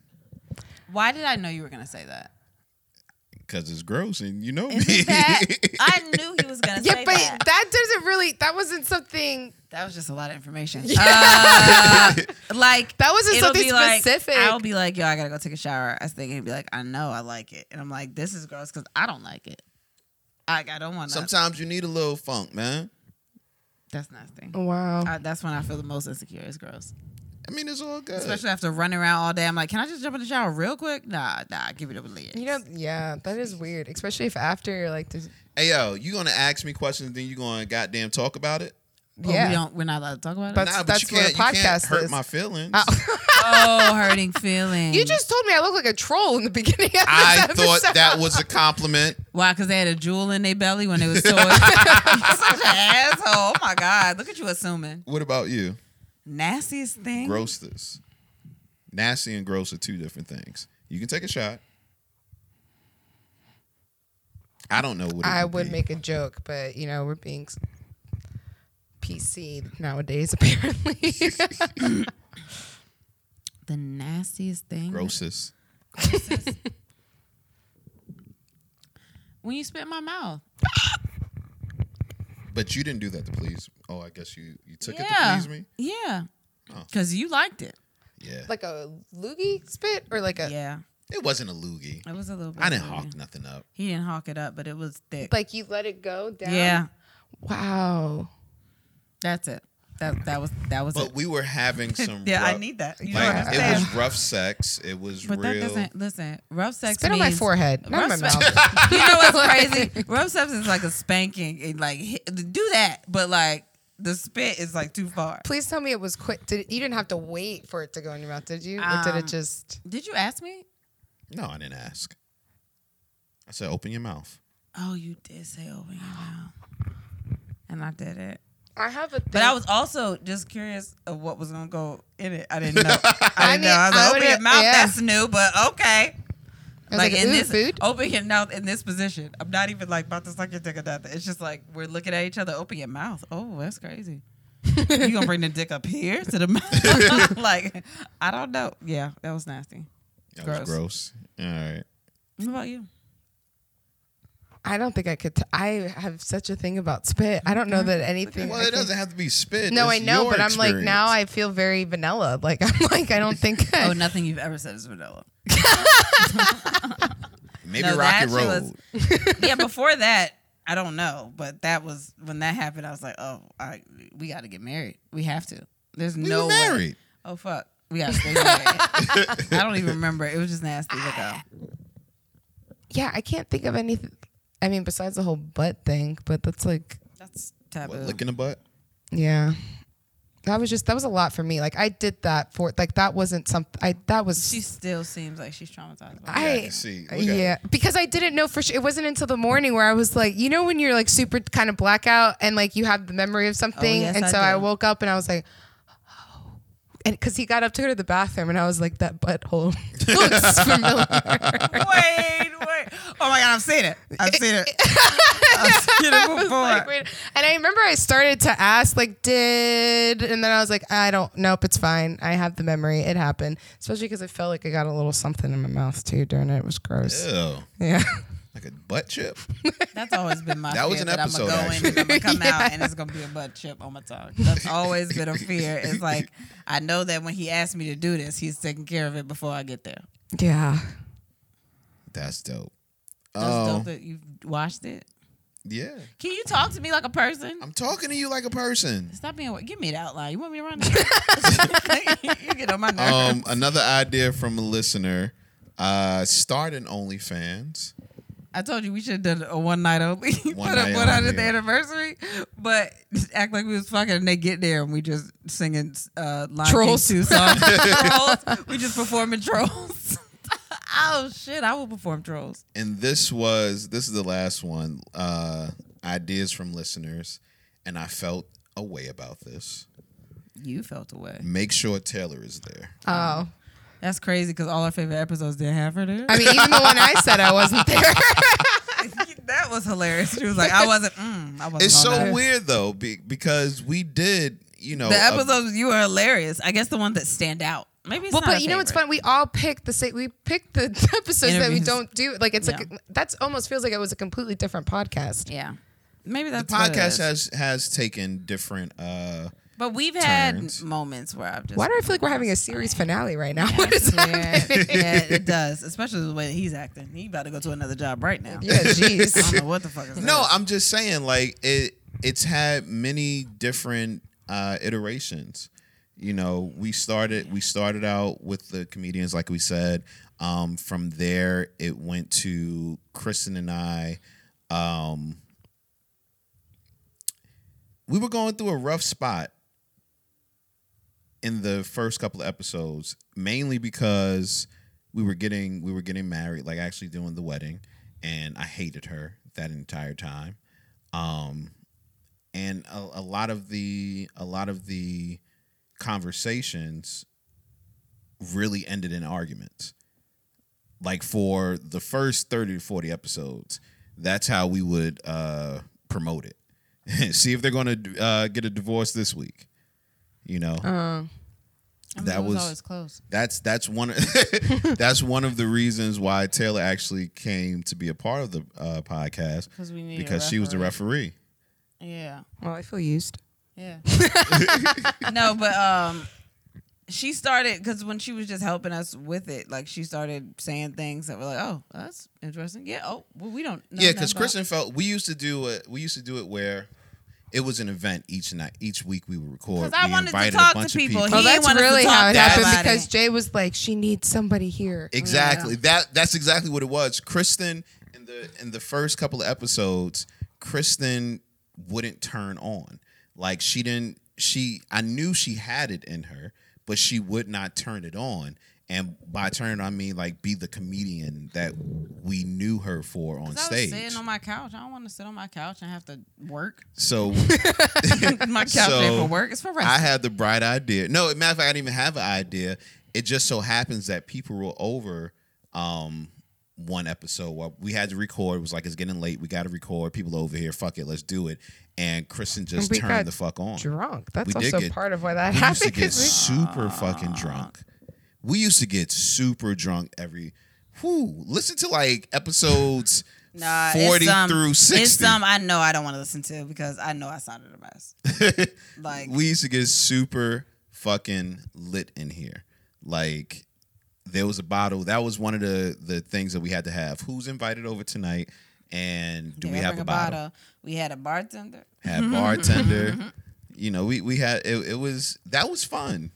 Speaker 1: why did I know you were gonna say
Speaker 2: [LAUGHS]
Speaker 1: that?
Speaker 2: because it's gross and you know me.
Speaker 1: Isn't that
Speaker 2: [LAUGHS]
Speaker 1: I knew he was gonna
Speaker 3: yeah,
Speaker 1: say
Speaker 3: but
Speaker 1: that.
Speaker 3: that doesn't really. That wasn't something.
Speaker 1: That was just a lot of information.
Speaker 3: [LAUGHS]
Speaker 1: Uh, like
Speaker 3: That wasn't
Speaker 1: it'll
Speaker 3: something
Speaker 1: be like-
Speaker 3: specific.
Speaker 1: I'll be like, yo, I gotta go take a shower. I was thinking, he'd be like, I know I like it, and I'm like, this is gross because I don't like it. I, I don't want that.
Speaker 2: Sometimes you need a little funk, man.
Speaker 1: That's nasty.
Speaker 3: Wow.
Speaker 1: I, that's when I feel the most insecure. It's gross,
Speaker 2: I mean, it's all good.
Speaker 1: especially after running around all day. I'm like, can I just jump in the shower real quick? Nah, nah, give it up with
Speaker 3: You know, yeah, that is weird, especially if after like. There's,
Speaker 2: hey, yo, you gonna ask me questions, then you gonna goddamn talk about it?
Speaker 1: Oh,
Speaker 3: yeah.
Speaker 1: we don't. We're not allowed to talk about it.
Speaker 3: That's-
Speaker 2: Nah, but you
Speaker 3: what a
Speaker 2: can't, you can't
Speaker 3: podcast
Speaker 2: hurt
Speaker 3: is.
Speaker 2: my feelings.
Speaker 3: [LAUGHS]
Speaker 1: oh, hurting feelings.
Speaker 3: You just told me I look like a troll in the beginning of this
Speaker 2: I
Speaker 3: episode.
Speaker 2: thought that was a compliment.
Speaker 1: why? Because they had a jewel in their belly when they
Speaker 3: [LAUGHS]
Speaker 1: was toys. You're [LAUGHS] such an asshole. Oh my god! Look at you assuming
Speaker 2: What about you?
Speaker 1: nastiest thing.
Speaker 2: Gross this. Nasty and gross are two different things. You can take a shot. I don't know what it
Speaker 3: I would
Speaker 2: be.
Speaker 3: make a joke, but you know we're being s- PC nowadays. [LAUGHS] Apparently,
Speaker 1: The nastiest thing.
Speaker 2: grossest.
Speaker 1: When you spit in my mouth.
Speaker 2: But you didn't do that to please. Oh, I guess you you took it to
Speaker 1: yeah.
Speaker 2: please me.
Speaker 1: Yeah.
Speaker 2: Oh.
Speaker 1: Because you liked it.
Speaker 2: Yeah,
Speaker 3: like a loogie spit or like a
Speaker 1: Yeah.
Speaker 2: it wasn't a loogie.
Speaker 1: It was a little bit.
Speaker 2: I didn't
Speaker 1: weird.
Speaker 2: hawk nothing up.
Speaker 1: He didn't hawk it up, but it was thick.
Speaker 3: like you let it go down.
Speaker 1: yeah.
Speaker 3: Wow.
Speaker 1: That's it. That that was that was
Speaker 2: But
Speaker 1: it.
Speaker 2: we were
Speaker 3: [LAUGHS]
Speaker 2: having
Speaker 1: [LAUGHS]
Speaker 2: some.
Speaker 1: yeah, I
Speaker 2: rough-
Speaker 1: need that. You don't
Speaker 2: Like, it
Speaker 1: understand.
Speaker 2: was rough sex. It was
Speaker 1: But that
Speaker 2: real.
Speaker 1: doesn't listen. Rough sex.
Speaker 3: Spit on my
Speaker 1: means-
Speaker 3: forehead, not in my
Speaker 1: Rough
Speaker 3: mouth.
Speaker 1: sex- [LAUGHS] you know what's
Speaker 3: [LAUGHS]
Speaker 1: crazy? Rough sex is like a spanking. It like hit, do that, but like the spit is like too far.
Speaker 3: Please tell me it was quick. Did you didn't have to wait for it to go in your mouth, did you? or did
Speaker 1: Um,
Speaker 3: it just?
Speaker 1: Did you ask me?
Speaker 2: No, I didn't ask. I said, open your mouth.
Speaker 1: Oh, you did say open your mouth, and I did it.
Speaker 3: I have a. Thing.
Speaker 1: But I was also just curious of what was gonna go in it. I
Speaker 3: [LAUGHS]
Speaker 1: didn't know. I
Speaker 3: I
Speaker 1: didn't
Speaker 3: mean,
Speaker 1: know. I was like,
Speaker 3: I
Speaker 1: open your
Speaker 3: would've-
Speaker 1: mouth.
Speaker 3: yeah.
Speaker 1: That's new, but okay.
Speaker 3: I was like,
Speaker 1: in
Speaker 3: "Ooh,
Speaker 1: this Oh.
Speaker 3: food?"
Speaker 1: open your mouth in this position. I'm not even like about to suck your dick or nothing. It's just like we're looking at each other. Open your mouth. Oh, that's crazy. you gonna bring the dick up here to the mouth? [LAUGHS] like I don't know. Yeah, that was nasty.
Speaker 2: That was
Speaker 1: Gross.
Speaker 2: gross. All right.
Speaker 1: What about you?
Speaker 3: I don't think I could. T- I have such a thing about spit. I don't know that anything.
Speaker 2: Well,
Speaker 3: I
Speaker 2: it
Speaker 3: can-
Speaker 2: doesn't have to be spit.
Speaker 3: No, I
Speaker 2: It's
Speaker 3: know,
Speaker 2: your
Speaker 3: but I'm like
Speaker 2: experience.
Speaker 3: now I feel very vanilla. Like I'm like I don't think. I,
Speaker 1: Oh, nothing you've ever said is vanilla.
Speaker 2: Maybe
Speaker 1: No,
Speaker 2: Rocky
Speaker 1: that shit
Speaker 2: Road.
Speaker 1: was- yeah, before that, I don't know, but that was when that happened. I was like, oh, I, we got to get married. We have to. There's
Speaker 2: we
Speaker 1: no
Speaker 2: were
Speaker 1: way.
Speaker 2: married.
Speaker 1: Oh fuck, we got to stay married. I don't even remember. It was just nasty. Look out.
Speaker 3: yeah, I can't think of anything. I mean, besides the whole butt thing, but that's like,
Speaker 1: That's taboo.
Speaker 2: What, lick in the butt?
Speaker 3: yeah, that was just that was a lot for me. Like I did that for like that wasn't something. I that was
Speaker 1: she still seems like she's traumatized. By it.
Speaker 2: Yeah, I
Speaker 3: I
Speaker 2: can see. Look at
Speaker 3: yeah, because I didn't know for sure. It wasn't until the morning where I was like, you know, when you're like super kind of blackout and like you have the memory of something,
Speaker 1: Oh, yes,
Speaker 3: and
Speaker 1: I
Speaker 3: so I
Speaker 1: do.
Speaker 3: woke up and I was like. oh. And because he got up to go to the bathroom, and I was like, "That butthole [LAUGHS] looks familiar."
Speaker 1: wait, wait. Oh my god, I've seen it. I've seen
Speaker 2: [LAUGHS]
Speaker 1: it. I've seen
Speaker 3: [LAUGHS]
Speaker 1: it before.
Speaker 3: Like, wait- and I remember I started to ask, like, did, and then I was like, I don't, nope, it's fine. I have the memory. It happened. Especially because I felt like I got a little something in my mouth too during it. It was gross.
Speaker 2: Ew.
Speaker 3: Yeah.
Speaker 2: Like a butt chip?
Speaker 1: That's always been my
Speaker 2: That
Speaker 1: fear
Speaker 2: was an
Speaker 1: that
Speaker 2: episode,
Speaker 1: I'm gonna go
Speaker 2: actually.
Speaker 1: in and I'm gonna come out and it's gonna be a butt chip on my tongue. That's always been a fear.
Speaker 2: [LAUGHS]
Speaker 1: It's like I know that when he asked me to do this, he's taking care of it before I get there.
Speaker 3: Yeah.
Speaker 2: That's dope.
Speaker 1: That's
Speaker 2: oh,
Speaker 1: dope that you've watched it.
Speaker 2: yeah.
Speaker 1: Can you talk to me like a person?
Speaker 2: I'm talking to you like a person.
Speaker 1: Stop being. wa- Give me the outline. You want me to run? [LAUGHS] it? you get on my nerves.
Speaker 2: Um, another idea from a listener. Uh, start an OnlyFans.
Speaker 1: I told you we should have done a one night only. [LAUGHS]
Speaker 2: One
Speaker 1: One
Speaker 2: night
Speaker 1: night one hundredth
Speaker 2: only.
Speaker 1: anniversary, but [LAUGHS] just act like we was fucking and they get there and we just singing uh, Lion
Speaker 3: Trolls.
Speaker 1: King two
Speaker 3: [LAUGHS]
Speaker 1: songs. trolls. We just performing trolls. [LAUGHS] oh shit! I will perform trolls.
Speaker 2: and this was this is the last one uh ideas from listeners and i felt a way about this
Speaker 1: You felt away.
Speaker 2: make sure taylor is there
Speaker 3: Oh.
Speaker 1: That's crazy because all our favorite episodes didn't have her there.
Speaker 3: I mean, even the one I said I wasn't there.
Speaker 1: [LAUGHS] that was hilarious. She was like, I wasn't. Mm, I wasn't
Speaker 2: it's
Speaker 1: on
Speaker 2: so
Speaker 1: that.
Speaker 2: weird though be, because we did you know
Speaker 1: The
Speaker 2: a-
Speaker 1: episodes you were hilarious. I guess the ones that stand out. Maybe it's
Speaker 3: well,
Speaker 1: not
Speaker 3: but
Speaker 1: a
Speaker 3: you know what's
Speaker 1: favorite.
Speaker 3: fun? We all picked the same. We picked the [LAUGHS] episodes that we
Speaker 1: Interviews.
Speaker 3: don't do. Like it's like
Speaker 1: Yeah.
Speaker 3: that's almost feels like it was a completely different podcast.
Speaker 1: Yeah, maybe
Speaker 2: the
Speaker 1: that's what it
Speaker 2: podcast
Speaker 1: is.
Speaker 2: has has taken different uh
Speaker 1: But we've had
Speaker 2: turns.
Speaker 1: moments where I've just.
Speaker 3: Why do I feel like we're having a series finale right now? [LAUGHS] What
Speaker 1: That's
Speaker 3: is
Speaker 1: weird.
Speaker 3: happening?
Speaker 1: yeah,
Speaker 2: [LAUGHS]
Speaker 1: it does, especially the way that he's acting. He about to go to another job right now. [LAUGHS]
Speaker 3: Yeah,
Speaker 1: I
Speaker 3: [LAUGHS] jeez.
Speaker 1: don't know what the fuck is
Speaker 2: [LAUGHS] no i'm just saying like it it's had many different uh iterations you know we started we started out with the comedians like we said um from there it went to kristen and i um we were going through a rough spot in the first couple of episodes, mainly because we were getting we were getting married, like actually doing the wedding, and I hated her that entire time. Um, and a, a lot of the a lot of the conversations really ended in arguments. Like for the first 30 to 40 episodes, that's how we would uh, promote it. [LAUGHS] See if they're going to uh, get a divorce this week. You know, that was,
Speaker 4: always close.
Speaker 2: that's that's one [LAUGHS] that's one of the reasons why Taylor actually came to be a part of the uh, podcast
Speaker 1: 'Cause we need a
Speaker 2: because she was the referee.
Speaker 1: Yeah.
Speaker 3: Well, I feel used.
Speaker 1: Yeah. [LAUGHS]
Speaker 2: [LAUGHS]
Speaker 1: no, but um she started because when she was just helping us with it, like she started saying things that were like, "Oh, that's interesting." Yeah. Oh, well, we don't. know
Speaker 2: yeah,
Speaker 1: nothing
Speaker 2: because
Speaker 1: about-
Speaker 2: Kristen felt we used to do it. We used to do it where it was an event each night, each week we would record.
Speaker 1: 'Cause I
Speaker 2: we
Speaker 1: wanted to
Speaker 2: invited
Speaker 1: talk
Speaker 2: a bunch
Speaker 1: to
Speaker 2: of
Speaker 1: people.
Speaker 2: people.
Speaker 1: He
Speaker 3: Oh,
Speaker 1: didn't
Speaker 3: that's
Speaker 1: want us to
Speaker 3: really
Speaker 1: talk
Speaker 3: how it
Speaker 1: to
Speaker 3: happened
Speaker 1: everybody.
Speaker 3: because Jay was like, "She needs somebody here."
Speaker 2: Exactly. That that's exactly what it was. Kristen in the in the first couple of episodes, Kristen wouldn't turn on. Like she didn't she I knew she had it in her, but she would not turn it on. And by turn I mean like be the comedian that we knew her for on
Speaker 1: 'Cause I was
Speaker 2: stage.
Speaker 1: sitting on my couch. I don't want to sit on my couch and have to
Speaker 2: [LAUGHS]
Speaker 1: work. [LAUGHS]
Speaker 2: so
Speaker 1: my couch ain't
Speaker 2: So,
Speaker 1: for work. It's for
Speaker 2: I
Speaker 1: rest.
Speaker 2: had the bright idea. No, matter of fact, I didn't even have an idea. It just so happens that people were over um, one episode. While we had to record. It was like it's getting late. We got to record. People over here. Fuck it, let's do it. And Kristen just
Speaker 3: we got
Speaker 2: turned the fuck on.
Speaker 3: Drunk. That's
Speaker 2: We did
Speaker 3: also
Speaker 2: get-
Speaker 3: part of why that
Speaker 2: We used to
Speaker 3: happened. [LAUGHS]
Speaker 2: get
Speaker 3: 'cause
Speaker 2: super fucking drunk. We used to get super drunk every. Whoo! Listen to like episodes
Speaker 1: Nah, it's
Speaker 2: forty
Speaker 1: some-
Speaker 2: through sixty.
Speaker 1: It's some I know I don't want to listen to because I know I sounded a mess.
Speaker 2: [LAUGHS]
Speaker 1: like
Speaker 2: we used to get super fucking lit in here. Like there was a bottle. That was one of the the things that we had to have. Who's invited over tonight? And do
Speaker 1: Did
Speaker 2: we
Speaker 1: I
Speaker 2: have
Speaker 1: bring
Speaker 2: a bottle?
Speaker 1: We had a bartender.
Speaker 2: Had bartender. you know, we we had it, it was that was fun.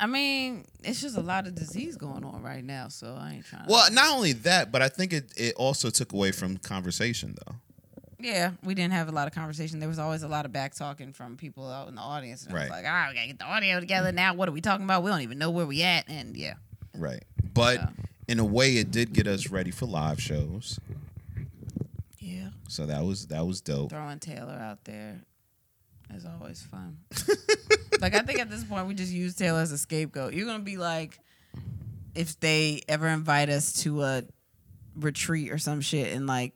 Speaker 1: I mean, it's just a lot of disease going on right now, so I ain't trying.
Speaker 2: Well, not only that, but I think it it also took away from conversation though.
Speaker 1: yeah, we didn't have a lot of conversation. There was always a lot of back talking from people out in the audience. And I was
Speaker 2: Right.
Speaker 1: like, all right, we gotta get the audio together now. What are we talking about? We don't even know where we at. And yeah,
Speaker 2: Right. But
Speaker 1: Yeah.
Speaker 2: in a way it did get us ready for live shows.
Speaker 1: yeah,
Speaker 2: So that was that was dope.
Speaker 1: throwing Taylor out there is always
Speaker 2: [LAUGHS]
Speaker 1: fun. like I think at this point we just use Taylor as a scapegoat. You're gonna be like, if they ever invite us to a retreat or some shit, and like,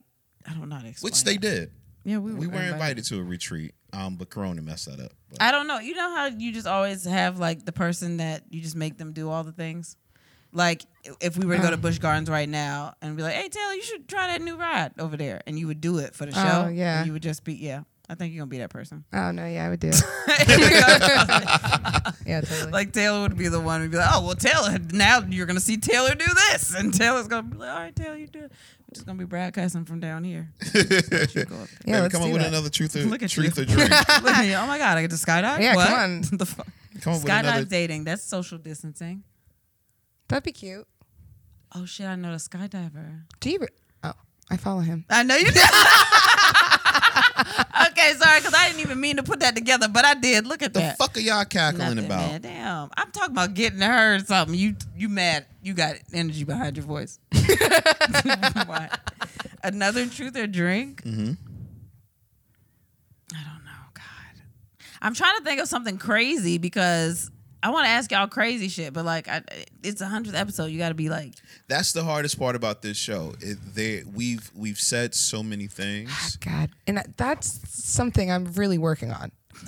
Speaker 1: I don't know how to explain.
Speaker 2: Which they
Speaker 1: it.
Speaker 2: did.
Speaker 1: Yeah, we were,
Speaker 2: We were invited to a retreat, um, but Corona messed that up. But-
Speaker 1: I don't know. You know how you just always have like the person that you just make them do all the things? Like if we were to
Speaker 2: [SIGHS]
Speaker 1: go to Busch Gardens right now and be like, hey, Taylor, you should try that new ride over there. And you would do it for the show.
Speaker 3: Oh, yeah.
Speaker 1: And you would just be, yeah. I think you're going to be that person.
Speaker 3: Oh no, yeah, I would
Speaker 2: [LAUGHS]
Speaker 3: do. It. yeah, totally.
Speaker 1: like Taylor would be the one who'd be like, oh, well, Taylor, now you're going to see Taylor do this. And Taylor's going to be like, all right, Taylor, you do it. We're just going to be broadcasting from down here.
Speaker 2: [LAUGHS]
Speaker 1: You go up
Speaker 3: yeah,
Speaker 2: Maybe
Speaker 3: let's
Speaker 2: come up
Speaker 3: do
Speaker 2: with
Speaker 3: that.
Speaker 2: another truth or
Speaker 1: Look at
Speaker 2: truth
Speaker 1: you.
Speaker 2: or
Speaker 3: [LAUGHS]
Speaker 2: drink.
Speaker 1: there. Look at you. oh, my God, I get to skydive?
Speaker 3: Yeah,
Speaker 1: What?
Speaker 3: come on.
Speaker 1: [LAUGHS] the fuck?
Speaker 2: Come up with
Speaker 1: Skydive
Speaker 2: Oh, another.
Speaker 1: dating, that's social distancing.
Speaker 3: That'd be cute.
Speaker 1: Oh shit! I know the skydiver.
Speaker 3: Do you? Re- oh, I follow him.
Speaker 1: I know you. [LAUGHS] did. okay, sorry, because I didn't even mean to put that together, but I did. Look at
Speaker 2: The
Speaker 1: that.
Speaker 2: fuck are y'all cackling
Speaker 1: Nothing,
Speaker 2: about?
Speaker 1: man. Damn, I'm talking about getting her or something. You, you mad? You got energy behind your voice. [LAUGHS] what? Another truth or drink? Mm-hmm. I don't know. God, I'm trying to think of something crazy because I want to ask y'all crazy shit, but like, I, it's a hundredth episode. You got to be like,
Speaker 2: That's the hardest part about this show. It, they, we've we've said so many things.
Speaker 3: God, and that- that's something I'm really
Speaker 1: [LAUGHS]
Speaker 3: working on.
Speaker 1: I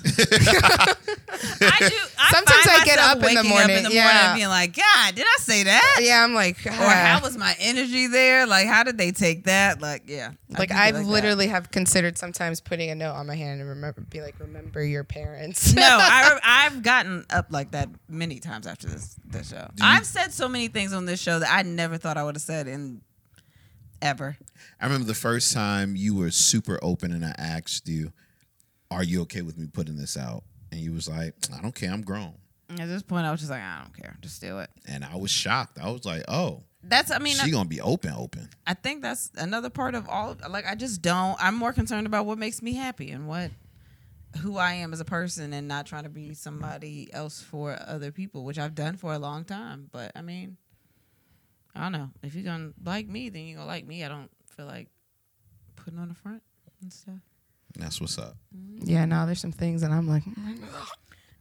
Speaker 1: do. I
Speaker 3: [LAUGHS] Sometimes
Speaker 1: find
Speaker 3: I get
Speaker 1: myself
Speaker 3: up in the
Speaker 1: waking
Speaker 3: morning,
Speaker 1: and
Speaker 3: yeah.
Speaker 1: being like, God, did I say that?
Speaker 3: Yeah, I'm like,
Speaker 1: Or how
Speaker 3: ah.
Speaker 1: was my energy there? Like, how did they take that? Like, yeah. I
Speaker 3: like
Speaker 1: do feel
Speaker 3: I've
Speaker 1: that.
Speaker 3: literally have considered sometimes putting a note on my hand and remember be like, remember
Speaker 1: [LAUGHS]
Speaker 3: your parents.
Speaker 1: no, I, I've gotten up like that many times after this this show. I've said so many things on this show that I never thought I would have said in ever.
Speaker 2: I remember the first time you were super open, and I asked you, "Are you okay with me putting this out?" And you was like, "I don't care. I'm grown."
Speaker 1: At this point, I was just like, I don't care, just do it.
Speaker 2: And I was shocked. I was like, "Oh,
Speaker 1: That's, I mean,
Speaker 2: she gonna be open, open."
Speaker 1: I think that's another part of all. Like, I just don't. I'm more concerned about what makes me happy and what who I am as a person and not trying to be somebody else for other people, which I've done for a long time. But I mean, I don't know. If you're gonna like me, then you're gonna like me. I don't feel like putting on the front and stuff.
Speaker 2: That's what's up.
Speaker 1: Mm-hmm.
Speaker 3: [LAUGHS] Yeah, no, there's some things and I'm like, "Mm,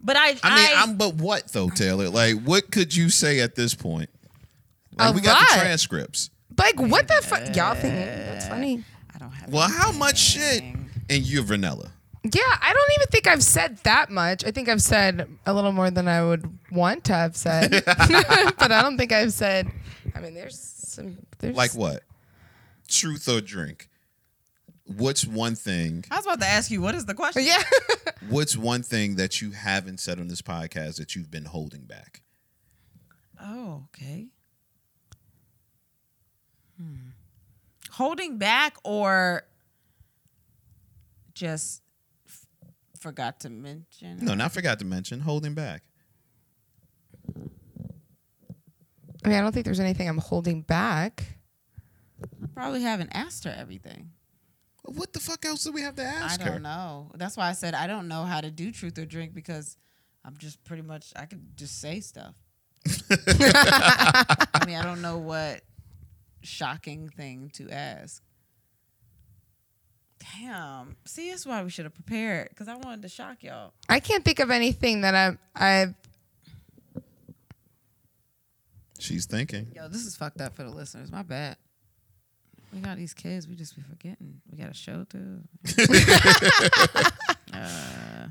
Speaker 1: But I,
Speaker 2: I mean, I, am but what though, Taylor? Like, what could you say at this point? Like,
Speaker 3: A
Speaker 2: we got the
Speaker 3: lot.
Speaker 2: transcripts.
Speaker 3: like what the fuck? Y'all think that's funny?
Speaker 1: I don't have.
Speaker 2: Well, how much shit?
Speaker 1: anything.
Speaker 2: And you're Vanilla.
Speaker 3: Yeah, I don't even think I've said that much. I think I've said a little more than I would want to have
Speaker 2: [LAUGHS]
Speaker 3: said, [LAUGHS] but I don't think I've said. I mean, there's some. There's
Speaker 2: Like what? Truth or drink? What's one thing?
Speaker 1: I was about to ask you, what is the question?
Speaker 3: [LAUGHS] Yeah.
Speaker 2: What's one thing that you haven't said on this podcast that you've been holding back?
Speaker 1: Oh, okay. Hmm. Holding back or just f- forgot to mention?
Speaker 2: No, not forgot to mention holding back.
Speaker 3: I mean, I don't think there's anything I'm holding back.
Speaker 1: Probably haven't asked her everything.
Speaker 2: What the fuck else do we have to ask
Speaker 1: I don't
Speaker 2: her?
Speaker 1: know. That's why I said I don't know how to do truth or drink because I'm just pretty much I could just say stuff. I mean, I don't know what shocking thing to ask. Damn. See, that's why we should have prepared because I wanted to shock y'all.
Speaker 3: I can't think of anything that I'm. I've.
Speaker 2: [LAUGHS] She's thinking.
Speaker 1: Yo, this is fucked up for the listeners. My bad. We got these kids. We just be forgetting. We got a show
Speaker 2: [LAUGHS]
Speaker 1: too. Uh,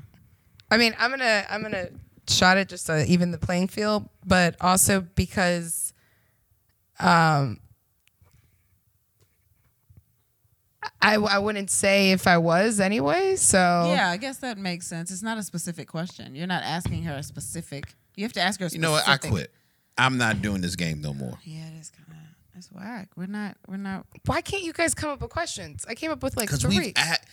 Speaker 3: I mean, I'm gonna. I'm gonna shot it just to even the playing field, but also because, um. I, I wouldn't say if I was anyway, so
Speaker 2: Oh.
Speaker 1: Yeah, I guess that makes sense. It's not a specific question. You're not asking her a specific. You have to ask her. A
Speaker 2: You know what? I
Speaker 1: specific-
Speaker 2: quit. I'm not doing this game no more.
Speaker 1: Yeah, it is kind of that's whack. We're not. We're not. oh,
Speaker 3: Why can't you guys come up with questions? I came up with like
Speaker 2: Because
Speaker 3: three.
Speaker 2: we've at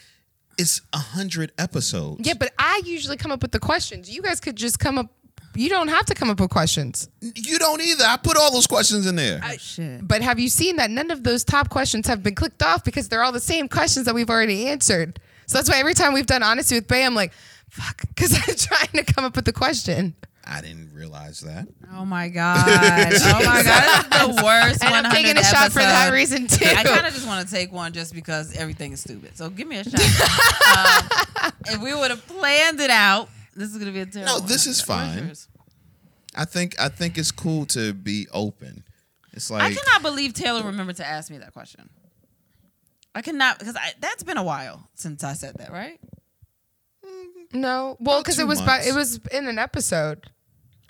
Speaker 2: it's a hundred episodes.
Speaker 3: yeah, but I usually come up with the questions. You guys could just come up. You don't have to come up with questions.
Speaker 2: You don't either. I put all those questions in there.
Speaker 1: Oh,
Speaker 2: [LAUGHS]
Speaker 1: shit.
Speaker 3: But have you seen that none of those top questions have been clicked off because they're all the same questions that we've already answered? So that's why every time we've done honesty with Bay, I'm like, fuck, [LAUGHS] because I'm trying to come up with the question.
Speaker 2: I didn't realize that.
Speaker 1: Oh my
Speaker 2: [LAUGHS]
Speaker 1: god. Oh my god. This is the worst.
Speaker 3: And I'm
Speaker 1: 100th
Speaker 3: taking a shot for that
Speaker 1: episode.
Speaker 3: reason too.
Speaker 1: I
Speaker 3: [LAUGHS]
Speaker 1: kind of just want to take one just because everything is stupid. So give me a shot. um, if we would have planned it out, this is gonna be a terrible.
Speaker 2: this is
Speaker 1: one. Where's
Speaker 2: fine.
Speaker 1: yours?
Speaker 2: I think I think it's cool to be open. It's
Speaker 1: I
Speaker 2: like
Speaker 1: cannot believe Taylor remembered to ask me that question. I cannot because I, that's been a while since I said that, right?
Speaker 3: no, well, because it
Speaker 2: two
Speaker 3: was by,
Speaker 2: months.
Speaker 3: it was in an episode,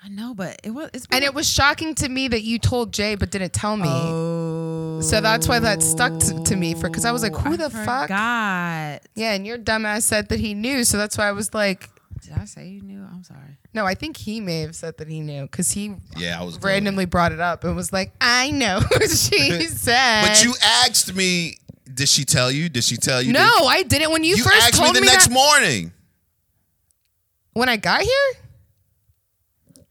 Speaker 1: I know, but it was. It's been
Speaker 3: and it was shocking to me that you told Jay but didn't tell me.
Speaker 1: Oh.
Speaker 3: So that's why that stuck to, to me for because I was like, who
Speaker 1: I
Speaker 3: the fuck?
Speaker 1: forgot.
Speaker 3: Yeah, and your dumbass said that he knew, so that's why I was like,
Speaker 1: Did I say you knew? I'm sorry.
Speaker 3: no, I think he may have said that he knew because he
Speaker 2: yeah, I was going-
Speaker 3: randomly brought it up and was like, I know [LAUGHS] she said.
Speaker 2: [LAUGHS] But you asked me, did she tell you? Did she tell you?
Speaker 3: no, I didn't when you,
Speaker 2: Did, you
Speaker 3: first
Speaker 2: asked me
Speaker 3: told
Speaker 2: the next
Speaker 3: that
Speaker 2: morning.
Speaker 3: when I got here.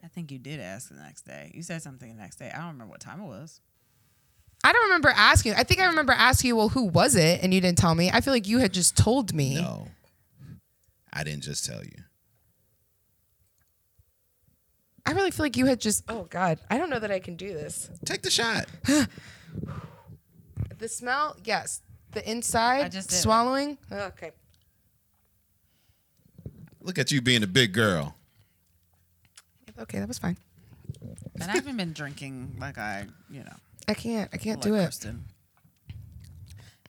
Speaker 1: I think you did ask the next day. You said something the next day. I don't remember what time it was.
Speaker 3: I don't remember asking. I think I remember asking you, well, who was it? And you didn't tell me. I feel like you had just told me.
Speaker 2: No, I didn't just tell you.
Speaker 3: I really feel like you had just. Oh God, I don't know that I can do this.
Speaker 2: Take the shot.
Speaker 3: The smell, yes. The inside,
Speaker 1: I just Oh, did it.
Speaker 3: swallowing. Okay.
Speaker 2: Look at you being a big girl. [LAUGHS]
Speaker 3: Okay, that was fine.
Speaker 1: And I haven't been drinking like I, you know,
Speaker 3: I can't. I
Speaker 2: Oh
Speaker 3: can't
Speaker 1: like
Speaker 3: do it.
Speaker 1: Kristen.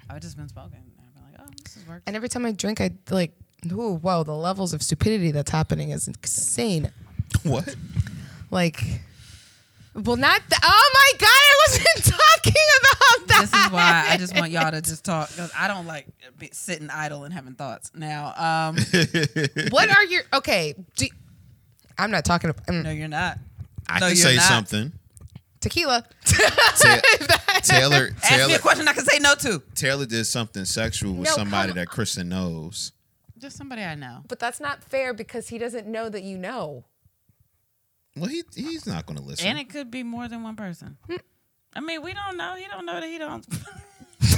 Speaker 1: I've just been smoking. I've been like, oh, this is working.
Speaker 3: And every time I drink, I like, ooh, whoa, the levels of stupidity that's happening is insane.
Speaker 2: What?
Speaker 3: Like, well, not. Th- oh my God, I wasn't [LAUGHS] talking about that.
Speaker 1: [LAUGHS] this is why I just want y'all to just talk because I don't like be- sitting idle and having thoughts. Now, um,
Speaker 2: [LAUGHS]
Speaker 3: What are your. Okay. Do, I'm not talking about mm,
Speaker 1: no, you're not.
Speaker 2: I
Speaker 1: No,
Speaker 2: can
Speaker 1: you're
Speaker 2: say
Speaker 1: not.
Speaker 3: [LAUGHS]
Speaker 2: something.
Speaker 3: tequila. [LAUGHS]
Speaker 2: Ta- Taylor,
Speaker 1: Ask me
Speaker 2: Taylor,
Speaker 1: a question I can say no to.
Speaker 2: Taylor did something sexual with
Speaker 3: No,
Speaker 2: somebody
Speaker 3: come
Speaker 2: that Kristen knows.
Speaker 1: Just somebody I know.
Speaker 3: but that's not fair because he doesn't know that you know.
Speaker 2: Well, he he's not going to listen.
Speaker 1: Hmm. And it could be more than one person. I mean, we don't [LAUGHS] know. He don't know that he don't.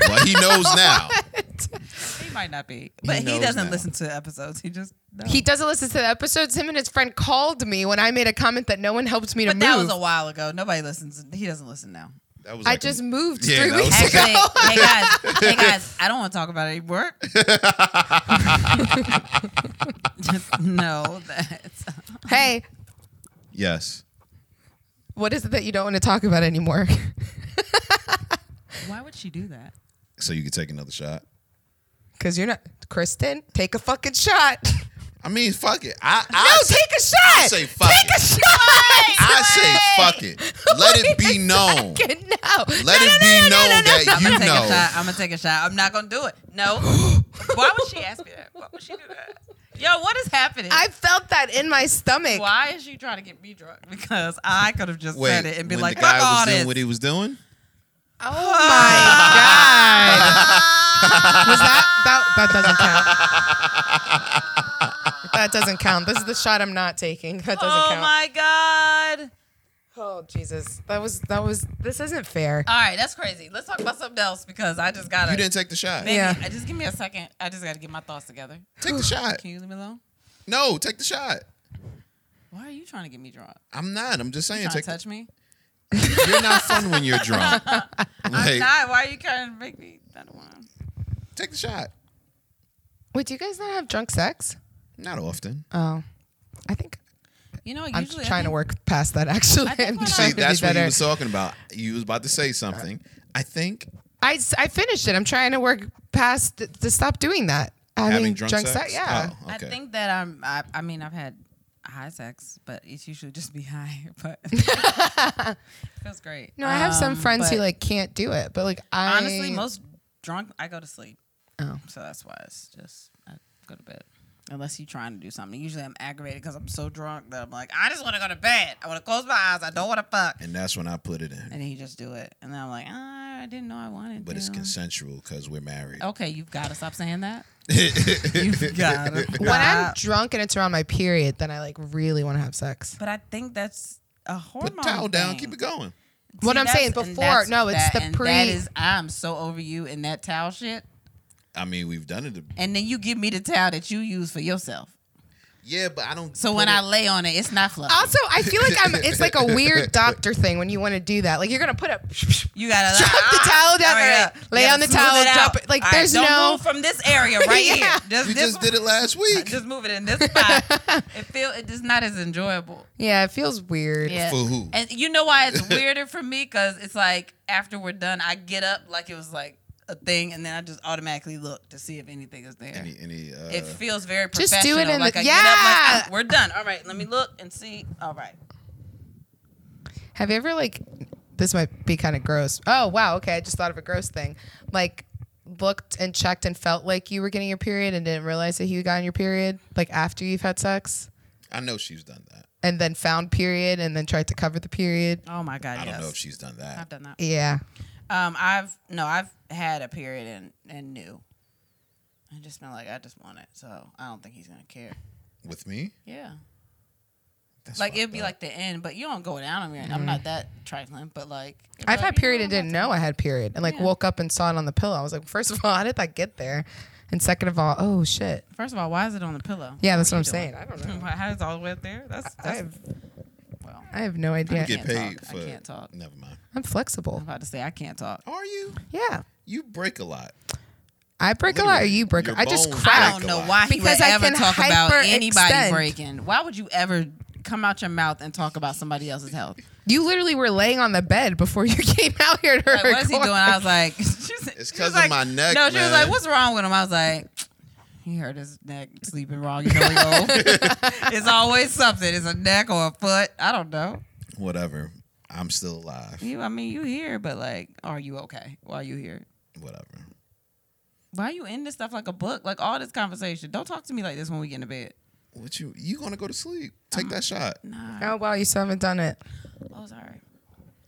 Speaker 2: But he knows
Speaker 3: [LAUGHS]
Speaker 2: now.
Speaker 1: He might not be, but he,
Speaker 2: knows
Speaker 1: doesn't
Speaker 2: now.
Speaker 1: listen to episodes. He just no.
Speaker 3: He doesn't listen to the episodes. Him and his friend called me when I made a comment that no one helped me to
Speaker 1: But
Speaker 3: move.
Speaker 1: that was a while ago. Nobody listens. He doesn't listen now.
Speaker 2: That was
Speaker 3: I
Speaker 2: like a-
Speaker 3: just moved
Speaker 2: Yeah,
Speaker 3: three
Speaker 2: that was-
Speaker 3: weeks ago.
Speaker 1: Actually, hey guys, hey
Speaker 2: [LAUGHS]
Speaker 1: guys, I don't want to talk about it anymore. Just know that
Speaker 3: [LAUGHS] Hey,
Speaker 2: yes.
Speaker 3: what is it that you don't want to talk about anymore? [LAUGHS]
Speaker 1: why would she do that?
Speaker 2: So you can take another shot.
Speaker 3: Because you're not Kristen. Take a fucking shot.
Speaker 2: I mean, fuck it. I
Speaker 3: no,
Speaker 2: I,
Speaker 3: take a shot.
Speaker 2: say fuck
Speaker 3: take
Speaker 2: it.
Speaker 3: a shot.
Speaker 2: I say fuck
Speaker 3: [LAUGHS]
Speaker 2: it. [LAUGHS] Let it be known.
Speaker 3: Fucking no.
Speaker 2: Let it be known that
Speaker 1: I'm
Speaker 2: you
Speaker 1: gonna take
Speaker 2: know.
Speaker 1: a shot. I'm gonna take a shot. I'm not gonna do it.
Speaker 2: [GASPS]
Speaker 1: No. why would she ask me that? Why would she do that? Yo, what is happening?
Speaker 3: I felt that in my stomach.
Speaker 1: why is she trying to get me drunk? Because I could have just
Speaker 2: Wait,
Speaker 1: said it and be
Speaker 2: when
Speaker 1: like,
Speaker 2: the guy
Speaker 1: "Fuck all
Speaker 2: was doing
Speaker 1: this."
Speaker 2: what he was doing,
Speaker 3: Oh my god. Was that that that doesn't count.
Speaker 1: [LAUGHS]
Speaker 3: [LAUGHS] That doesn't count. This is the shot I'm not taking. That doesn't
Speaker 1: oh
Speaker 3: count.
Speaker 1: my god!
Speaker 3: Oh Jesus. That was that was this isn't fair.
Speaker 1: All right, that's crazy. Let's talk about something else because I just gotta.
Speaker 2: you didn't take the shot.
Speaker 1: Baby,
Speaker 3: Yeah.
Speaker 1: I- just give me a second. I just gotta get my thoughts together.
Speaker 2: Take the shot.
Speaker 1: Can you leave me alone?
Speaker 2: No, take the shot.
Speaker 1: Why are you trying to get me drunk?
Speaker 2: I'm not. I'm just saying.
Speaker 1: Trying to
Speaker 2: Take
Speaker 1: touch me?
Speaker 2: You're not fun when you're
Speaker 3: [LAUGHS]
Speaker 2: drunk. Like,
Speaker 1: Nah, why are you trying to make me? I don't want.
Speaker 2: take the shot.
Speaker 3: Wait, do you guys not have drunk sex?
Speaker 2: Not often.
Speaker 3: Oh. I think
Speaker 1: You know,
Speaker 3: I'm
Speaker 1: usually I
Speaker 3: trying to
Speaker 1: think-
Speaker 3: work past that actually.
Speaker 1: I think
Speaker 3: I'm
Speaker 1: when I-
Speaker 2: See,
Speaker 3: trying to be
Speaker 2: that's what he
Speaker 3: better.
Speaker 2: was talking about. You was about to say something. I think
Speaker 3: I, s- I finished it. I'm trying to work past th- to stop doing that. Having,
Speaker 2: having drunk, sex.
Speaker 3: Yeah.
Speaker 2: Oh, okay.
Speaker 1: I think that I'm. I, I mean, I've had high sex, but it's usually just [LAUGHS] be high.
Speaker 3: [LAUGHS]
Speaker 1: But feels great.
Speaker 3: No, I have some
Speaker 1: Um,
Speaker 3: friends who
Speaker 1: but
Speaker 3: like can't do it, but like I
Speaker 1: Honestly, most drunk, I go to sleep.
Speaker 3: Oh.
Speaker 1: So that's why it's just I go to bed. Unless you're trying to do something. Usually I'm aggravated because I'm so drunk that I'm like, I just want to go to bed. I want to close my eyes. I don't want to fuck.
Speaker 2: and that's when I put it in.
Speaker 1: And then you just do it. And then I'm like, ah, I didn't know I wanted
Speaker 2: But
Speaker 1: to.
Speaker 2: it's consensual because we're married. [LAUGHS]
Speaker 3: Oh.
Speaker 1: Okay, you've got to stop saying that. [LAUGHS] you've got to.
Speaker 3: when I'm drunk and it's around my period, then I like really want to have sex.
Speaker 1: But I think that's a hormone.
Speaker 2: Put the towel down.
Speaker 1: thing.
Speaker 2: Keep it going.
Speaker 3: What
Speaker 1: See,
Speaker 3: I'm saying
Speaker 1: that's- and
Speaker 3: before-
Speaker 1: that's
Speaker 3: no, it's
Speaker 1: that-
Speaker 3: the
Speaker 1: and
Speaker 3: pre-
Speaker 1: That is, I'm so over you and that towel shit.
Speaker 2: I mean, we've done it. a-
Speaker 1: And then you give me the towel that you use for yourself.
Speaker 2: Yeah, but I don't.
Speaker 1: So
Speaker 2: put
Speaker 1: when I
Speaker 2: it-
Speaker 1: lay on it, it's not fluffy.
Speaker 3: Also, I feel like I'm. It's like a
Speaker 1: [LAUGHS]
Speaker 3: weird doctor thing when you want to do that. Like you're gonna put a
Speaker 1: you gotta
Speaker 3: Drop the
Speaker 1: [LAUGHS]
Speaker 3: towel down there. Lay on the towel, drop it. Like, there's
Speaker 1: do
Speaker 3: no-
Speaker 1: move from this
Speaker 3: [LAUGHS]
Speaker 1: area right
Speaker 3: Yeah.
Speaker 1: here. Just,
Speaker 2: we
Speaker 1: this
Speaker 2: just did
Speaker 1: [LAUGHS]
Speaker 2: it last
Speaker 1: one-
Speaker 2: week.
Speaker 1: Just move it in
Speaker 3: [LAUGHS]
Speaker 1: this spot. it feel it is not as enjoyable.
Speaker 3: [LAUGHS] yeah. It feels weird.
Speaker 1: Yeah.
Speaker 2: For who?
Speaker 1: And you know why it's weirder for me? Cause it's like after we're done, I get up like it was like a thing, and then I just automatically look to see if anything is there.
Speaker 2: any, any, uh,
Speaker 1: it feels very
Speaker 3: Just
Speaker 1: professional.
Speaker 3: do it in
Speaker 1: like
Speaker 3: the-
Speaker 1: I get up,
Speaker 3: Yeah.
Speaker 1: like, "Oh, we're done. All right, let me look and see. All right,
Speaker 3: Have you ever like? This might be kind of gross. Oh wow. Okay, I just thought of a gross thing. Like looked and checked and felt like you were getting your period and didn't realize that you got your period like after you've had sex
Speaker 2: I know she's done that.
Speaker 3: and then found period and then tried to cover the period.
Speaker 1: oh my god,
Speaker 2: I
Speaker 1: yes,
Speaker 2: don't know if she's done that.
Speaker 1: I've done that.
Speaker 3: Yeah.
Speaker 1: Um, I've no, I've had a period and and knew. I just been like, I just want it, so I don't think he's gonna care.
Speaker 2: With me,
Speaker 1: Yeah,
Speaker 2: That's
Speaker 1: like
Speaker 2: fucked
Speaker 1: it'd be
Speaker 2: up.
Speaker 1: like the end, but you don't go down on me. I'm not that trifling, but like it'd be
Speaker 3: Mm-hmm. I've
Speaker 1: like,
Speaker 3: had
Speaker 1: you
Speaker 3: period
Speaker 1: know,
Speaker 3: and
Speaker 1: I'm
Speaker 3: didn't
Speaker 1: not-
Speaker 3: know I had period and like
Speaker 1: Yeah.
Speaker 3: woke up and saw it on the pillow. I was like, first of all, [LAUGHS] how did that get there? And second of all, oh shit.
Speaker 1: First of all, why is it on the pillow?
Speaker 3: Yeah, that's what I'm saying. I don't know.
Speaker 1: [LAUGHS] Why- How is it all the way up there? That's,
Speaker 3: I
Speaker 1: that's
Speaker 3: have,
Speaker 1: well.
Speaker 3: I have no
Speaker 1: I
Speaker 3: idea.
Speaker 2: Get
Speaker 1: can't
Speaker 2: paid
Speaker 1: talk.
Speaker 2: for.
Speaker 1: I can't talk.
Speaker 2: Never mind.
Speaker 3: I'm flexible.
Speaker 1: I'm about to say I can't talk.
Speaker 2: Are you?
Speaker 3: Yeah.
Speaker 2: You break a lot.
Speaker 3: I break a lot or
Speaker 2: Literally,
Speaker 3: you break a
Speaker 2: your
Speaker 3: I just
Speaker 2: bones
Speaker 1: I
Speaker 3: crack.
Speaker 1: don't
Speaker 2: Break a
Speaker 1: know
Speaker 2: lot.
Speaker 1: why he
Speaker 3: Because
Speaker 1: would
Speaker 3: I
Speaker 1: ever
Speaker 3: can
Speaker 1: talk about anybody
Speaker 3: hyperextend.
Speaker 1: breaking. Why would you ever come out your mouth and talk about somebody else's
Speaker 3: [LAUGHS]
Speaker 1: health?
Speaker 3: You literally were laying on the bed before you [LAUGHS] came out here to
Speaker 1: Like, what is he
Speaker 3: record.
Speaker 1: doing? I was like, [LAUGHS] she was- she was
Speaker 2: 'cause of
Speaker 1: like-
Speaker 2: my neck,
Speaker 1: No, she
Speaker 2: man.
Speaker 1: was like, what's wrong with him? I was like, he hurt his neck sleeping wrong. You know, he old.
Speaker 3: [LAUGHS]
Speaker 1: [LAUGHS] it's always something. It's a neck or a foot. I don't know.
Speaker 2: Whatever. I'm still alive.
Speaker 1: You, I mean, you here, but like, are you okay? Why are you here?
Speaker 2: Whatever.
Speaker 1: Why are you in this stuff like a book? Like all this conversation. Don't talk to me like this when we get into bed.
Speaker 2: What you? You gonna go to sleep?
Speaker 1: Uh-huh.
Speaker 2: Take that shot.
Speaker 1: Nah.
Speaker 3: [LAUGHS] Oh wow, you still haven't done it.
Speaker 1: Oh, sorry.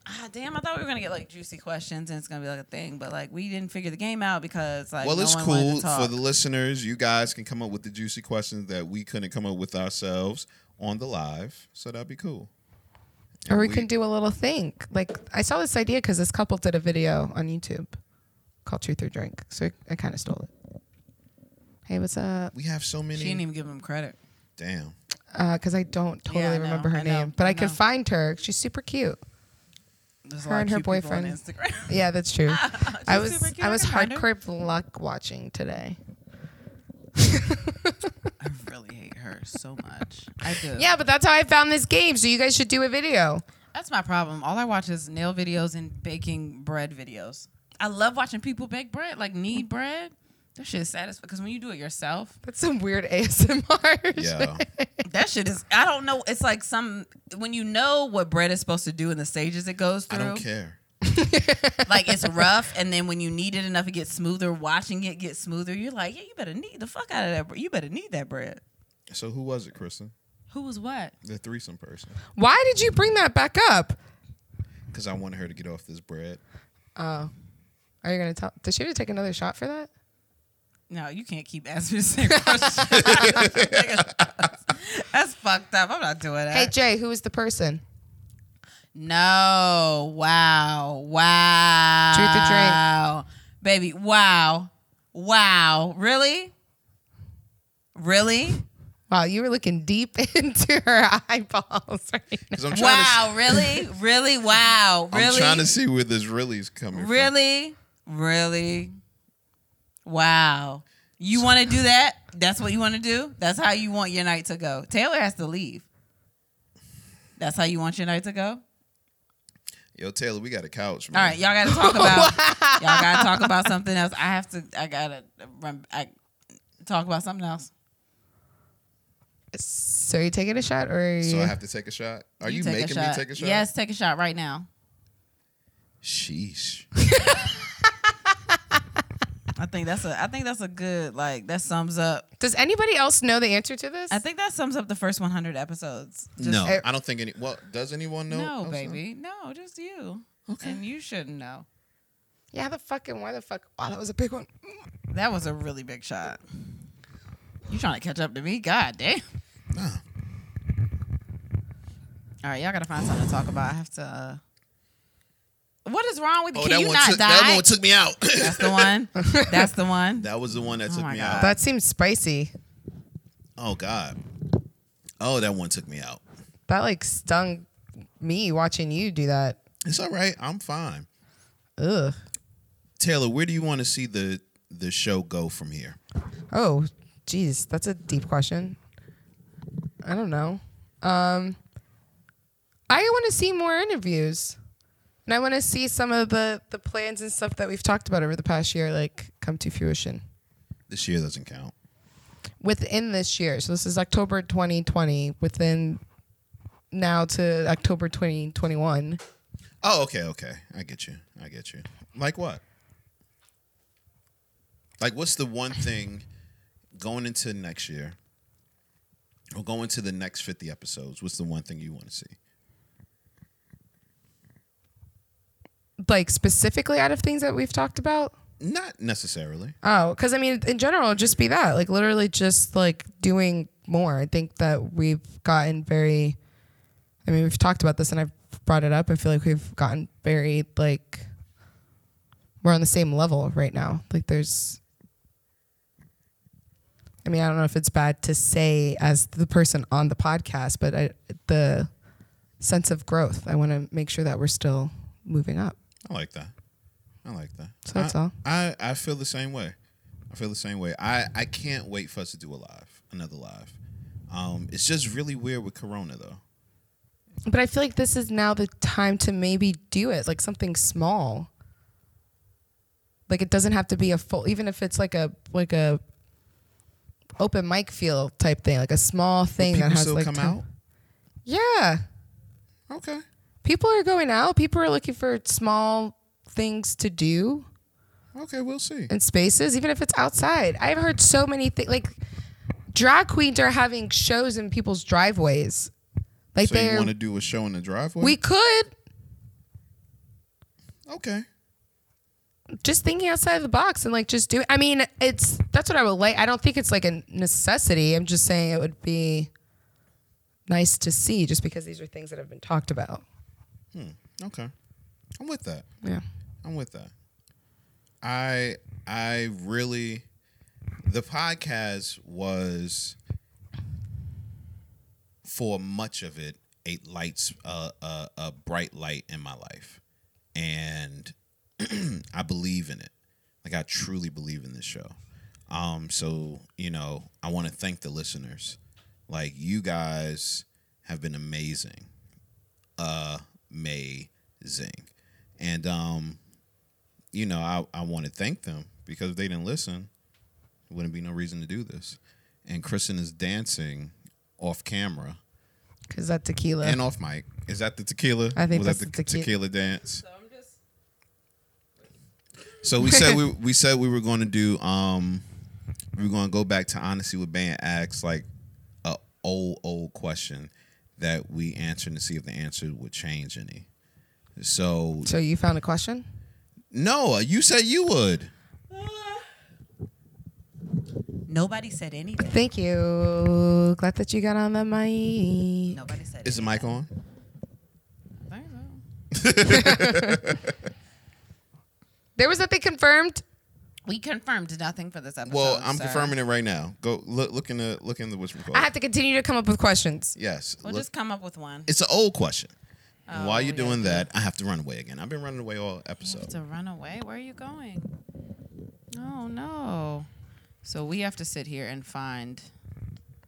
Speaker 1: Ah, damn! I thought we were gonna get like juicy questions and it's gonna be like a thing, but like we didn't figure the game out because like
Speaker 2: Well,
Speaker 1: no
Speaker 2: it's
Speaker 1: one wanted to
Speaker 2: cool for
Speaker 1: talk.
Speaker 2: the listeners. You guys can come up with the juicy questions that we couldn't come up with ourselves on the live, so that'd be cool.
Speaker 3: Or we
Speaker 2: we-
Speaker 3: can do a little thing. Like I saw this idea because this couple did a video on YouTube called Truth or Drink. So I, I kind of stole it. Hey, what's up?
Speaker 2: We have so
Speaker 1: She didn't
Speaker 2: many.
Speaker 1: even give him credit. [LAUGHS]
Speaker 2: Damn.
Speaker 3: Because Uh, I don't totally
Speaker 1: I know,
Speaker 3: remember her
Speaker 1: I know,
Speaker 3: name, but I,
Speaker 1: I
Speaker 3: could
Speaker 1: know.
Speaker 3: find her. She's super cute.
Speaker 1: There's a
Speaker 3: Her
Speaker 1: lot of
Speaker 3: and her
Speaker 1: cute people on
Speaker 3: boyfriend.
Speaker 1: Instagram.
Speaker 3: Yeah, that's true. I
Speaker 1: She's
Speaker 3: was
Speaker 1: super cute.
Speaker 3: I
Speaker 1: I
Speaker 3: was
Speaker 1: can find her.
Speaker 3: hardcore luck watching today.
Speaker 1: [LAUGHS] I really hate her so much. I do.
Speaker 3: Yeah, but that's how I found this game. So you guys should do a video.
Speaker 1: That's my problem. All I watch is nail videos and baking bread videos. I love watching people bake bread, like knead bread. That shit is satisfying because when you do it yourself,
Speaker 3: That's some weird [LAUGHS] ASMR.
Speaker 1: [LAUGHS]
Speaker 2: Yeah.
Speaker 1: that shit is. I don't know. It's like some when you know what bread is supposed to do and the stages it goes
Speaker 2: I
Speaker 1: through.
Speaker 2: don't care.
Speaker 1: Like
Speaker 2: [LAUGHS]
Speaker 1: it's rough, and then when you knead it enough, it gets smoother. Watching it get smoother, you're like, yeah, you better knead the fuck out of that. Bread. You better knead that bread.
Speaker 2: So who was it, Kristen?
Speaker 1: Who was what?
Speaker 2: The threesome person.
Speaker 3: Why did you bring that back up?
Speaker 2: Because I wanted her to get off this bread.
Speaker 3: Are you gonna tell? Does she have to take another shot for that?
Speaker 1: No, you can't keep asking the same [LAUGHS] question. [LAUGHS] That's fucked up. I'm not doing that.
Speaker 3: Hey Jay, who is the person?
Speaker 1: No. Wow. Wow.
Speaker 3: Truth or drink?
Speaker 1: Wow. Baby. Wow. Wow. Really? Really?
Speaker 3: Wow, you were looking deep [LAUGHS] into her eyeballs right now.
Speaker 2: 'Cause I'm trying to,
Speaker 1: Wow.
Speaker 2: [LAUGHS]
Speaker 1: Really? Really? Wow.
Speaker 2: I'm
Speaker 1: Really?
Speaker 2: trying to see where this really is coming from.
Speaker 1: really? Really? Wow. You want to do that? That's what you want to do? That's how you want your night to go. Taylor has to leave. That's how you want your night to go?
Speaker 2: Yo, Taylor, we got a couch,
Speaker 1: All
Speaker 2: man.
Speaker 1: right, y'all gotta
Speaker 2: [LAUGHS]
Speaker 1: talk about y'all gotta talk about something else. I have to I gotta run I talk about something else.
Speaker 3: So are you taking a shot or are you?
Speaker 2: So I have to take a shot. Are you,
Speaker 1: take a
Speaker 2: making me
Speaker 1: shot.
Speaker 2: take a shot?
Speaker 1: Yes, take a shot right now.
Speaker 2: Sheesh.
Speaker 1: I think that's a I think that's a good like that sums up
Speaker 3: Does anybody else know the answer to this?
Speaker 1: I think that sums up the first one hundred episodes. Just-
Speaker 2: [LAUGHS] no,
Speaker 3: er-
Speaker 2: I don't think any. Well, does anyone know?
Speaker 1: No,
Speaker 2: else know?
Speaker 1: baby. No, just you. Oh, Okay. And you shouldn't know.
Speaker 3: yeah, the fucking why the fuck? Wow, that was a big one.
Speaker 1: That was a really big shot. You trying to catch up to me? God damn.
Speaker 2: Nah.
Speaker 1: All right, y'all gotta find something to talk about. I have to uh... What is wrong with you?
Speaker 2: Oh,
Speaker 1: Can
Speaker 2: that
Speaker 1: you
Speaker 2: one,
Speaker 1: not
Speaker 2: took,
Speaker 1: die?
Speaker 2: that one took me out. [LAUGHS]
Speaker 1: That's the one. That's the one.
Speaker 2: that was the one that took
Speaker 1: Oh my
Speaker 2: me
Speaker 1: God.
Speaker 2: out.
Speaker 3: That seems spicy.
Speaker 2: Oh God. Oh, that one took me out.
Speaker 3: That like stung me watching you do that.
Speaker 2: It's all right. I'm fine.
Speaker 3: Ugh.
Speaker 2: Taylor, where do you want to see the the show go from here?
Speaker 3: Oh, geez, that's a deep question. I don't know. Um, I want to see more interviews, and I want to see some of the the plans and stuff that we've talked about over the past year, like come to fruition
Speaker 2: This year doesn't count.
Speaker 3: within this year. So this is October 2020. Within now to October 2021.
Speaker 2: Oh, okay, okay. I get you. I get you. Like what? Like what's the one thing going into next year or going to the next 50 episodes? What's the one thing you want to see?
Speaker 3: Like specifically out of things that we've talked about.
Speaker 2: Not necessarily.
Speaker 3: Oh, because I mean, in general, it'd just be that. Like, literally, just like doing more. I think that we've gotten very. I mean, we've talked about this, and I've brought it up. I feel like we've gotten very like. We're on the same level right now. Like, there's. I mean, I don't know if it's bad to say as the person on the podcast, but I, the sense of growth. I want to make sure that we're still moving up.
Speaker 2: I like that. I like that.
Speaker 3: So that's
Speaker 2: I,
Speaker 3: all.
Speaker 2: I, I feel the same way. I feel the same way. I, I can't wait for us to do a live, another live. Um, it's just really weird with Corona though.
Speaker 3: But I feel like this is now the time to maybe do it, like something small. Like it doesn't have to be a full, even if it's like a like a open mic feel type thing, like a small thing
Speaker 2: People
Speaker 3: that has
Speaker 2: still
Speaker 3: like
Speaker 2: come
Speaker 3: ti-
Speaker 2: out.
Speaker 3: Yeah,
Speaker 2: Okay.
Speaker 3: people are going out. People are looking for small things to do
Speaker 2: Okay, we'll see.
Speaker 3: in spaces, even if it's outside. I've heard so many things like drag queens are having shows in people's driveways. Like
Speaker 2: so you
Speaker 3: they're
Speaker 2: want to do a show in the driveway?
Speaker 3: we could
Speaker 2: okay.
Speaker 3: just thinking outside of the box and like just do I mean, it's that's what I would like. I don't think it's like a necessity. I'm just saying it would be nice to see just because these are things that have been talked about.
Speaker 2: Okay. I'm with that.
Speaker 3: Yeah.
Speaker 2: I'm with that. I I really the podcast was for much of it a lights uh, uh, a bright light in my life, and [CLEARS THROAT] I believe in it. Like I truly believe in this show. Um, so you know, I want to thank the listeners. Like you guys have been amazing, amazing, and um, you know, I I want to thank them because if they didn't listen, there wouldn't be no reason to do this. And Kristen is dancing off camera
Speaker 3: Because that tequila.
Speaker 2: and off mic. Is that the tequila?
Speaker 3: I think
Speaker 2: was that
Speaker 3: that's
Speaker 2: the
Speaker 3: the tequi-
Speaker 2: tequila dance?
Speaker 1: I'm just
Speaker 2: So we said
Speaker 3: [LAUGHS]
Speaker 2: we we said we were going to do um we were going to go back to honesty with band acts like a old old question that we answered to see if the answer would change any. So
Speaker 3: so you found a question?
Speaker 2: no, you said you would.
Speaker 1: Nobody said anything.
Speaker 3: Thank you. Glad that you got on the mic.
Speaker 1: Nobody said
Speaker 2: Is the mic on?
Speaker 1: anything.
Speaker 3: There was nothing confirmed.
Speaker 1: We confirmed nothing for this episode.
Speaker 2: Well, I'm
Speaker 1: so-
Speaker 2: confirming it right now. Go look look in the look in the what's it called.
Speaker 3: I have to continue to come up with questions.
Speaker 2: yes.
Speaker 1: We'll
Speaker 2: look-
Speaker 1: just come up with one.
Speaker 2: it's an old question. And while
Speaker 1: Oh,
Speaker 2: you're
Speaker 1: yeah.
Speaker 2: doing that, I have to run away again. I've been running away all
Speaker 1: You have
Speaker 2: episode.
Speaker 1: to run away. Where are you going? Oh no. So we have to sit here and find.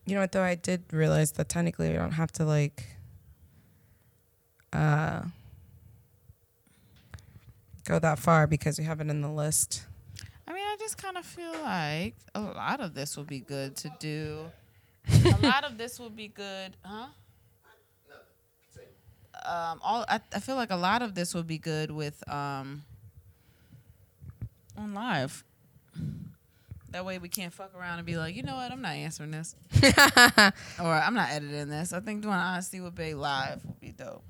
Speaker 3: You know what though? I did realize that technically we don't have to like uh go that far because we have it in the list.
Speaker 1: I mean, I just kind of feel like a lot of this would be good to do.
Speaker 3: [LAUGHS]
Speaker 1: a lot of this would be good, huh? Um, all I, I feel like a lot of this would be good with um on live. That way we can't fuck around and be like, you know what, I'm not answering
Speaker 3: [LAUGHS]
Speaker 1: this, or I'm not editing this. I think doing honesty with Bay live would be dope.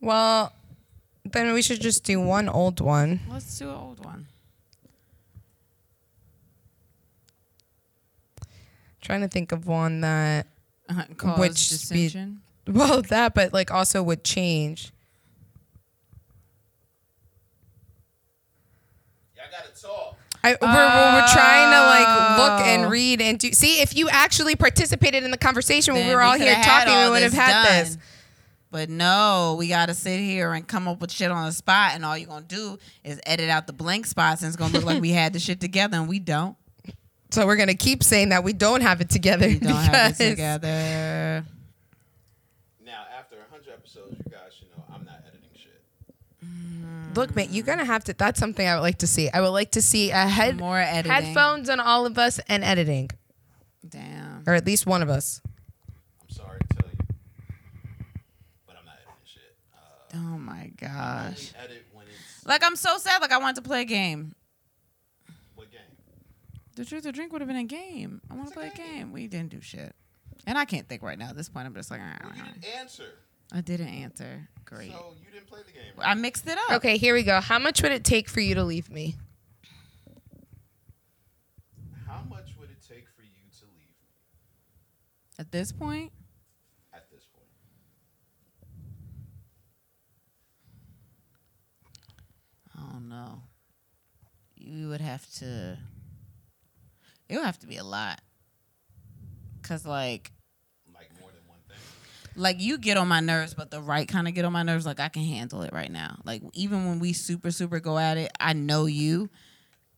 Speaker 3: well, then we should just do one old one.
Speaker 1: Let's do an old one. [LAUGHS]
Speaker 3: trying to think of one that
Speaker 1: Uh, cause
Speaker 3: Which speed-
Speaker 1: dissension.
Speaker 3: well that but like also would change.
Speaker 2: Y'all gotta talk.
Speaker 3: I, we're, we're, we're trying to like look
Speaker 1: Oh.
Speaker 3: and read and do. See, if you actually participated in the conversation when we
Speaker 1: Then
Speaker 3: were all
Speaker 1: coulda
Speaker 3: here
Speaker 1: had
Speaker 3: talking, we
Speaker 1: all
Speaker 3: would have had
Speaker 1: done.
Speaker 3: this.
Speaker 1: But no, we gotta sit here and come up with shit on the spot, and all you're gonna do is edit out the blank spots, and it's gonna look like we had the shit together, and we
Speaker 3: [LAUGHS]
Speaker 1: don't.
Speaker 3: So we're gonna keep saying that we don't have it together.
Speaker 1: We don't have it
Speaker 3: because-
Speaker 1: together.
Speaker 2: Now after 100 episodes, you guys should know I'm not editing shit.
Speaker 3: Look, man, you're gonna have to. That's something I would like to see. I would like to see a head
Speaker 1: More editing.
Speaker 3: headphones on all of us and editing,
Speaker 1: Damn.
Speaker 3: or at least one of us.
Speaker 2: I'm sorry to tell you, but I'm not editing shit. Uh,
Speaker 1: Oh my gosh.
Speaker 2: edit when it's
Speaker 1: Like I'm so sad. Like I wanted to play a game.
Speaker 2: what game.
Speaker 1: The truth or drink would have been a game. I want to play a game. We didn't do shit, and I can't think right now. At this point, I'm just like, "Ah, ah, ah."
Speaker 2: answer,
Speaker 1: I didn't answer. Great.
Speaker 2: you didn't play the game.
Speaker 1: I mixed it up.
Speaker 3: Okay, here we go. How much would it take for you to leave me?
Speaker 2: How much would it take for you to leave me
Speaker 1: At this point,
Speaker 2: at this point?
Speaker 1: I don't know. You would have to. It would have to be a lot. Cause like,
Speaker 2: Like more than one thing.
Speaker 1: like you get on my nerves, but the right kind of get on my nerves. Like I can handle it right now. Like even when we super super go at it, I know you,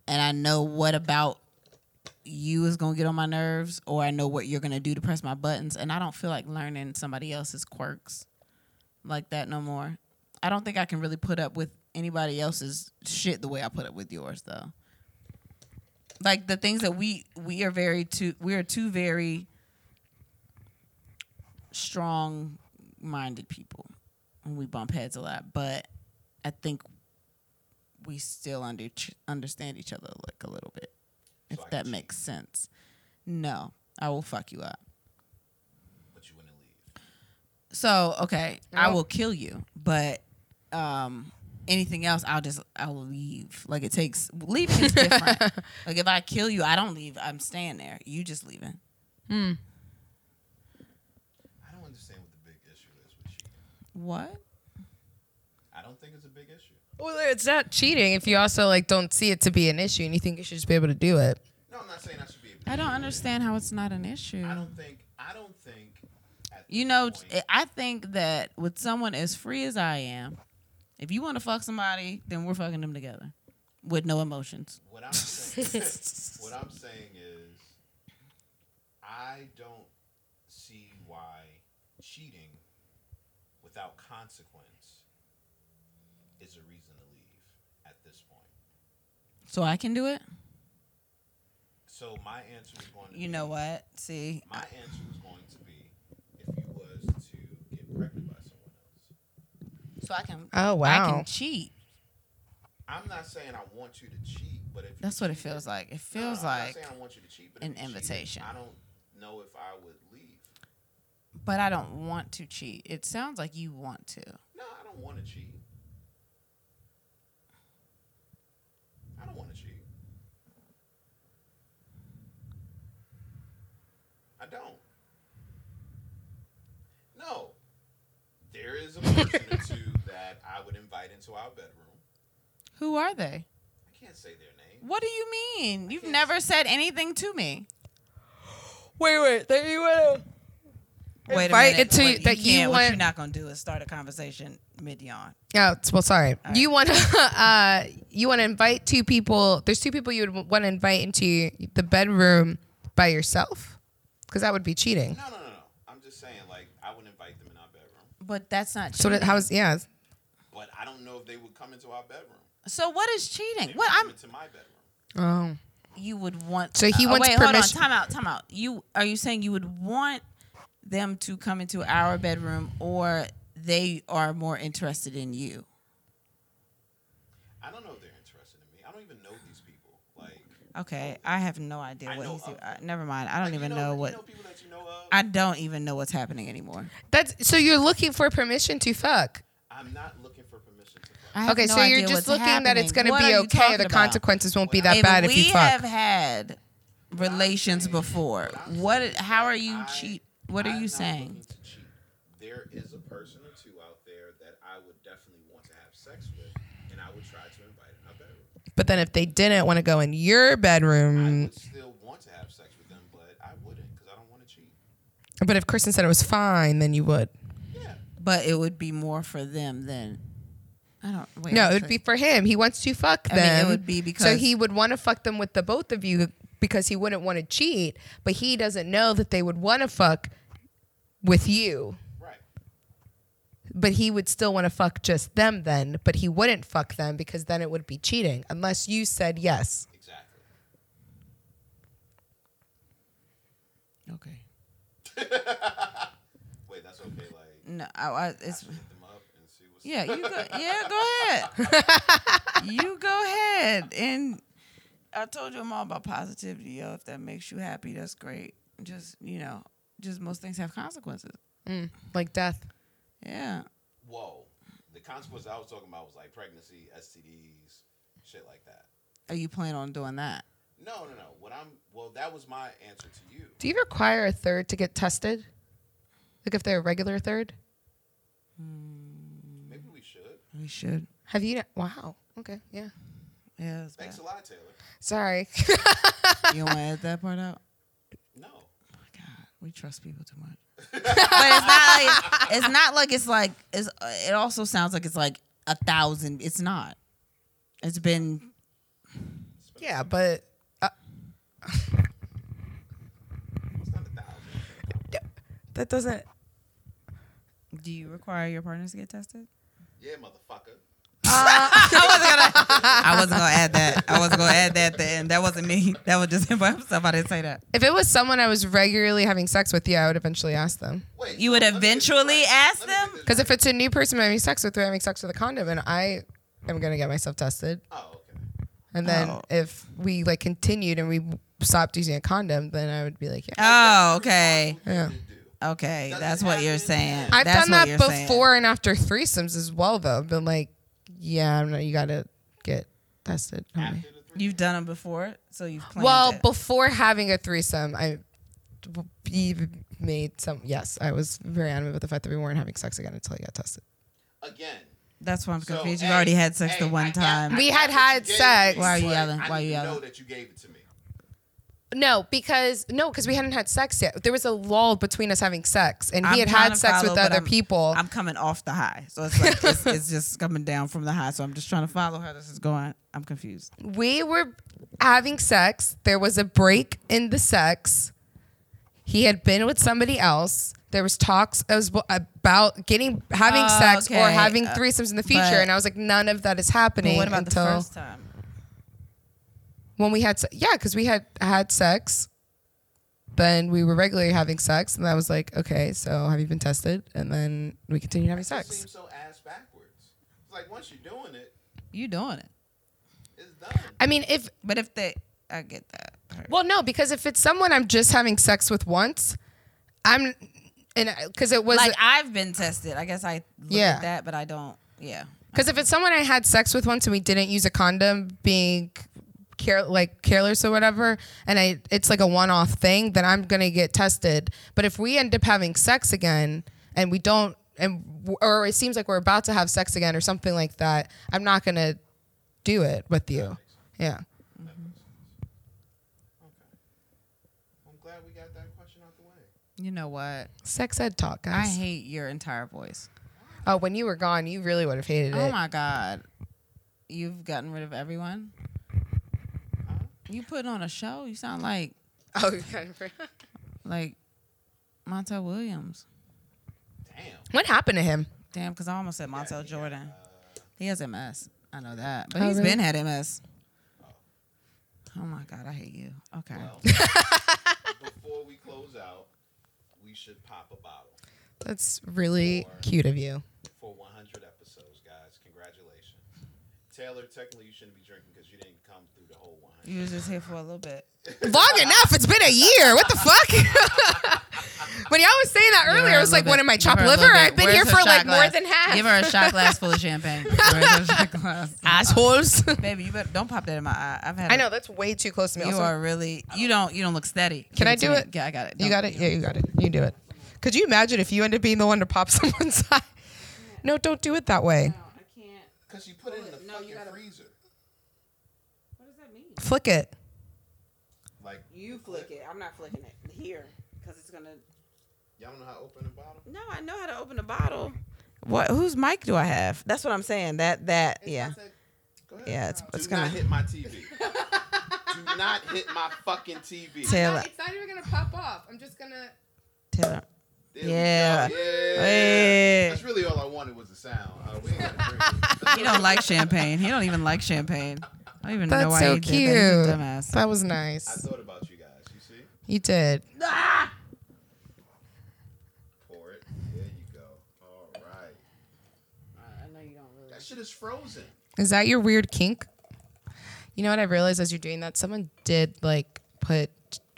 Speaker 1: and I know what about you is gonna get on my nerves, or I know what you're gonna do to press my buttons, and I don't feel like learning somebody else's quirks like that no more. I don't think I can really put up with anybody else's shit the way I put up with yours though. Like the things that we we are very too we are two very strong minded people and we bump heads a lot but i think we still under understand each other like a little bit if
Speaker 2: I
Speaker 1: that
Speaker 2: can
Speaker 1: makes sense no i will fuck you up
Speaker 2: But you wouldn't leave.
Speaker 1: so okay i
Speaker 3: Yeah.
Speaker 1: will kill you but um anything else i'll just i'll leave like it takes leaving is [LAUGHS] different like if i kill you i don't leave i'm staying there you just leaving
Speaker 2: I don't understand what the big issue is with cheating.
Speaker 1: what
Speaker 2: I don't think it's a big issue.
Speaker 3: Well, it's not cheating if you also like don't see it to be an issue and you think you should just be able to do it.
Speaker 2: No, I'm not saying I should be.
Speaker 1: I don't understand how it's not an issue.
Speaker 2: I don't think. I don't think. at
Speaker 1: You
Speaker 2: this
Speaker 1: know,
Speaker 2: point-
Speaker 1: I think that with someone as free as I am, if you want to fuck somebody, then we're fucking them together with no emotions.
Speaker 2: What I'm saying, [LAUGHS] what I'm saying is, I don't see why cheating without consequence is a reason to leave at this point.
Speaker 1: So I can do it.
Speaker 2: So my answer is going to
Speaker 1: You
Speaker 2: be,
Speaker 1: know what? See,
Speaker 2: My answer was going to be if you was to get pregnant by someone else.
Speaker 1: so I can.
Speaker 3: Oh,
Speaker 1: I
Speaker 3: wow.
Speaker 1: can cheat.
Speaker 2: I'm not saying I want you to cheat, but if you
Speaker 1: That's what it
Speaker 2: cheated-
Speaker 1: feels like. It
Speaker 2: No, no,
Speaker 1: feels
Speaker 2: no, I'm not
Speaker 1: like,
Speaker 2: saying I want you to cheat, but if
Speaker 1: an
Speaker 2: you cheated,
Speaker 1: invitation.
Speaker 2: I don't know if I would leave.
Speaker 1: but I don't want to cheat. It sounds like you want to.
Speaker 2: No, I don't want to cheat. I don't want to cheat. I don't. No. There is a person or
Speaker 1: [LAUGHS]
Speaker 2: two that I would invite into our bedroom.
Speaker 1: Who are they?
Speaker 2: I can't say their name.
Speaker 1: What do you mean? You've never said anything to me.
Speaker 3: Wait, wait. That you wanna
Speaker 1: Wait
Speaker 3: Invite
Speaker 1: a minute.
Speaker 3: it to-
Speaker 1: What
Speaker 3: that you
Speaker 1: can't- What
Speaker 3: want-
Speaker 1: you're not gonna do is start a conversation mid yawn.
Speaker 3: Oh, it's- well, sorry.
Speaker 1: right.
Speaker 3: You want to [LAUGHS] uh, you want to invite two people. There's two people you would want to invite into the bedroom by yourself, because that would be cheating.
Speaker 2: No, no, no, no. I'm just saying, like, I would invite them in our bedroom,
Speaker 1: But that's not cheating.
Speaker 3: So that, how's yeah?
Speaker 2: but I don't know if they would come into our bedroom.
Speaker 1: So what is cheating?
Speaker 2: They
Speaker 1: What
Speaker 2: would come
Speaker 1: I'm
Speaker 2: into my bedroom.
Speaker 3: Oh,
Speaker 1: you would want.
Speaker 3: So he
Speaker 1: uh,
Speaker 3: wants
Speaker 1: wait,
Speaker 3: permission-
Speaker 1: Hold on, time out, time out. You are you saying you would want them to come into our bedroom, or they are more interested in you?
Speaker 2: I don't know if they're interested in me. I don't even know these people. Like,
Speaker 1: Okay, I have no idea
Speaker 2: I
Speaker 1: what
Speaker 2: know
Speaker 1: he's.
Speaker 2: of-
Speaker 1: I, never mind. I don't
Speaker 2: like, you
Speaker 1: even know,
Speaker 2: you
Speaker 1: what.
Speaker 2: know people that you know of.
Speaker 1: I don't even know what's happening anymore.
Speaker 3: that's so you're looking for permission to fuck.
Speaker 2: I'm not looking for permission to fuck.
Speaker 1: I have
Speaker 3: Okay,
Speaker 1: no
Speaker 3: so you're
Speaker 1: idea
Speaker 3: just
Speaker 1: what's
Speaker 3: looking that it's
Speaker 1: happening.
Speaker 3: going to
Speaker 1: What
Speaker 3: be
Speaker 1: are you
Speaker 3: okay. or
Speaker 1: talking
Speaker 3: The
Speaker 1: about?
Speaker 3: consequences won't be that
Speaker 1: if
Speaker 3: bad if
Speaker 1: we
Speaker 3: you fuck.
Speaker 1: have had relations before, what? How are you cheat? What are
Speaker 2: I'm
Speaker 1: you
Speaker 2: not
Speaker 1: saying?
Speaker 2: looking to cheat. There is a person or two out there that I would definitely want to have sex with, and I would try to invite in our bedroom.
Speaker 3: But then if they didn't want to go in your
Speaker 2: I
Speaker 1: Mm.
Speaker 3: bedroom,
Speaker 2: would still want to have sex with them, but I wouldn't because I don't want to cheat.
Speaker 3: but if Kristen said it was fine, then you would.
Speaker 2: Yeah.
Speaker 1: But it would be more for them than. I don't. Wait,
Speaker 3: No,
Speaker 1: I'm
Speaker 3: it would
Speaker 1: sorry.
Speaker 3: be for him. He wants to fuck
Speaker 1: I mean, it
Speaker 3: them.
Speaker 1: would be
Speaker 3: so
Speaker 1: because-
Speaker 3: he would want to fuck them with the both of you because he wouldn't want to cheat, but he doesn't know that they would want to fuck with you.
Speaker 2: Right.
Speaker 3: But he would still want to fuck just them then, but he wouldn't fuck them because then it would be cheating unless you said yes.
Speaker 2: Exactly. [LAUGHS]
Speaker 1: Okay.
Speaker 2: Wait, that's okay. Like,
Speaker 1: No, I, I,
Speaker 2: I
Speaker 1: it's
Speaker 2: should hit them up and see what's
Speaker 1: yeah. You go, yeah. Go ahead.
Speaker 3: [LAUGHS]
Speaker 1: you go ahead. And I told you I'm all about positivity, yo. If that makes you happy, that's great. Just you know, just most things have consequences.
Speaker 3: Like death.
Speaker 1: Yeah.
Speaker 2: Whoa. The consequences I was talking about was like pregnancy, STDs, shit like that.
Speaker 1: Are you planning on doing that?
Speaker 2: No, no, no. What I'm well, that was my answer to you.
Speaker 3: Do you require a third to get tested? Like if they're a regular third?
Speaker 2: Maybe we should.
Speaker 1: We should.
Speaker 3: Have you? Wow. Okay. Yeah.
Speaker 1: Yeah. That's
Speaker 2: Thanks
Speaker 1: bad.
Speaker 2: a lot, Taylor.
Speaker 3: Sorry. [LAUGHS]
Speaker 1: You want to add that part out?
Speaker 2: No.
Speaker 1: Oh God, we trust people too
Speaker 3: [LAUGHS]
Speaker 1: much. but it's not like it's not like it's like it's, it also sounds like it's like a thousand. It's not. It's been
Speaker 3: yeah, but
Speaker 2: It's not a thousand.
Speaker 3: that doesn't.
Speaker 1: Do you require your partners to get tested?
Speaker 2: Yeah, motherfucker.
Speaker 1: I wasn't gonna add that. I wasn't gonna add that at the end. That wasn't me. That was just [LAUGHS] by himself. I didn't say that.
Speaker 3: If it was someone I was regularly having sex with, yeah, I would eventually ask them.
Speaker 2: Wait.
Speaker 1: You would
Speaker 2: let me get this
Speaker 1: eventually
Speaker 2: right.
Speaker 1: ask
Speaker 2: Let me get
Speaker 1: them?
Speaker 2: this
Speaker 3: Because if
Speaker 2: right.
Speaker 3: it's a new person I'm having sex with, they're having sex with a condom, and I am gonna get myself tested.
Speaker 2: Oh, okay.
Speaker 3: And then
Speaker 1: Oh.
Speaker 3: if we like continued and we stopped using a condom, then I would be like, yeah.
Speaker 1: Oh, okay,
Speaker 3: Yeah.
Speaker 1: okay. That's what you're saying.
Speaker 3: I've
Speaker 1: That's
Speaker 3: done
Speaker 1: what
Speaker 3: that
Speaker 1: you're saying.
Speaker 3: before and after threesomes as well, though. Been like, yeah, I'm not, you gotta get tested. homie.
Speaker 2: After the three-
Speaker 1: You've done them before, so you've planned
Speaker 3: Well,
Speaker 1: it.
Speaker 3: before having a threesome, I b- made some. Yes, I was very adamant about the fact that we weren't having sex again until I got tested.
Speaker 2: Again,
Speaker 1: That's why I'm
Speaker 2: So,
Speaker 1: confused.
Speaker 2: hey,
Speaker 1: you already had sex
Speaker 2: hey,
Speaker 1: the
Speaker 2: I
Speaker 1: one
Speaker 2: got-
Speaker 1: time.
Speaker 2: I
Speaker 3: We had
Speaker 2: got
Speaker 3: had
Speaker 2: you gave
Speaker 3: sex.
Speaker 2: it,
Speaker 1: Why are you
Speaker 2: but
Speaker 1: yelling?
Speaker 2: I
Speaker 1: Why are you
Speaker 2: didn't
Speaker 1: yelling?
Speaker 2: Know that you gave it to me.
Speaker 3: No, because no, because we hadn't had sex yet. There was a lull between us having sex, and he
Speaker 1: I'm
Speaker 3: had
Speaker 1: trying
Speaker 3: had
Speaker 1: to
Speaker 3: sex
Speaker 1: follow,
Speaker 3: with
Speaker 1: but
Speaker 3: other
Speaker 1: I'm-
Speaker 3: people.
Speaker 1: I'm coming off the high, so it's like it's, it's just coming down from the high. So I'm just trying to follow how this is going. I'm confused.
Speaker 3: we were having sex. There was a break in the sex. He had been with somebody else. There was talks as- about getting having
Speaker 1: Oh,
Speaker 3: sex or
Speaker 1: okay.
Speaker 3: having
Speaker 1: Uh,
Speaker 3: threesomes in the future,
Speaker 1: but-
Speaker 3: and I was like, none of that is happening until
Speaker 1: time?
Speaker 3: when we had se- yeah, because we had had sex. Then we were regularly having sex, and I was like, okay, so have you been tested? And then we continued having
Speaker 2: It
Speaker 3: sex.
Speaker 2: seems so ass backwards. It's like once you're doing it,
Speaker 1: You doing it?
Speaker 2: it's done.
Speaker 3: I mean, if
Speaker 1: But if they, I get that. part.
Speaker 3: Well, no, because if it's someone I'm just having sex with once, I'm and because it was
Speaker 1: like I've been tested. I guess I look
Speaker 3: Yeah.
Speaker 1: at that, but I don't. Yeah.
Speaker 3: because if it's someone I had sex with once and we didn't use a condom, being care like careless or whatever, and I it's like a one off thing, then I'm gonna get tested. But if we end up having sex again and we don't. And or it seems like we're about to have sex again or something like that. I'm not gonna do it with you. Yeah.
Speaker 1: Mm-hmm.
Speaker 2: I'm glad we got that question out the way.
Speaker 1: You know what?
Speaker 3: Sex ed talk,
Speaker 1: I
Speaker 3: guys.
Speaker 1: hate your entire voice.
Speaker 3: oh, when you were gone, you really would have hated it.
Speaker 1: Oh my god, you've gotten rid of everyone. You put on a show. You sound like
Speaker 3: Oh, [LAUGHS] you got it.
Speaker 1: like Montel Williams.
Speaker 2: [LAUGHS] Damn.
Speaker 3: What happened to him?
Speaker 1: Damn, because I almost said Montel Jordan. He has MS. I know that, but
Speaker 3: Oh,
Speaker 1: he's
Speaker 3: really?
Speaker 1: been had MS. Oh my god, I hate you. Okay.
Speaker 2: Well, before we close out, we should pop a bottle
Speaker 3: That's really cute of you.
Speaker 2: for 100 episodes, guys. Congratulations. Taylor, technically you shouldn't be drinking because you didn't come through the whole 100.
Speaker 1: You was just here for a little bit.
Speaker 3: Long enough. It's been a year. What the fuck? [LAUGHS] when y'all was saying that earlier, I was like, what am I, chopped liver? I've been here for like more than half.
Speaker 1: Give her a
Speaker 3: [LAUGHS]
Speaker 1: shot glass full of champagne. Where's her shot glass?
Speaker 3: assholes.
Speaker 1: Baby, you [LAUGHS] better don't pop that in my eye. I've had.
Speaker 3: I
Speaker 1: a-
Speaker 3: know that's way too close to me.
Speaker 1: you
Speaker 3: also.
Speaker 1: are really. You don't. You don't look steady.
Speaker 3: Can
Speaker 1: Give
Speaker 3: I
Speaker 1: to
Speaker 3: do
Speaker 1: me.
Speaker 3: it?
Speaker 1: Yeah, I got it.
Speaker 3: you
Speaker 1: Don't-
Speaker 3: got it? Yeah, you got it. You do it. Could you imagine if you end up being the one to pop [LAUGHS] someone's eye? No, don't do it that way.
Speaker 1: No, I can't.
Speaker 2: Because you put it in the
Speaker 1: Mm. Oh, No, you
Speaker 2: fucking
Speaker 1: gotta-
Speaker 2: freezer.
Speaker 1: What does that mean?
Speaker 3: Flick it.
Speaker 2: Like,
Speaker 1: You flick it. I'm not flicking it here because it's gonna.
Speaker 2: y'all don't know how to open a bottle?
Speaker 1: No, I know how to open a bottle. What? Whose mic do I have? That's what I'm saying. That that yeah
Speaker 2: Go ahead.
Speaker 1: yeah. It's
Speaker 2: Do
Speaker 1: it's
Speaker 2: not
Speaker 1: gonna.
Speaker 2: hit
Speaker 1: [LAUGHS]
Speaker 2: my TV. Do not hit my fucking TV.
Speaker 1: Taylor.
Speaker 3: not even going to pop off. I'm just going to.
Speaker 1: Taylor.
Speaker 2: There we go.
Speaker 1: Yeah.
Speaker 2: Yeah.
Speaker 1: Hey.
Speaker 2: That's really all I wanted was the sound. Uh, we ain't gotta drink
Speaker 1: He
Speaker 2: it.
Speaker 1: don't like champagne. He don't even like champagne. I don't even know
Speaker 3: That's
Speaker 1: why
Speaker 3: so
Speaker 1: he
Speaker 3: cute.
Speaker 1: did that. He's a dumbass.
Speaker 3: That was
Speaker 2: I
Speaker 3: nice.
Speaker 2: thought about you guys. You see?
Speaker 3: You did.
Speaker 2: Pour it. There you go. All right.
Speaker 1: I know you don't really.
Speaker 2: That shit is frozen.
Speaker 3: Is that your weird kink? You know what I realized as you're doing that? Someone did like put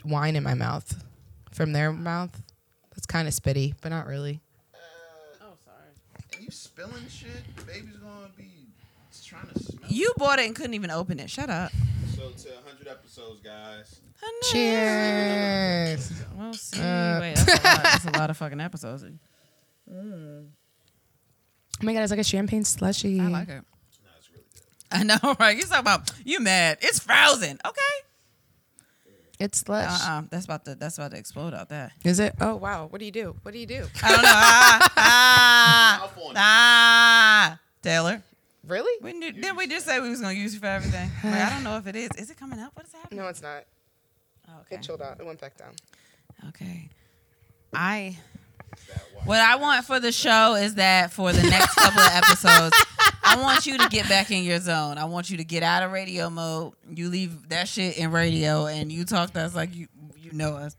Speaker 3: wine in my mouth from their mouth. That's kind of spitty, but not really.
Speaker 1: Oh, sorry.
Speaker 2: And you spilling shit? Baby's gonna be trying to smell.
Speaker 1: You bought it and couldn't even open it. Shut up.
Speaker 2: So to 100 episodes, guys.
Speaker 3: Cheers.
Speaker 1: Well, see, wait, that's a, lot, that's a lot of fucking episodes.
Speaker 3: Oh my god, it's like a champagne slushie.
Speaker 1: I like it.
Speaker 2: No, it's really good.
Speaker 1: I know, [LAUGHS] right? You talking about you mad? It's frozen. Okay.
Speaker 3: It's slush.
Speaker 1: Uh uh That's about to that's about to explode out there.
Speaker 3: Is it? Oh wow. What do you do? What do you do?
Speaker 1: I don't know. ah, ah,
Speaker 2: Mouth on it.
Speaker 1: ah, Taylor.
Speaker 3: Really?
Speaker 1: When did, didn't we just say we was gonna use you for everything? Like, I don't know if it is. Is it coming up? What is happening?
Speaker 3: No, it's not.
Speaker 1: Oh,
Speaker 3: It chilled out. It went back down.
Speaker 1: Okay. I
Speaker 2: That why.
Speaker 1: what I want for the show is that for the next couple of episodes, I want you to get back in your zone. I want you to get out of radio mode. You leave that shit in radio and you talk to us like you you know us.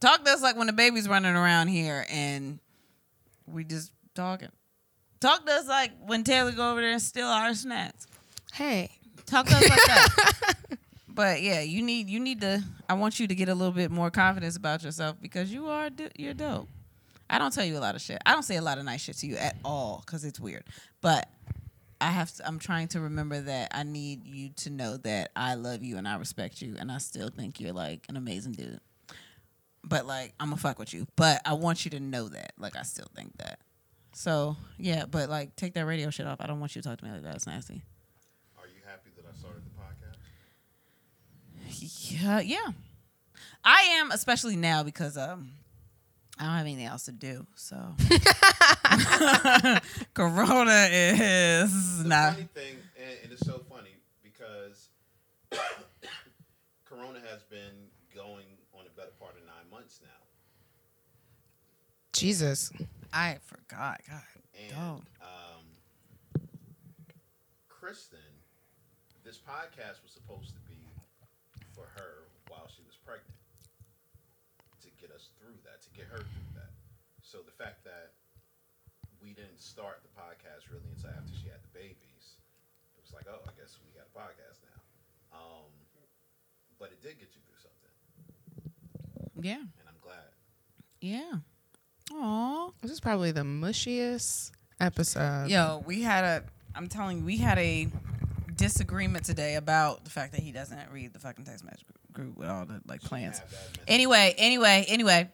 Speaker 1: Talk to us like when the baby's running around here and we just talking. Talk to us like when Taylor go over there and steal our snacks.
Speaker 3: Hey.
Speaker 1: Talk to us like that. But yeah, you need you need to. I want you to get a little bit more confidence about yourself because you are do- you're dope. I don't tell you a lot of shit. I don't say a lot of nice shit to you at all because it's weird. But I have. To, I'm trying to remember that I need you to know that I love you and I respect you and I still think you're like an amazing dude. But like I'm gonna fuck with you. But I want you to know that. Like I still think that. So yeah, but like take that radio shit off. I don't want you to talk to me like that. It's nasty.
Speaker 2: Are you happy that I started the podcast?
Speaker 1: Yeah, yeah. I am, especially now because um, I don't have anything else to do.
Speaker 3: [LAUGHS]
Speaker 1: So [LAUGHS] Corona is
Speaker 2: The
Speaker 1: not.
Speaker 2: funny thing, and, and it's so funny because [COUGHS] Corona has been going on the better part of nine months now,
Speaker 3: Jesus.
Speaker 1: I forgot. God,
Speaker 2: and
Speaker 1: dog.
Speaker 2: um, Kristen, this podcast was supposed to be for her while she was pregnant to get us through that, to get her through that. So the fact that we didn't start the podcast really until after she had the babies, it was like, oh, I guess we got a podcast now. Um, but it did get you through something,
Speaker 1: Yeah,
Speaker 2: and I'm glad.
Speaker 1: yeah. Aw.
Speaker 3: This is probably the mushiest episode.
Speaker 1: Yo, we had a. I'm telling you, we had a disagreement today about the fact that he doesn't read the fucking text message group with all the like plans.
Speaker 2: Have that message.
Speaker 1: Anyway, anyway, anyway.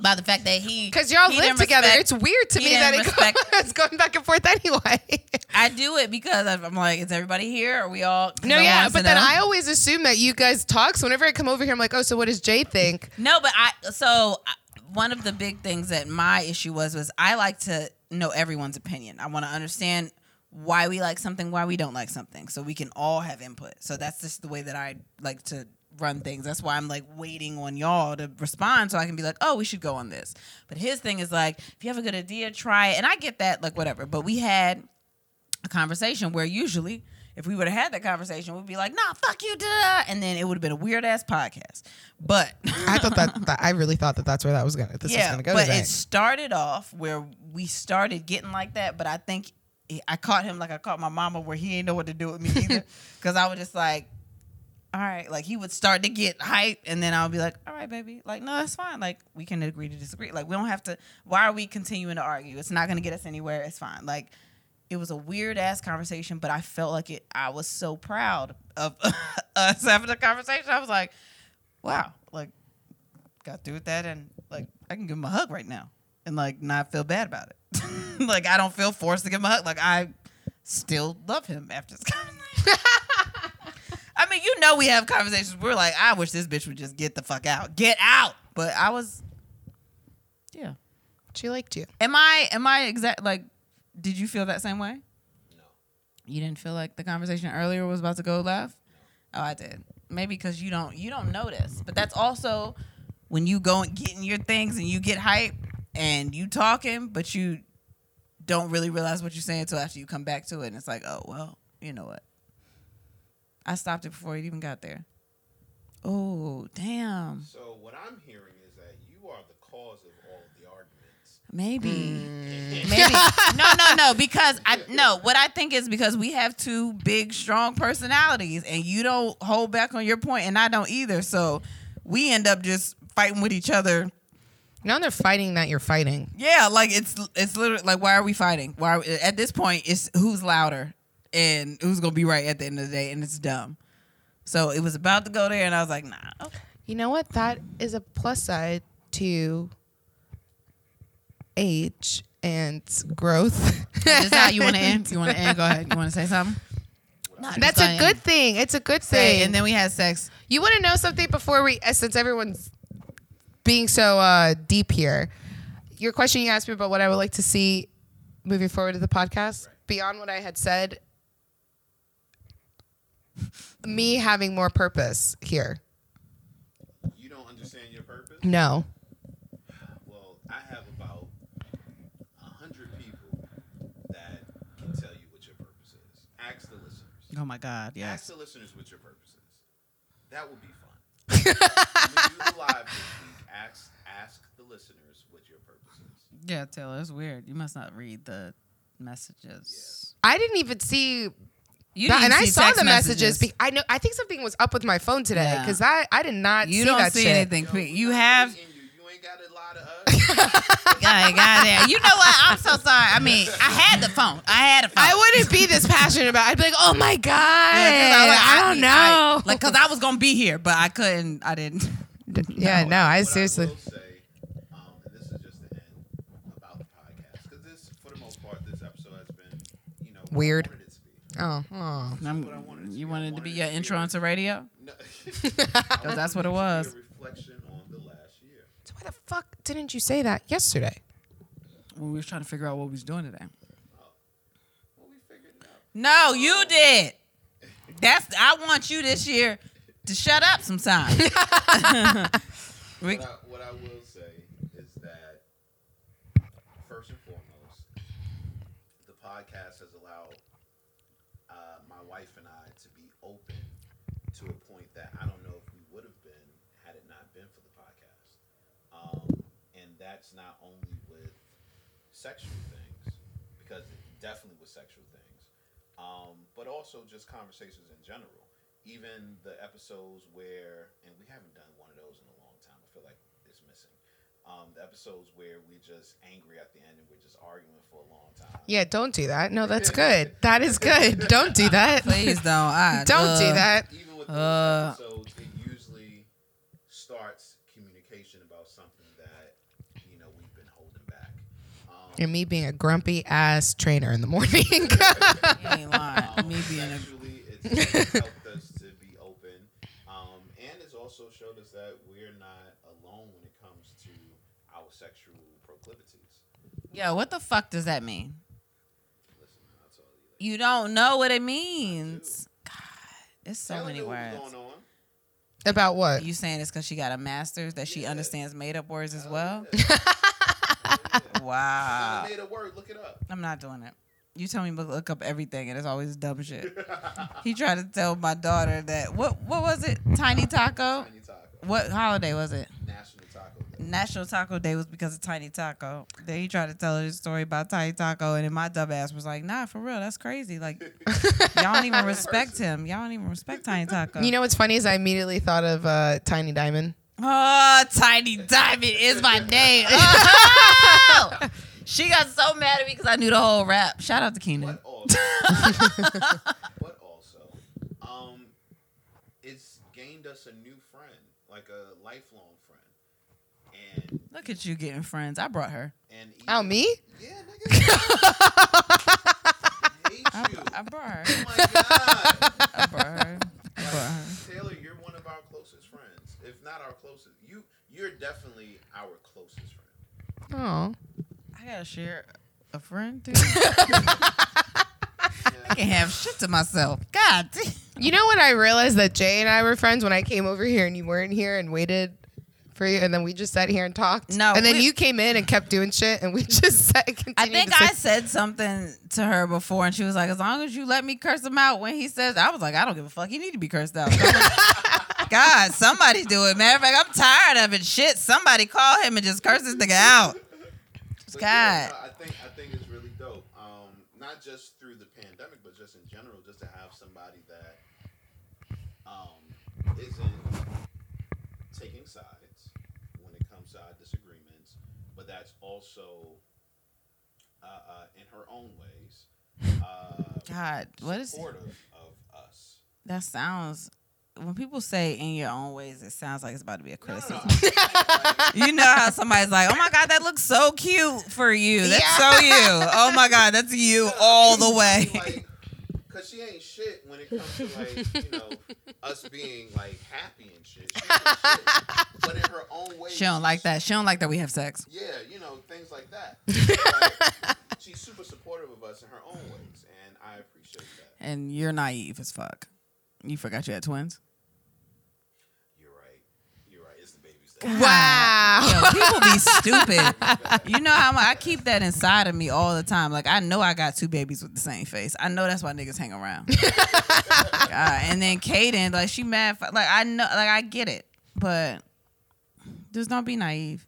Speaker 1: By the fact that he,
Speaker 3: Because y'all
Speaker 1: he
Speaker 3: live
Speaker 1: didn't
Speaker 3: together.
Speaker 1: respect-
Speaker 3: it's weird to
Speaker 1: he
Speaker 3: me
Speaker 1: didn't
Speaker 3: that it [LAUGHS]
Speaker 1: respect-
Speaker 3: go- it's going back and forth anyway.
Speaker 1: I do it because I'm I'm like, is everybody here? Are we all? 'cause
Speaker 3: no,
Speaker 1: I
Speaker 3: yeah.
Speaker 1: wants
Speaker 3: But
Speaker 1: to
Speaker 3: then
Speaker 1: know.
Speaker 3: I always assume that you guys talk. So whenever I come over here, I'm like, oh, so what does Jay think?
Speaker 1: No, but I so I, one of the big things that my issue was was I like to know everyone's opinion. I want to understand why we like something, why we don't like something, so we can all have input. So that's just the way that I like to run things. That's why I'm like waiting on y'all to respond so I can be like, "Oh, we should go on this." But his thing is like, if you have a good idea, try it. And I get that, like whatever. But we had a conversation where usually if we would have had that conversation, we'd be like, "Nah, fuck you," da," and then it would have been a weird ass podcast. But [LAUGHS]
Speaker 3: I thought that, that I really thought that that's where that was going. This was going to go.
Speaker 1: but
Speaker 3: today.
Speaker 1: it started off where we started getting like that. But I think he- I caught him like I caught my mama, where he didn't know what to do with me
Speaker 3: [LAUGHS]
Speaker 1: either, because I was just like, "All right," like he would start to get hype, and then I'll be like, "All right, baby, like no, that's fine. Like we can agree to disagree. Like we don't have to. Why are we continuing to argue? It's not gonna get us anywhere. It's fine. Like." It was a weird ass conversation, but I felt like it. I was so proud of [LAUGHS] us having the conversation. I was like, "Wow, like got through with that and like I can give him a hug right now and like not feel bad about it. [LAUGHS] like I don't feel forced to give him a hug. Like I still love him after this [LAUGHS] conversation. I mean, you know, we have conversations. We're like, I wish this bitch would just get the fuck out, get out. But I was, yeah.
Speaker 3: she liked you.
Speaker 1: Am I? Am I exact? Like, did you feel that same way?
Speaker 2: No.
Speaker 1: You didn't feel like the conversation earlier was about to go left? Oh, I did. Maybe because you don't you don't notice. But that's also when you go and getting your things and you get hype and you talking, but you don't really realize what you're saying until after you come back to it and it's like, oh well, you know what? I stopped it before it even got there. Oh, damn.
Speaker 2: So what I'm hearing is that you are the cause of all of the arguments.
Speaker 1: Maybe. [LAUGHS] Maybe. No, no, no. Because I no. What I think is because we have two big, strong personalities, and you don't hold back on your point, and I don't either. So we end up just fighting with each other.
Speaker 3: Now they're fighting that you're fighting.
Speaker 1: Yeah, like it's it's literally like why are we fighting? Why are we, at this point it's who's louder and who's gonna be right at the end of the day, and it's dumb. So it was about to go there, and I was like, nah. Okay.
Speaker 3: You know what? That is a plus side to age and growth.
Speaker 1: Is that how you want
Speaker 3: [LAUGHS]
Speaker 1: to end? You want to end? Go ahead. You want to say something? Nah,
Speaker 3: That's
Speaker 1: how
Speaker 3: a
Speaker 1: I
Speaker 3: good
Speaker 1: end.
Speaker 3: thing. It's a good
Speaker 1: Say,
Speaker 3: thing.
Speaker 1: and then we had sex.
Speaker 3: you want to know something before we, uh, since everyone's being so uh, deep here. Your question you asked me about what I would like to see moving forward to the podcast, beyond what I had said, [LAUGHS] me having more purpose here.
Speaker 2: You don't understand your purpose?
Speaker 3: No.
Speaker 2: Well, I have about a hundred people that can tell you what your purpose is. Ask the listeners.
Speaker 1: Oh my God!
Speaker 2: Ask
Speaker 1: Yes.
Speaker 2: the listeners what your purpose is. That
Speaker 3: [LAUGHS]
Speaker 2: would be fun. when you go live this week, ask ask the listeners what your purpose is.
Speaker 1: Yeah, Taylor, it's weird. You must not read the messages.
Speaker 3: I didn't even see
Speaker 1: You
Speaker 3: That-
Speaker 1: didn't
Speaker 3: and I
Speaker 1: see
Speaker 3: saw
Speaker 1: text
Speaker 3: the messages. be- I know. I think something was up with my phone today
Speaker 1: Yeah.
Speaker 3: because I I did not.
Speaker 1: you
Speaker 3: see
Speaker 1: don't
Speaker 3: that
Speaker 1: see
Speaker 3: shit.
Speaker 1: anything.
Speaker 2: Yo, we
Speaker 1: you
Speaker 2: don't
Speaker 1: [LAUGHS] have.
Speaker 2: believe in you. You ain't got a lot of us.
Speaker 1: God, God, yeah. You know what? I'm so sorry. I mean, I had the phone. I had a phone.
Speaker 3: I wouldn't be this passionate about. I'd be like, oh my god, I, don't know.
Speaker 1: like, cause I was gonna be here, but I couldn't. I didn't. [LAUGHS]
Speaker 3: yeah, no, [LAUGHS] I
Speaker 2: What
Speaker 3: seriously.
Speaker 2: I will say, um, and this is just the end about the podcast because this
Speaker 3: Weird. [LAUGHS] Oh, oh.
Speaker 1: I'm- you wanted to be your intro onto radio?
Speaker 2: [LAUGHS]
Speaker 1: Because that's what it was.
Speaker 2: reflection on the last year.
Speaker 3: So why the fuck didn't you say that yesterday?
Speaker 1: When we were trying to figure out what we was doing today. No, you did. That's I want you this year to shut up sometime. [LAUGHS] we,
Speaker 2: What I, what I will say is that first and foremost, the podcast has allowed uh, my wife and I to be open to a point that I don't know if we would have been had it not been for the podcast. Um, and that's not only with sexual things, because it definitely with sexual things, um, but also just conversations in general. Even the episodes where, and we haven't done one of those in a long time. I feel like it's missing. Um, the episodes where we're just angry at the end and we're just arguing for a long time.
Speaker 3: Yeah, don't do that. No, [LAUGHS] that's good. That is good. [LAUGHS] Don't do that.
Speaker 1: please [LAUGHS] don't. I,
Speaker 3: [LAUGHS] Don't do
Speaker 1: uh,
Speaker 3: that.
Speaker 2: even with those
Speaker 1: Uh.
Speaker 2: episodes, it usually starts communication about something that you know we've been holding back. Um,
Speaker 3: And me being a grumpy ass trainer in the morning. [LAUGHS]
Speaker 1: You ain't lying. Me being a
Speaker 2: actually, Um, it's helped us to be open, um, and it's also showed us that we're not alone when it comes to our sexual proclivities.
Speaker 1: yo, what the fuck does that mean?
Speaker 2: Listen, man, I'll tell you.
Speaker 1: You don't know what it means. God, it's so
Speaker 2: Taylor
Speaker 1: many
Speaker 2: knew what was
Speaker 1: words.
Speaker 2: Going on.
Speaker 3: About what?
Speaker 1: You saying it's because she got a master's that she
Speaker 2: Yeah.
Speaker 1: understands made up words as
Speaker 2: [LAUGHS]
Speaker 1: well? Ah.
Speaker 2: I
Speaker 1: [LAUGHS] Wow.
Speaker 2: [LAUGHS] made a word. Look it up.
Speaker 1: I'm not doing it. You tell me to look up everything, and it's always dumb shit. [LAUGHS] he tried to tell my daughter that what what was it? Tiny Taco.
Speaker 2: Tiny taco.
Speaker 1: What holiday was it?
Speaker 2: National taco. Day.
Speaker 1: National Taco Day was because of Tiny Taco. Then he tried to tell her the story about Tiny Taco, and then my dumb ass was like, "Nah, for real, that's crazy. Like,
Speaker 2: [LAUGHS]
Speaker 1: y'all don't even respect him. Y'all don't even respect Tiny Taco."
Speaker 3: You know what's funny is I immediately thought of uh, Tiny Diamond.
Speaker 1: Oh, Tiny Diamond is my [LAUGHS] name. Oh! she got so mad at me because I knew the whole rap. Shout out to Keenan. [LAUGHS]
Speaker 2: But also, but also, um, it's gained us a new friend, like a lifelong friend, and
Speaker 1: Look at you getting friends. I brought her.
Speaker 2: and even,
Speaker 3: Oh, me?
Speaker 2: Yeah, nigga. [LAUGHS] I hate you.
Speaker 1: I brought her.
Speaker 2: Oh my
Speaker 3: [LAUGHS]
Speaker 2: god.
Speaker 1: I brought her. I brought
Speaker 3: uh-huh.
Speaker 1: her.
Speaker 2: Taylor, you're one of our closest friends, if not our closest. You, you're definitely our closest friend.
Speaker 3: Oh.
Speaker 1: I gotta share a friend. Dude. I
Speaker 3: [LAUGHS]
Speaker 1: can have shit to myself. God. damn.
Speaker 3: You know when I realized that Jay and I were friends when I came over here and you weren't here and waited for you and then we just sat here and talked.
Speaker 1: No,
Speaker 3: And then
Speaker 1: we-
Speaker 3: you came in and kept doing shit and we [LAUGHS] just sat continued
Speaker 1: I think
Speaker 3: to sit-
Speaker 1: I said something to her before, and she was like, "As long as you let me curse him out when he says," I was like, "I don't give a fuck. He need to be cursed out." [LAUGHS] God, somebody do it. Matter of fact, I'm tired of it. Shit, somebody call him and just curse this nigga out.
Speaker 2: But yeah,
Speaker 1: God.
Speaker 2: no, I think I think it's really dope. Um, not just through the pandemic, but just in general, just to have somebody that um, isn't taking sides when it comes to our disagreements, but that's also uh, uh, in her own ways. Uh,
Speaker 1: God, what is
Speaker 2: supportive of us?
Speaker 1: that? Sounds when people say "in your own ways," it sounds like it's about to be a
Speaker 2: No, no,
Speaker 1: criticism.
Speaker 2: no, I'm saying,
Speaker 1: [LAUGHS]
Speaker 2: like,
Speaker 1: You know how somebody's like, "Oh my god, that looks so cute for you. That's
Speaker 3: Yeah.
Speaker 1: so you. Oh my god, that's
Speaker 2: [LAUGHS]
Speaker 1: you all the way."
Speaker 2: Like, Cause she ain't shit when it comes to like you
Speaker 1: [LAUGHS]
Speaker 2: know us being like happy and shit. She ain't shit. But in her own way,
Speaker 1: She don't like that. She don't like that we have sex.
Speaker 2: Yeah, you know things like that. Like, she's super supportive of us in her own ways, and I appreciate that.
Speaker 1: And you're naive as fuck. You forgot you had twins.
Speaker 2: You're right. You're right. It's the baby's that.
Speaker 3: Wow.
Speaker 1: [LAUGHS] Yo, people be stupid. You know how mu- I keep that inside of me all the time. Like I know I got two babies with the same face. I know that's why niggas hang around. God. And then Kaden, like she mad. fu- Like I know, like I get it, but just don't be naive.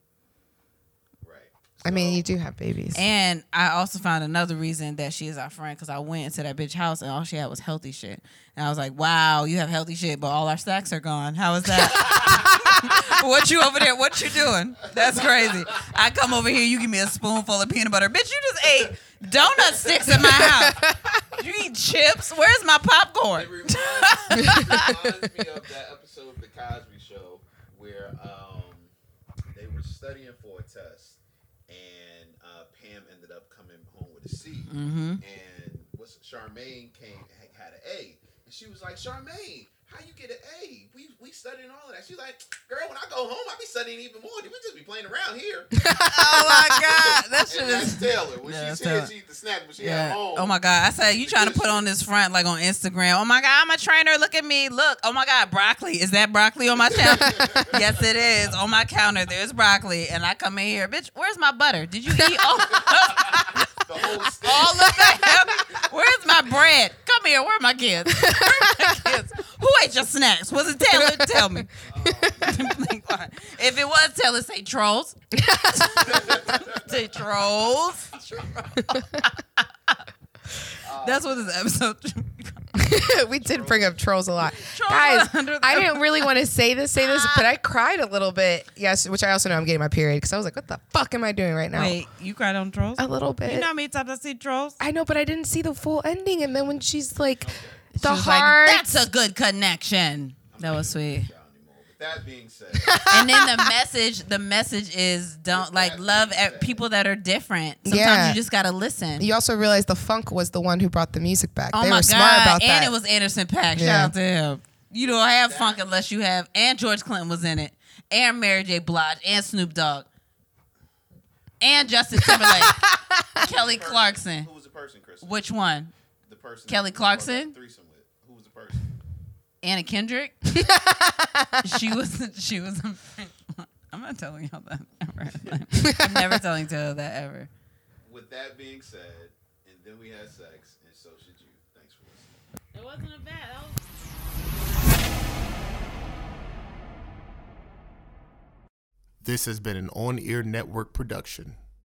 Speaker 2: Right.
Speaker 3: I mean,
Speaker 2: So,
Speaker 3: you do have babies.
Speaker 1: And I also found another reason that she is our friend because I went into that bitch house and all she had was healthy shit. And I was like, wow, you have healthy shit, but all our stacks are gone. How is that? [LAUGHS] what you over there? What you doing? That's crazy. I come over here, you give me a spoonful of peanut butter. Bitch, you just ate donut sticks in my house. You eat chips? Where's my popcorn?
Speaker 2: It reminds, it reminds me of that episode of the Cosby Show where um, they were studying for a test, and uh, Pam ended up coming home with a C.
Speaker 1: Mm-hmm.
Speaker 2: and was Charmaine came ha- had an A, and she was like, Charmaine, how you get an A? We we studied and all of that. She's like, girl, when I go home, I be studying even more. We just be playing
Speaker 1: [LAUGHS]
Speaker 2: around here.
Speaker 1: [LAUGHS] Oh my god, that shit
Speaker 2: and
Speaker 1: is.
Speaker 2: that's Taylor. When
Speaker 1: Yeah,
Speaker 2: she's
Speaker 1: that's Taylor.
Speaker 2: here, she eat the snack, but she at
Speaker 1: Yeah.
Speaker 2: home.
Speaker 1: Oh my god. I said you trying to put on this front like on Instagram. Oh my god, I'm a trainer. Look at me. Look. Oh my god, broccoli. Is that broccoli on my [LAUGHS] counter? yes, it is. On my counter, there's broccoli. And I come in here, bitch. Where's my butter? Did you eat all,
Speaker 2: [LAUGHS] The whole stick.
Speaker 1: all of that? [LAUGHS] Where's my bread? Come here. Where are my kids? Where are my kids? Who ate your snacks? Was it Taylor? Tell me. [LAUGHS] if it was Taylor, say trolls.
Speaker 2: Um,
Speaker 1: [LAUGHS]
Speaker 2: [LAUGHS]
Speaker 1: say trolls. [LAUGHS] That's what this episode.
Speaker 3: [LAUGHS] we did bring up trolls a lot.
Speaker 1: Trolls
Speaker 3: Guys,
Speaker 1: are [LAUGHS] under the-
Speaker 3: I didn't really want to say this, say this,
Speaker 1: [LAUGHS]
Speaker 3: but I cried a little bit. Yes, which I also know I'm getting my period because I was like, what the fuck am I doing right now?
Speaker 1: Wait, you cried on trolls?
Speaker 3: A little bit.
Speaker 1: You know how many times I see trolls?
Speaker 3: I know, but I didn't see the full ending. And then when she's like, the
Speaker 1: She was like,
Speaker 3: heart.
Speaker 1: That's a good connection. That was sweet.
Speaker 3: [LAUGHS]
Speaker 2: With that
Speaker 1: [LAUGHS]
Speaker 2: being said,
Speaker 1: and then the message, the message is don't like love at people that are different. Sometimes
Speaker 3: Yeah.
Speaker 1: you just gotta listen.
Speaker 3: you also realized the funk was the one who brought the music back.
Speaker 1: oh
Speaker 3: they
Speaker 1: my
Speaker 3: were
Speaker 1: god!
Speaker 3: smart about
Speaker 1: and
Speaker 3: that.
Speaker 1: it was Anderson Pack. Shout
Speaker 3: Yeah.
Speaker 1: out to him. You don't have funk unless you have. And George Clinton was in it. And Mary J. Blige. And Snoop Dogg. And Justin
Speaker 3: [LAUGHS]
Speaker 1: Timberlake. Kelly Clarkson.
Speaker 2: who was the person, Chris?
Speaker 1: Which one?
Speaker 2: The person
Speaker 1: Kelly
Speaker 2: that you broke up
Speaker 1: Clarkson?
Speaker 2: the Threesome with. Who was the person?
Speaker 1: Anna Kendrick. she was she was a [LAUGHS] I'm not telling y'all that ever. I'm never telling y'all that ever.
Speaker 2: With that being said, and then we had sex, and so should you. Thanks for listening.
Speaker 1: It wasn't a bad.
Speaker 5: This has been an on air network production.